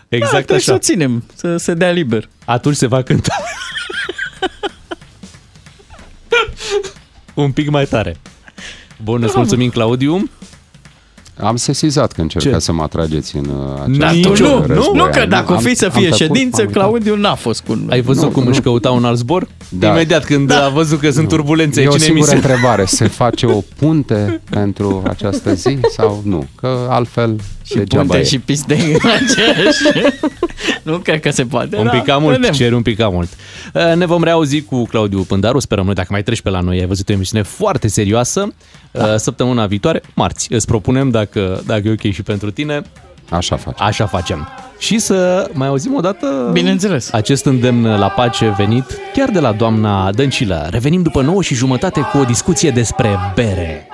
S2: Exact
S4: da, trebuie
S2: așa.
S4: să o ținem, să se dea liber.
S2: Atunci se va cânta. Un pic mai tare. Bun, îți mulțumim, Claudiu.
S14: Am sesizat că încerca
S2: Ce?
S14: să mă atrageți în uh,
S4: Dar
S14: această
S4: tu Da, nu, nu,
S14: război.
S4: nu, că dacă o
S14: Am-
S4: fi să
S14: am
S4: fie
S14: tăcut, da.
S4: ședință,
S14: m-am uitat.
S4: Claudiu n-a fost cu noi.
S2: Ai văzut cum își căuta un alt zbor?
S14: Da.
S2: Imediat când a văzut că sunt turbulențe
S14: E o
S2: aici în
S14: singură
S2: emisiune.
S14: întrebare. Se face o punte pentru această zi sau nu? Că altfel și degeaba
S4: Punte
S14: e.
S4: și piste în aceeași. Nu cred că se poate.
S2: Un
S4: da,
S2: pic cam mult,
S4: vedem.
S2: ceri un pic cam mult. Uh, Ne vom reauzi cu Claudiu Pândaru, sperăm noi, dacă mai treci pe la noi, ai văzut o emisiune foarte serioasă. Da. Săptămâna viitoare, marți, îți propunem, dacă, dacă e ok și pentru tine,
S14: Așa facem.
S2: Așa facem. Și să mai auzim o dată
S4: Bineînțeles.
S2: acest îndemn la pace venit chiar de la doamna Dăncilă. Revenim după 9 și jumătate cu o discuție despre bere.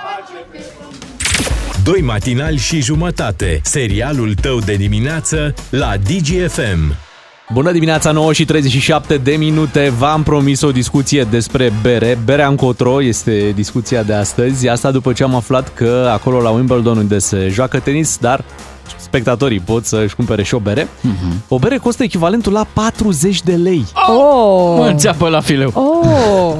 S5: Doi matinali și jumătate. Serialul tău de dimineață la DGFM.
S2: Bună dimineața, 9 și 37 de minute. V-am promis o discuție despre bere. Berea încotro este discuția de astăzi. Asta după ce am aflat că acolo la Wimbledon unde se joacă tenis, dar spectatorii pot să-și cumpere și o bere.
S4: Mhm.
S2: O bere costă echivalentul la 40 de lei.
S3: Oh!
S4: Mă înțeapă la fileu.
S3: Oh!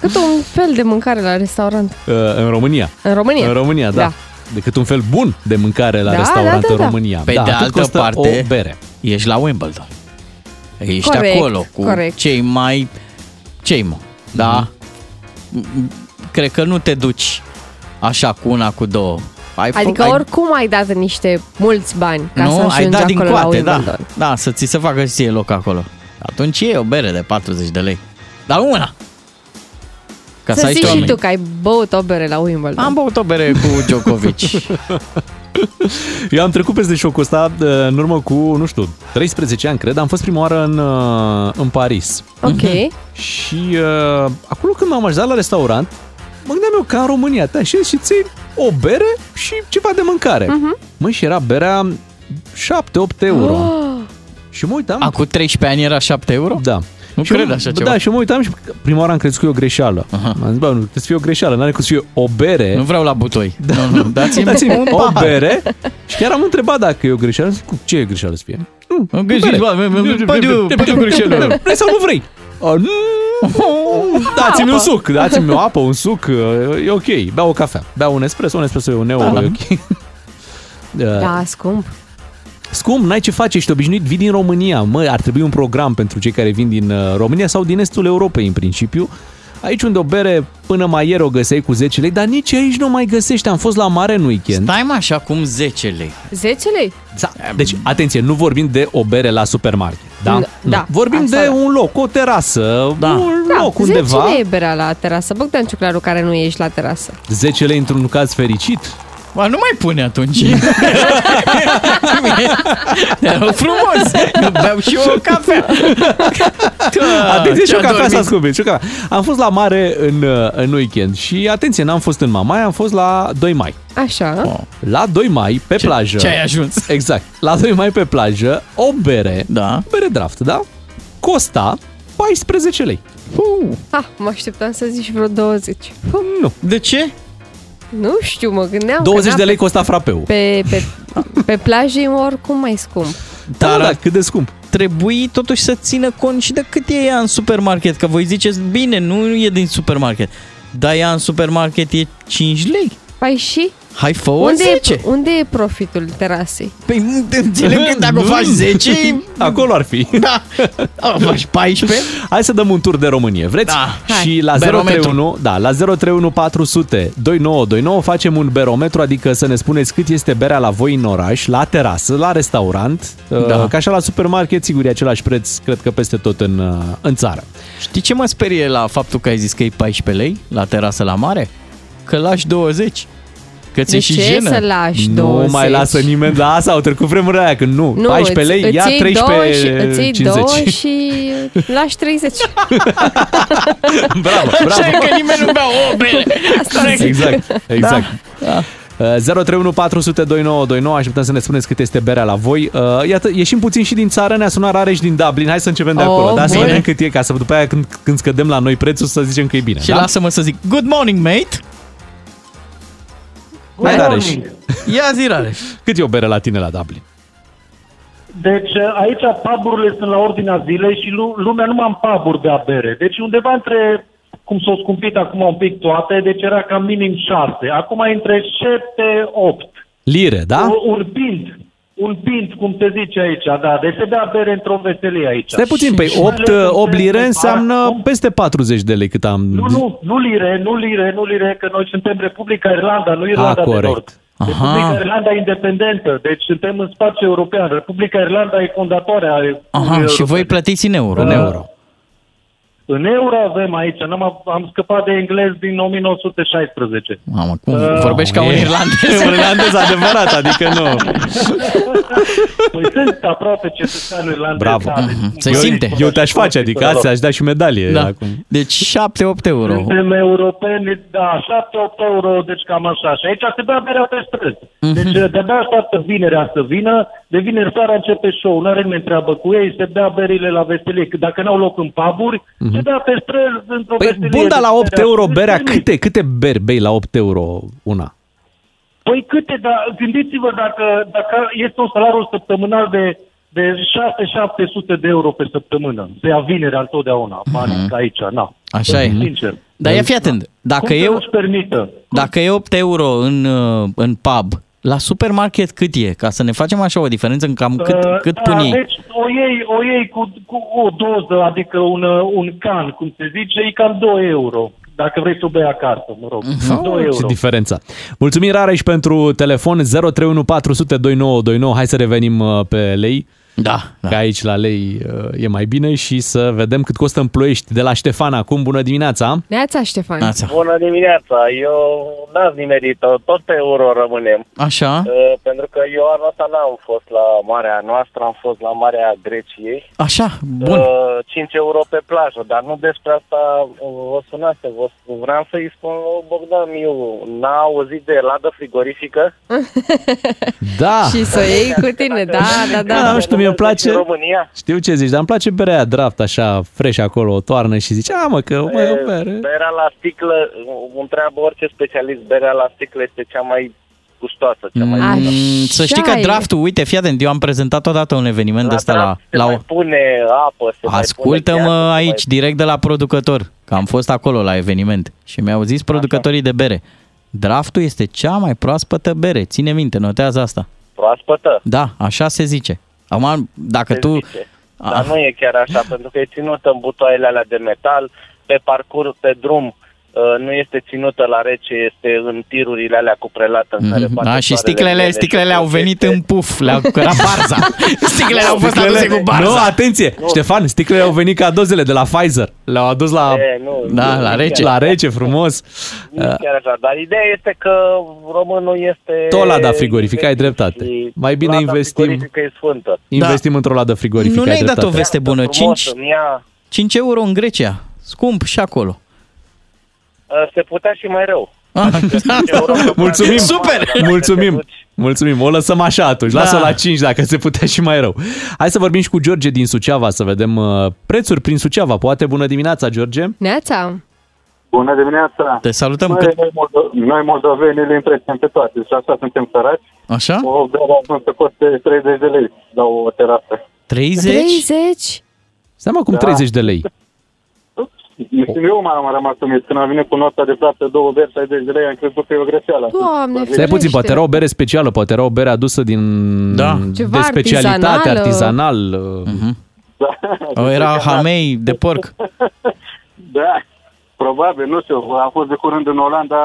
S3: Cât un fel de mâncare la restaurant.
S2: Uh, În România.
S3: În România.
S2: În România, da.
S3: Da.
S2: Decât un fel bun de mâncare la
S3: Da, da,
S2: restaurant
S3: da,
S2: în
S3: da.
S2: România.
S4: Pe
S2: da,
S4: de
S2: atât
S4: altă
S2: costă
S4: parte,
S2: o bere.
S4: ești la Wimbledon. Ești
S3: Corect,
S4: acolo cu
S3: corect.
S4: cei mai... cei mă, da?
S2: Mhm.
S4: Mm, Cred că nu te duci așa cu una, cu două. Ai fă-
S3: Adică
S4: ai-
S3: oricum ai dat niște mulți bani ca să
S4: nu, ai
S3: ajungi
S4: dat din
S3: acolo la
S4: coate, da.
S3: Wimbledon.
S4: Da, să ți se facă și ție loc acolo. Atunci e o bere de 40 de lei. Dar una! Ca să,
S3: să
S4: ai
S3: zici și
S4: oameni.
S3: tu că ai băut o bere la Wimbledon.
S4: Am băut o bere cu Djokovic.
S2: Eu am trecut peste șocul ăsta uh, în urmă cu, nu știu, 13 ani, cred. Am fost prima oară în, uh, în Paris. Mhm.
S3: Ok.
S2: Și uh, acolo când m-am așezat la restaurant, mă gândeam eu ca în România, te așezi și ții o bere și ceva de mâncare.
S16: Mhm.
S2: Măi, și era berea 7-8 euro.
S16: Oh.
S2: Și mă uitam...
S4: Acum 13 ani era 7 euro?
S2: Da.
S4: Nu
S2: și
S4: cred
S2: mă-
S4: așa ceva.
S2: Da, și eu mă uitam și prima oară am crezut că e o greșeală. Am zis, bă, nu, trebuie să fie o greșeală, n-are cum să fie o bere.
S4: Nu vreau la butoi. Da, nu, nu, dați-mi,
S2: Dați-mi
S4: un
S2: o
S4: pahar.
S2: bere și chiar am întrebat dacă e o greșeală. Zic, Cu ce e greșeală să fie?
S16: Mm.
S4: Nu, greșit, bă, bă, bă, pădiu, pădiu greșelă.
S2: Vrei sau nu vrei? A, nu.
S4: Da,
S2: Dați-mi un suc, dați-mi o apă, un suc, uh, e ok. Bea o cafea, bea un espresso, un espresso e un euro, e ok.
S3: Da, scump.
S2: Scump, n-ai ce face, ești obișnuit, vii din România. Mă, ar trebui un program pentru cei care vin din uh, România sau din estul Europei, în principiu. Aici unde o bere până mai ieri o găseai cu 10 lei, dar nici aici nu mai găsești. Am fost la mare în weekend.
S4: Stai mă așa cum 10 lei.
S3: 10 lei?
S2: Da. Deci, atenție, nu vorbim de o bere la supermarket, da?
S3: Da,
S2: Nu.
S3: da.
S2: Vorbim
S3: Asta
S2: de
S3: da.
S2: un loc, o terasă, da. un loc undeva.
S3: 10 lei e berea la terasă. Bogdan Ciuclaru care nu ești la terasă.
S2: 10 lei într-un caz fericit.
S4: Ba, nu mai pune atunci. Te rog frumos, eu beau și eu o cafea.
S2: Atenție și
S4: ce-a
S2: o cafea
S4: dormit.
S2: s-a scumpit. și o cafea. Am fost la mare în, uh, în weekend și, atenție, n-am fost în Mamaia, am fost la 2 mai. Oh.
S3: Așa.
S2: La 2 mai, pe
S4: Ce-
S2: plajă.
S4: ce ai ajuns?
S2: Exact. La 2 mai, pe plajă, o bere, da. bere draft, da? Costa 14 lei. Uh.
S3: Ha, Ah, mă așteptam să zici vreo 20.
S2: Nu.
S4: Păi De ce?
S3: Nu știu, mă gândeam. că
S2: 20
S3: na,
S2: de lei costa frapeu.
S3: Pe, pe, pe plajă e oricum mai scump.
S4: Dar da,
S2: cât de scump.
S4: Trebuie totuși să țină cont și de cât e ea în supermarket, că voi ziceți, bine, nu e din supermarket. Dar ea în supermarket e 5 lei.
S3: Păi și?
S4: Hai fă o
S3: Unde
S4: 10.
S3: e, unde e profitul terasei?
S4: Păi nu te înțeleg că dacă o faci 10, e-
S2: Acolo ar fi.
S4: Da. O faci 14.
S2: Hai să dăm un tur de Românie, vreți?
S4: Da.
S2: Ah, Și
S4: Hai.
S2: la
S4: Barometru.
S2: 031, da, la 031 400 2929 facem un barometru, adică să ne spuneți cât este berea la voi în oraș, la terasă, la restaurant, da.
S4: Da.
S2: ca așa la supermarket, sigur e același preț, cred că peste tot în, uh, în țară.
S4: Știi ce mă sperie la faptul că ai zis că e 14 lei la terasă la mare? Că lași 20. Că ți-e
S3: De
S4: și
S3: ce
S4: jenă.
S3: să lași
S2: Nu
S3: 20?
S2: mai lasă nimeni la asta, au trecut vremurile aia când nu,
S3: Nu,
S2: 14 lei,
S3: îți,
S2: ia
S3: îți iei două și,
S2: 13
S3: îți iei
S2: 50.
S3: două și lași 30.
S2: Bravo, bravo.
S4: Așa e că nimeni nu bea o bere.
S11: né?
S3: Asta zic.
S2: Exact, exact. Da. 031 400 2929 Așteptăm să ne spuneți cât este berea la voi Uh, Iată, ieșim puțin și din țară Ne-a sunat Rareș din Dublin Hai să începem de
S4: Oh,
S2: acolo Dar să
S4: bun.
S2: vedem cât e Ca să după aia când, când scădem la noi prețul Să zicem că e bine da?
S4: Și lasă-mă să zic, good morning, mate.
S2: Hai,
S4: Good
S2: Rareș
S4: morning. Ia zi, Rareș
S2: Cât e o bere la tine la Dublin?
S17: Deci aici paburile sunt la ordinea zilei și lu- lumea nu mai am paburi de abere. Deci undeva între, cum s-au scumpit acum un pic toate, deci era cam minim 6. Acum e între 7-8.
S2: Lire, da?
S17: Un pint. Un pint, cum se zice aici, da. Deci se bea bere într-o veselie aici.
S2: Stai puțin, păi
S17: Da, Și
S2: 8,
S17: mai ales în
S2: 8 lire
S17: țările
S2: înseamnă peste 40 de lei cât am...
S17: nu, nu, nu lire, nu lire, nu lire, că noi suntem Republica Irlanda, nu Irlanda
S2: Ah,
S17: de
S2: corect.
S17: Nord. Republica Irlanda e independentă, deci suntem în spațiu european. Republica Irlanda e fondatoarea.
S4: Aha,
S17: Uniunii
S4: și voi plătiți în euro.
S17: În
S4: euro.
S17: În euro avem aici, n-am, am scăpat de englez din Uh, 1916.
S4: Mamă, cum Uh, vorbești ca un
S17: e.
S4: irlandez?
S17: Un irlandez
S2: adevărat, adică nu.
S17: Păi sunt aproape cetățeanul irlandez.
S2: Bravo.
S17: da, deci
S2: Se simte. Eu te-aș face, adică ați aș da și medalie.
S4: Mhm. Da.
S2: Acum.
S4: Deci 7-8 euro.
S17: Suntem europeni, da, 7-8 euro, deci cam așa. Și aici se bea berea pe străzi.
S4: Mhm.
S17: Deci de-abia așteaptă vinerea să vină, de vineri seara începe show, nu are nimeni treabă cu ei, se bea berile la veselie. Că Dacă n-au loc în paburi,
S2: Mhm.
S17: se bea pe străzi într-o
S2: Păi
S17: veselie.
S2: bun, dar la
S17: de Deci,
S2: 8
S17: berea
S2: euro
S17: străzi,
S2: berea,
S17: nimic.
S2: câte, câte beri bei la 8 euro una?
S17: Păi câte, dar gândiți-vă dacă, dacă este un salariu săptămânal de, de 6-700 de euro pe săptămână. Se ia vinerea întotdeauna, bani
S4: Mhm.
S17: ca aici, na.
S4: Așa e.
S17: Sincer.
S4: Dar ia fii atent, dacă
S17: Cum să
S4: eu,
S17: nu-ți permită?
S4: dacă e 8 euro în, uh, în pub, la supermarket cât e? Ca să ne facem așa o diferență în cam cât,
S17: Uh,
S4: cât
S17: da,
S4: pun ei.
S17: Deci o iei, o iei cu, cu o doză, adică un, uh, un can, cum se zice, e cam 2 euro. Dacă vrei să o bei acasă, mă rog.
S4: Mm-hmm. Oh,
S17: 2
S2: Ce
S17: euro.
S2: diferența. Mulțumim, Rareș, pentru telefon 031 400 2929. Hai să revenim uh, pe lei.
S4: Da,
S2: da. Că aici la lei uh, e mai bine și să vedem cât costă în ploiești. De la Ștefan acum, bună dimineața!
S3: Neața, Ștefan.
S6: Bună dimineața, eu n-ați nimerit tot pe euro rămânem.
S4: Așa.
S6: Uh, Pentru că eu anul ăsta n-am fost la Marea noastră, am fost la Marea Greciei.
S4: Așa, bun.
S6: Uh, 5 euro pe plajă, dar nu despre asta uh, vă sunase. Vă, vreau să-i spun lui Bogdan, eu n-a auzit de ladă frigorifică?
S2: Da!
S3: Și să o iei cu tine, da, da, da.
S2: nu știu, mi-e place...
S6: România.
S2: Știu ce zici, dar îmi place berea draft, așa, fresh acolo, o toarnă și zici, a, mă, că mă,
S6: E,
S2: e o bere.
S6: Berea la sticlă, îmi întreabă orice specialist, berea la sticlă este cea mai gustoasă, cea mai bună.
S4: Mm, Să știi că
S6: e.
S4: draftul, uite, fii atent, eu am prezentat odată un eveniment de ăsta la,
S6: Se
S4: la o...
S6: mai pune apă, se mai
S4: Ascultă-mă
S6: pune gheață,
S4: aici, direct de la producător, că am fost acolo la eveniment și mi-au zis producătorii de bere. Draftul este cea mai proaspătă bere, ține minte, notează asta.
S6: Proaspătă.
S4: Da, așa se zice. Acum, dacă
S6: se
S4: tu... Ah.
S6: zice. Dar nu e chiar așa, pentru că e ținută în butoaiele alea de metal, pe parcurs, pe drum, uh, nu este ținută la rece, este în tirurile alea cu prelată. În care
S4: Mhm.
S6: bate
S4: Da, și
S6: soarele
S4: sticlele,
S6: grele
S4: sticlele
S6: și
S4: au venit în puf, le-au cărat barza. Sticlele au fost aduse cu barza.
S2: Nu, atenție! Ștefan, sticlele au venit ca dozele de la Pfizer. Le-au adus la...
S6: E, nu,
S2: da,
S6: nu,
S2: la
S6: nu
S2: rece.
S6: chiar.
S2: La rece, frumos. Uh,
S6: Nu e chiar așa, dar ideea este că românul este...
S2: Tot lada frigorifică, ai dreptate.
S6: și
S2: Mai bine
S6: lada
S2: investim, Da.
S6: frigorifică e sfântă.
S2: investim într-o ladă frigorifică.
S4: Da. Nu
S2: ai
S4: ne-ai dat o
S2: dreptate.
S4: veste bună,
S6: Frumos
S4: 5,
S6: îmi ia,
S4: 5 euro în Grecia, scump și acolo.
S6: uh, se putea și mai rău.
S4: Ah.
S6: Da,
S2: Mulțumim!
S4: Super!
S2: Mulțumim! Mulțumim, o lăsăm așa atunci,
S4: Da.
S2: lasă la 5 dacă se putea și mai rău. Hai să vorbim și cu George din Suceava, să vedem uh, prețuri prin Suceava. Poate bună dimineața, George!
S3: Neața.
S14: Bună dimineața!
S4: Te salutăm!
S14: Da. Noi, noi, moldo- noi moldovenii le impresim pe toate și așa suntem săraci.
S4: Așa?
S14: O bere ajuns să coste 30 de lei la o terasă.
S3: 30?
S2: Seama cum
S14: Da.
S2: 30 de lei.
S14: Nu știu, eu m-am rămas umit. Când am venit cu nota de plată, două beri, 60 de lei, am crezut că e o greșeală. Adică-
S3: Doamne,
S2: Stai puțin, poate era o bere specială, poate era o bere adusă din da.
S3: Ceva uh.
S2: de specialitate,
S3: artizanală.
S2: artizanal. Uh-huh.
S14: Da. O, era
S4: hamei Uh, de porc.
S14: Da, probabil, nu știu, a fost de curând în Olanda,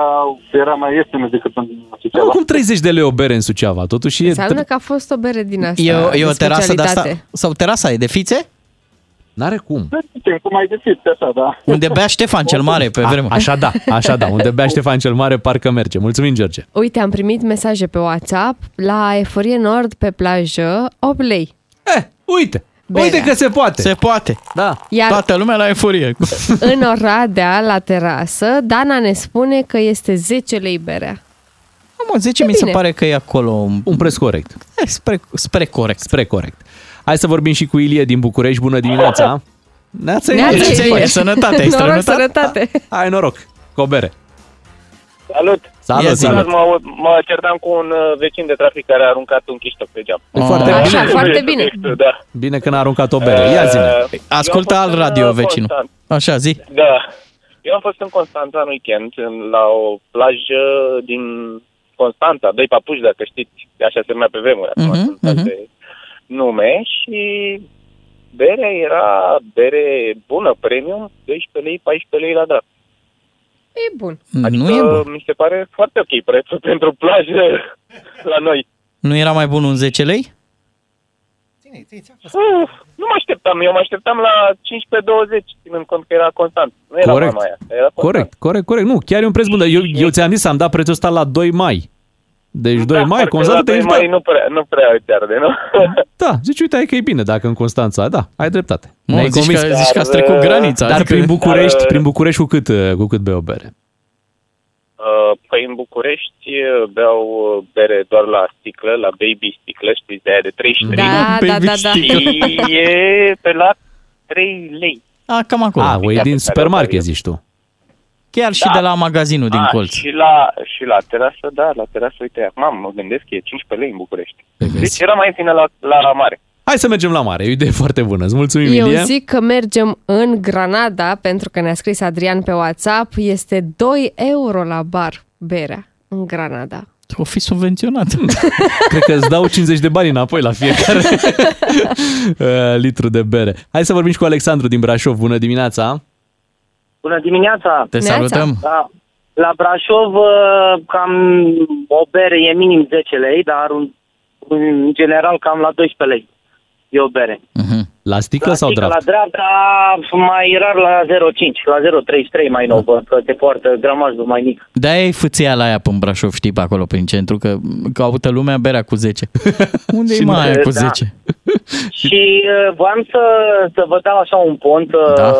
S14: era mai ieftină decât în
S2: Nu, cum 30 de lei o bere în Suceava? Totuși e...
S3: Înseamnă că a fost o bere din asta.
S4: E, o- e o
S3: de
S4: terasă de asta.
S3: specialitate.
S4: Sau terasa e de fițe?
S2: N-are cum.
S14: Știm cum ai deschis, așa, da.
S4: Unde bea Ștefan cel Mare pe
S2: A,
S4: vremea.
S2: Așa da, așa da. Unde bea Ștefan cel Mare, parcă merge. Mulțumim, George.
S3: Uite, am primit mesaje pe WhatsApp la Eforie Nord pe plajă, 8 lei.
S2: Eh, uite! Uite că se poate!
S4: Se poate.
S2: Da.
S3: Iar-
S4: Toată lumea la euforie.
S3: În Oradea, la terasă, Dana ne spune că este 10 lei berea.
S4: Mă, 10 mi se pare că e acolo... Un
S2: preț corect.
S4: Spre, spre corect.
S2: Spre corect. Hai să vorbim și cu Ilie din București. Bună dimineața! Neața Ilie!
S4: Neața,
S2: Ce
S4: Ilie.
S2: faci? Păi, Sănătate! Ești
S4: Noroc,
S2: strămutat?
S3: sănătate.
S2: Hai noroc! Cobere!
S6: Salut!
S2: Salut, Ia zi. salut.
S6: Mă, aud- mă certam cu un uh, vecin de trafic care a aruncat un chiștoc pe geam.
S2: E foarte Așa, bine.
S3: foarte bine.
S6: Da,
S2: Bine că n-a aruncat o bere. Ia
S12: Uh,
S2: zi
S4: Ascultă alt radio, vecinul. Așa, zi.
S6: da. Eu am fost în Constanța în weekend, în- la o plajă din Constanța, doi papuși, dacă știți, așa se numea pe vremuri, acum
S4: Mhm,
S6: sunt alte nume și berea era bere bună, premium, 12 lei, 14 lei la draft.
S3: E bun.
S4: Nu, e,
S6: Că Mi se pare foarte ok prețul pentru plajă la noi.
S4: nu era mai bun un 10 lei?
S11: Bine, ți ți-a fost.
S12: Uf, nu mă așteptam, eu mă așteptam la 15-20, ținând cont că era constant. Nu era
S2: Corect.
S12: mama aia, era constant.
S2: Corect, corect, corect. Nu, chiar e un preț bun. dar Eu, eu ți-am zis, am dat prețul ăsta la 2 mai. Deci 2 mai,
S12: Că
S2: Constanța te
S12: Da, la doi mai nu prea, nu prea uite arde, nu?
S2: Da, zici, uite, hai că e bine dacă în Constanța, da, ai dreptate.
S4: Nu,
S2: Ne-ai
S4: zici că- zici că ați trecut
S12: uh,
S2: Dar,
S4: granița,
S2: Dar
S4: adică-
S2: prin București,
S4: Dar,
S2: prin București cu cât, uh, cu cât bei o bere?
S12: Uh, Păi în București uh, beau uh, bere doar la sticlă, la baby sticlă, știți, de aia de 33.
S4: Da, Baby da, da, da. sticlă.
S12: Și e pe la 3 lei.
S4: A, cam acolo.
S2: A, voi e din supermarket, zici tu.
S4: Chiar și
S12: Da.
S4: de la magazinul din
S12: A,
S4: colț.
S12: Și la, și la terasă, da, la terasă, uite, acum mă gândesc că e 15 lei în București. Deci era mai bine la, la mare.
S2: Hai să mergem la mare, e o idee foarte bună. Îți mulțumim,
S3: Eu
S2: Ilie.
S3: zic că mergem în Granada, pentru că ne-a scris Adrian pe WhatsApp, este 2 euro la bar berea în Granada.
S4: O fi subvenționat.
S2: Cred că îți dau 50 de bani înapoi la fiecare uh, litru de bere. Hai să vorbim și cu Alexandru din Brașov. Bună dimineața!
S18: Bună dimineața!
S2: Te Neața. salutăm.
S18: Da. La Brașov, uh, cam o bere e minim 10 lei, dar un- în general cam la 12 lei e o bere.
S2: La sticlă sau
S18: Adică
S2: draft?
S18: la dreapta, mai rar la 0,5, la 0,33 mai nou,
S2: Da.
S18: bă, că te poartă gramajul mai mic.
S4: De-aia e fâția la aia până în Brașov, știi, pe acolo, prin centru, că caută lumea berea cu 10. Unde e
S18: Și
S4: mai
S18: nu-
S4: aia cu
S18: Da.
S4: 10?
S18: Și uh, voiam să, să vă dau așa un pont. Da.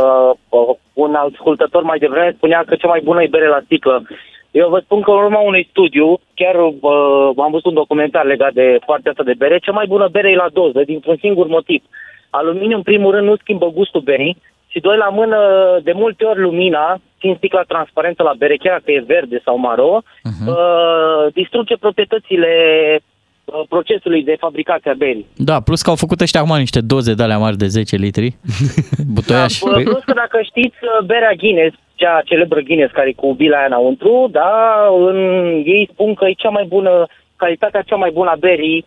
S18: Un ascultător mai devreme spunea că cea mai bună e bere la sticlă. Eu vă spun că în urma unui studiu, chiar uh, am văzut un documentar legat de partea asta de bere, cea mai bună bere e la doză, dintr-un singur motiv. Aluminiu, în primul rând, nu schimbă gustul berii și, doi la mână, de multe ori lumina, fiind sticla transparentă la bere, chiar dacă e verde sau maro, uh-huh. uh, distruge proprietățile uh, procesului de fabricație a berii.
S4: Da, plus că au făcut ăștia acum niște doze de alea mari de 10 litri. Butoiaș.
S18: Da, Bă,
S2: Păi-
S18: Plus că dacă știți uh, berea Guinness, cea celebră Guinness care e cu bila aia înăuntru, da, în, ei spun că e cea mai bună, calitatea cea mai bună a berii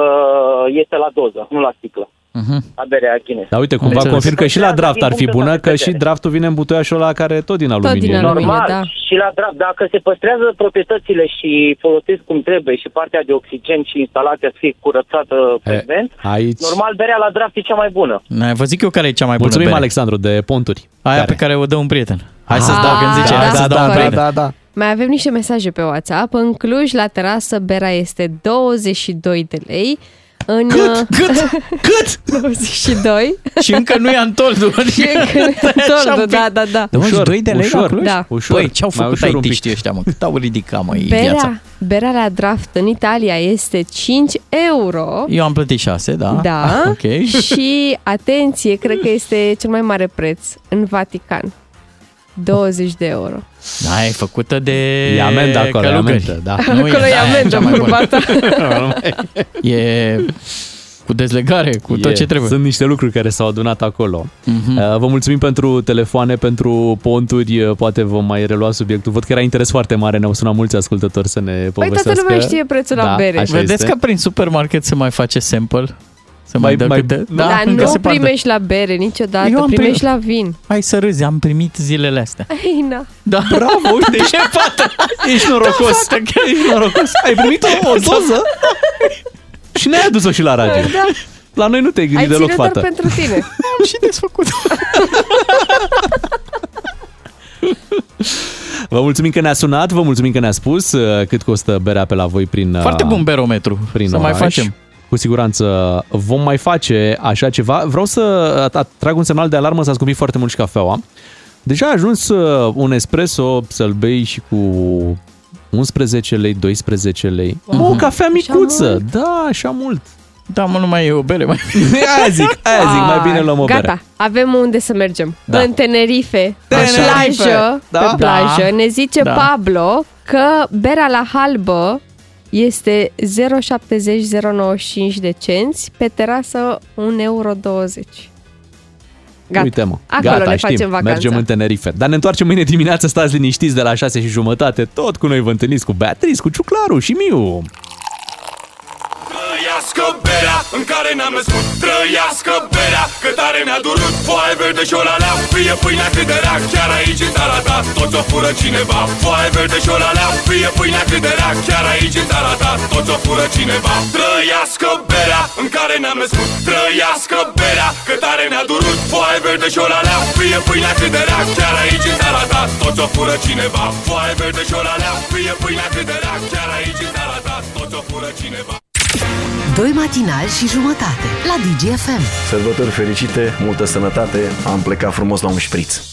S18: uh, este la doză, nu la sticlă,
S11: Tá. Uhum.
S18: a berea Guinness.
S2: Dar Da, uite, cumva
S18: Înțeles.
S2: confirm că și la draft ar fi bună, că și draftul vine în butoiașul ăla care e tot din da. aluminiu.
S18: Normal, și la draft, dacă se păstrează proprietățile și folosesc cum trebuie și partea de oxigen și instalația să fie curățată prezent,
S2: aici-
S18: normal berea la draft e cea mai bună.
S4: Ne-ai vă zic eu care e cea mai bună
S2: Mulțumim,
S4: bere.
S2: Alexandru, de ponturi.
S4: Aia pe care o dă un prieten. Hai să-ți dau când zice,
S2: Da,
S4: hai să-ți
S2: da,
S4: dau
S2: da,
S4: un prieten.
S2: da, da.
S3: Mai avem niște mesaje pe WhatsApp. În Cluj, la terasă, berea este 22 de lei. În, uh, cât?
S4: Cât?
S3: Cât? 22.
S4: Și încă nu i-a întoldul.
S3: Și încă nu e în toldul, da, da, da.
S4: Da, mă, și
S2: Ușor,
S4: 2 de lei la
S2: ușor,
S4: Cluj?
S3: da.
S2: ușor.
S4: Păi, ce-au
S2: Mai
S4: făcut
S2: ușor un pic.
S4: IT-știi ăștia, mă? Cât au ridicat, mă, viața?
S3: Berea, berea la draft în Italia este 5 euro.
S4: Eu am plătit 6, da.
S3: Da.
S4: Ok.
S3: Și atenție, cred că este cel mai mare preț în Vatican. 20 de euro.
S4: Da, e făcută de
S2: E amendă acolo, e
S4: călugări.
S2: amendă, da.
S4: Nu
S3: Acolo e
S4: aia
S3: amendă,
S4: cea mai bună.
S3: vorba ta.
S4: E cu dezlegare, cu tot
S2: E,
S4: ce trebuie. Mhm.
S2: Sunt niște lucruri care s-au adunat acolo. Uh, Vă mulțumim pentru telefoane, pentru ponturi, uh, poate vom mai relua subiectul. Văd că era interes foarte mare, ne-au sunat mulți ascultători să ne
S3: Păi
S2: povestească.
S3: toată lumea știe prețul la
S2: da,
S3: bere.
S2: Așa
S4: Vedeți
S2: este.
S4: că prin supermarket se mai face sample? Se mai, dă
S2: Mai- mai-
S4: câte...
S3: Da, Dar
S4: încă
S3: nu
S4: se poartă.
S3: primești la bere niciodată,
S4: Eu am primit-
S3: primești la vin.
S4: Hai să râzi, am primit zilele astea.
S3: Ei, na.
S4: Da, bravo, uite, ești fată.
S2: Ești norocos.
S4: Da, fată,
S2: Ești norocos. Ai primit o, o doză și ne-ai adus-o și la radio.
S3: Da.
S2: La noi nu te-ai gândit
S3: Ai
S2: deloc,
S3: ținut doar
S2: fată.
S3: pentru tine.
S4: Am și desfăcut.
S2: Vă mulțumim că ne-a sunat, vă mulțumim că ne-a spus uh, cât costă berea pe la voi prin uh,
S4: Foarte bun barometru.
S2: prin
S4: Să mai
S2: oraș.
S4: facem.
S2: Cu siguranță vom mai face așa ceva. Vreau să atrag un semnal de alarmă, s-a scumpit foarte mult și cafeaua. Deja a ajuns uh, un espresso să-l bei și cu 11 lei, 12 lei. Wow. O cafea micuță, da, așa mult.
S4: Da, mă, nu mai e o bere mai.
S2: Aia zic, aia zic, mai
S3: Ah,
S2: bine luăm o bere.
S3: Gata, avem unde să mergem.
S2: Da.
S3: În Tenerife, pe
S2: Așa.
S3: plajă,
S2: Da.
S3: pe plajă.
S2: Da.
S3: Ne zice
S2: Da.
S3: Pablo că berea la halbă este 0,70-0,95 de cenți, pe terasă 1,20 euro. Gata.
S2: Uite, mă.
S3: Acolo
S2: Gata,
S3: ne
S2: știm.
S3: facem vacanța.
S2: Mergem în Tenerife. Dar ne întoarcem mâine dimineață, stați liniștiți de la 6 și jumătate. Tot cu noi vă întâlniți cu Beatrice, cu Ciuclaru și Miu.
S16: Trăiască pe
S11: berea în care ne-am născut Trăiască berea, că tare mi-a durut Foaie verde și o lalea, fie pâinea cât de rea Chiar aici în țara ta, toți o fură cineva Foaie verde și o lalea, fie pâinea cât de rea Chiar aici în țara ta, toți o fură cineva Trăiască berea în care ne-am născut Trăiască berea, că tare mi-a durut Foaie verde și o lalea, fie pâinea cât de rea Chiar aici în țara ta, toți o fură cineva Foaie verde și o lalea, fie pâinea cât de rea Chiar aici în țara ta, toți o fură cineva
S1: Doi matinali și jumătate la DGFM.
S19: Sărbători fericite, multă sănătate, am plecat frumos la un șpriț.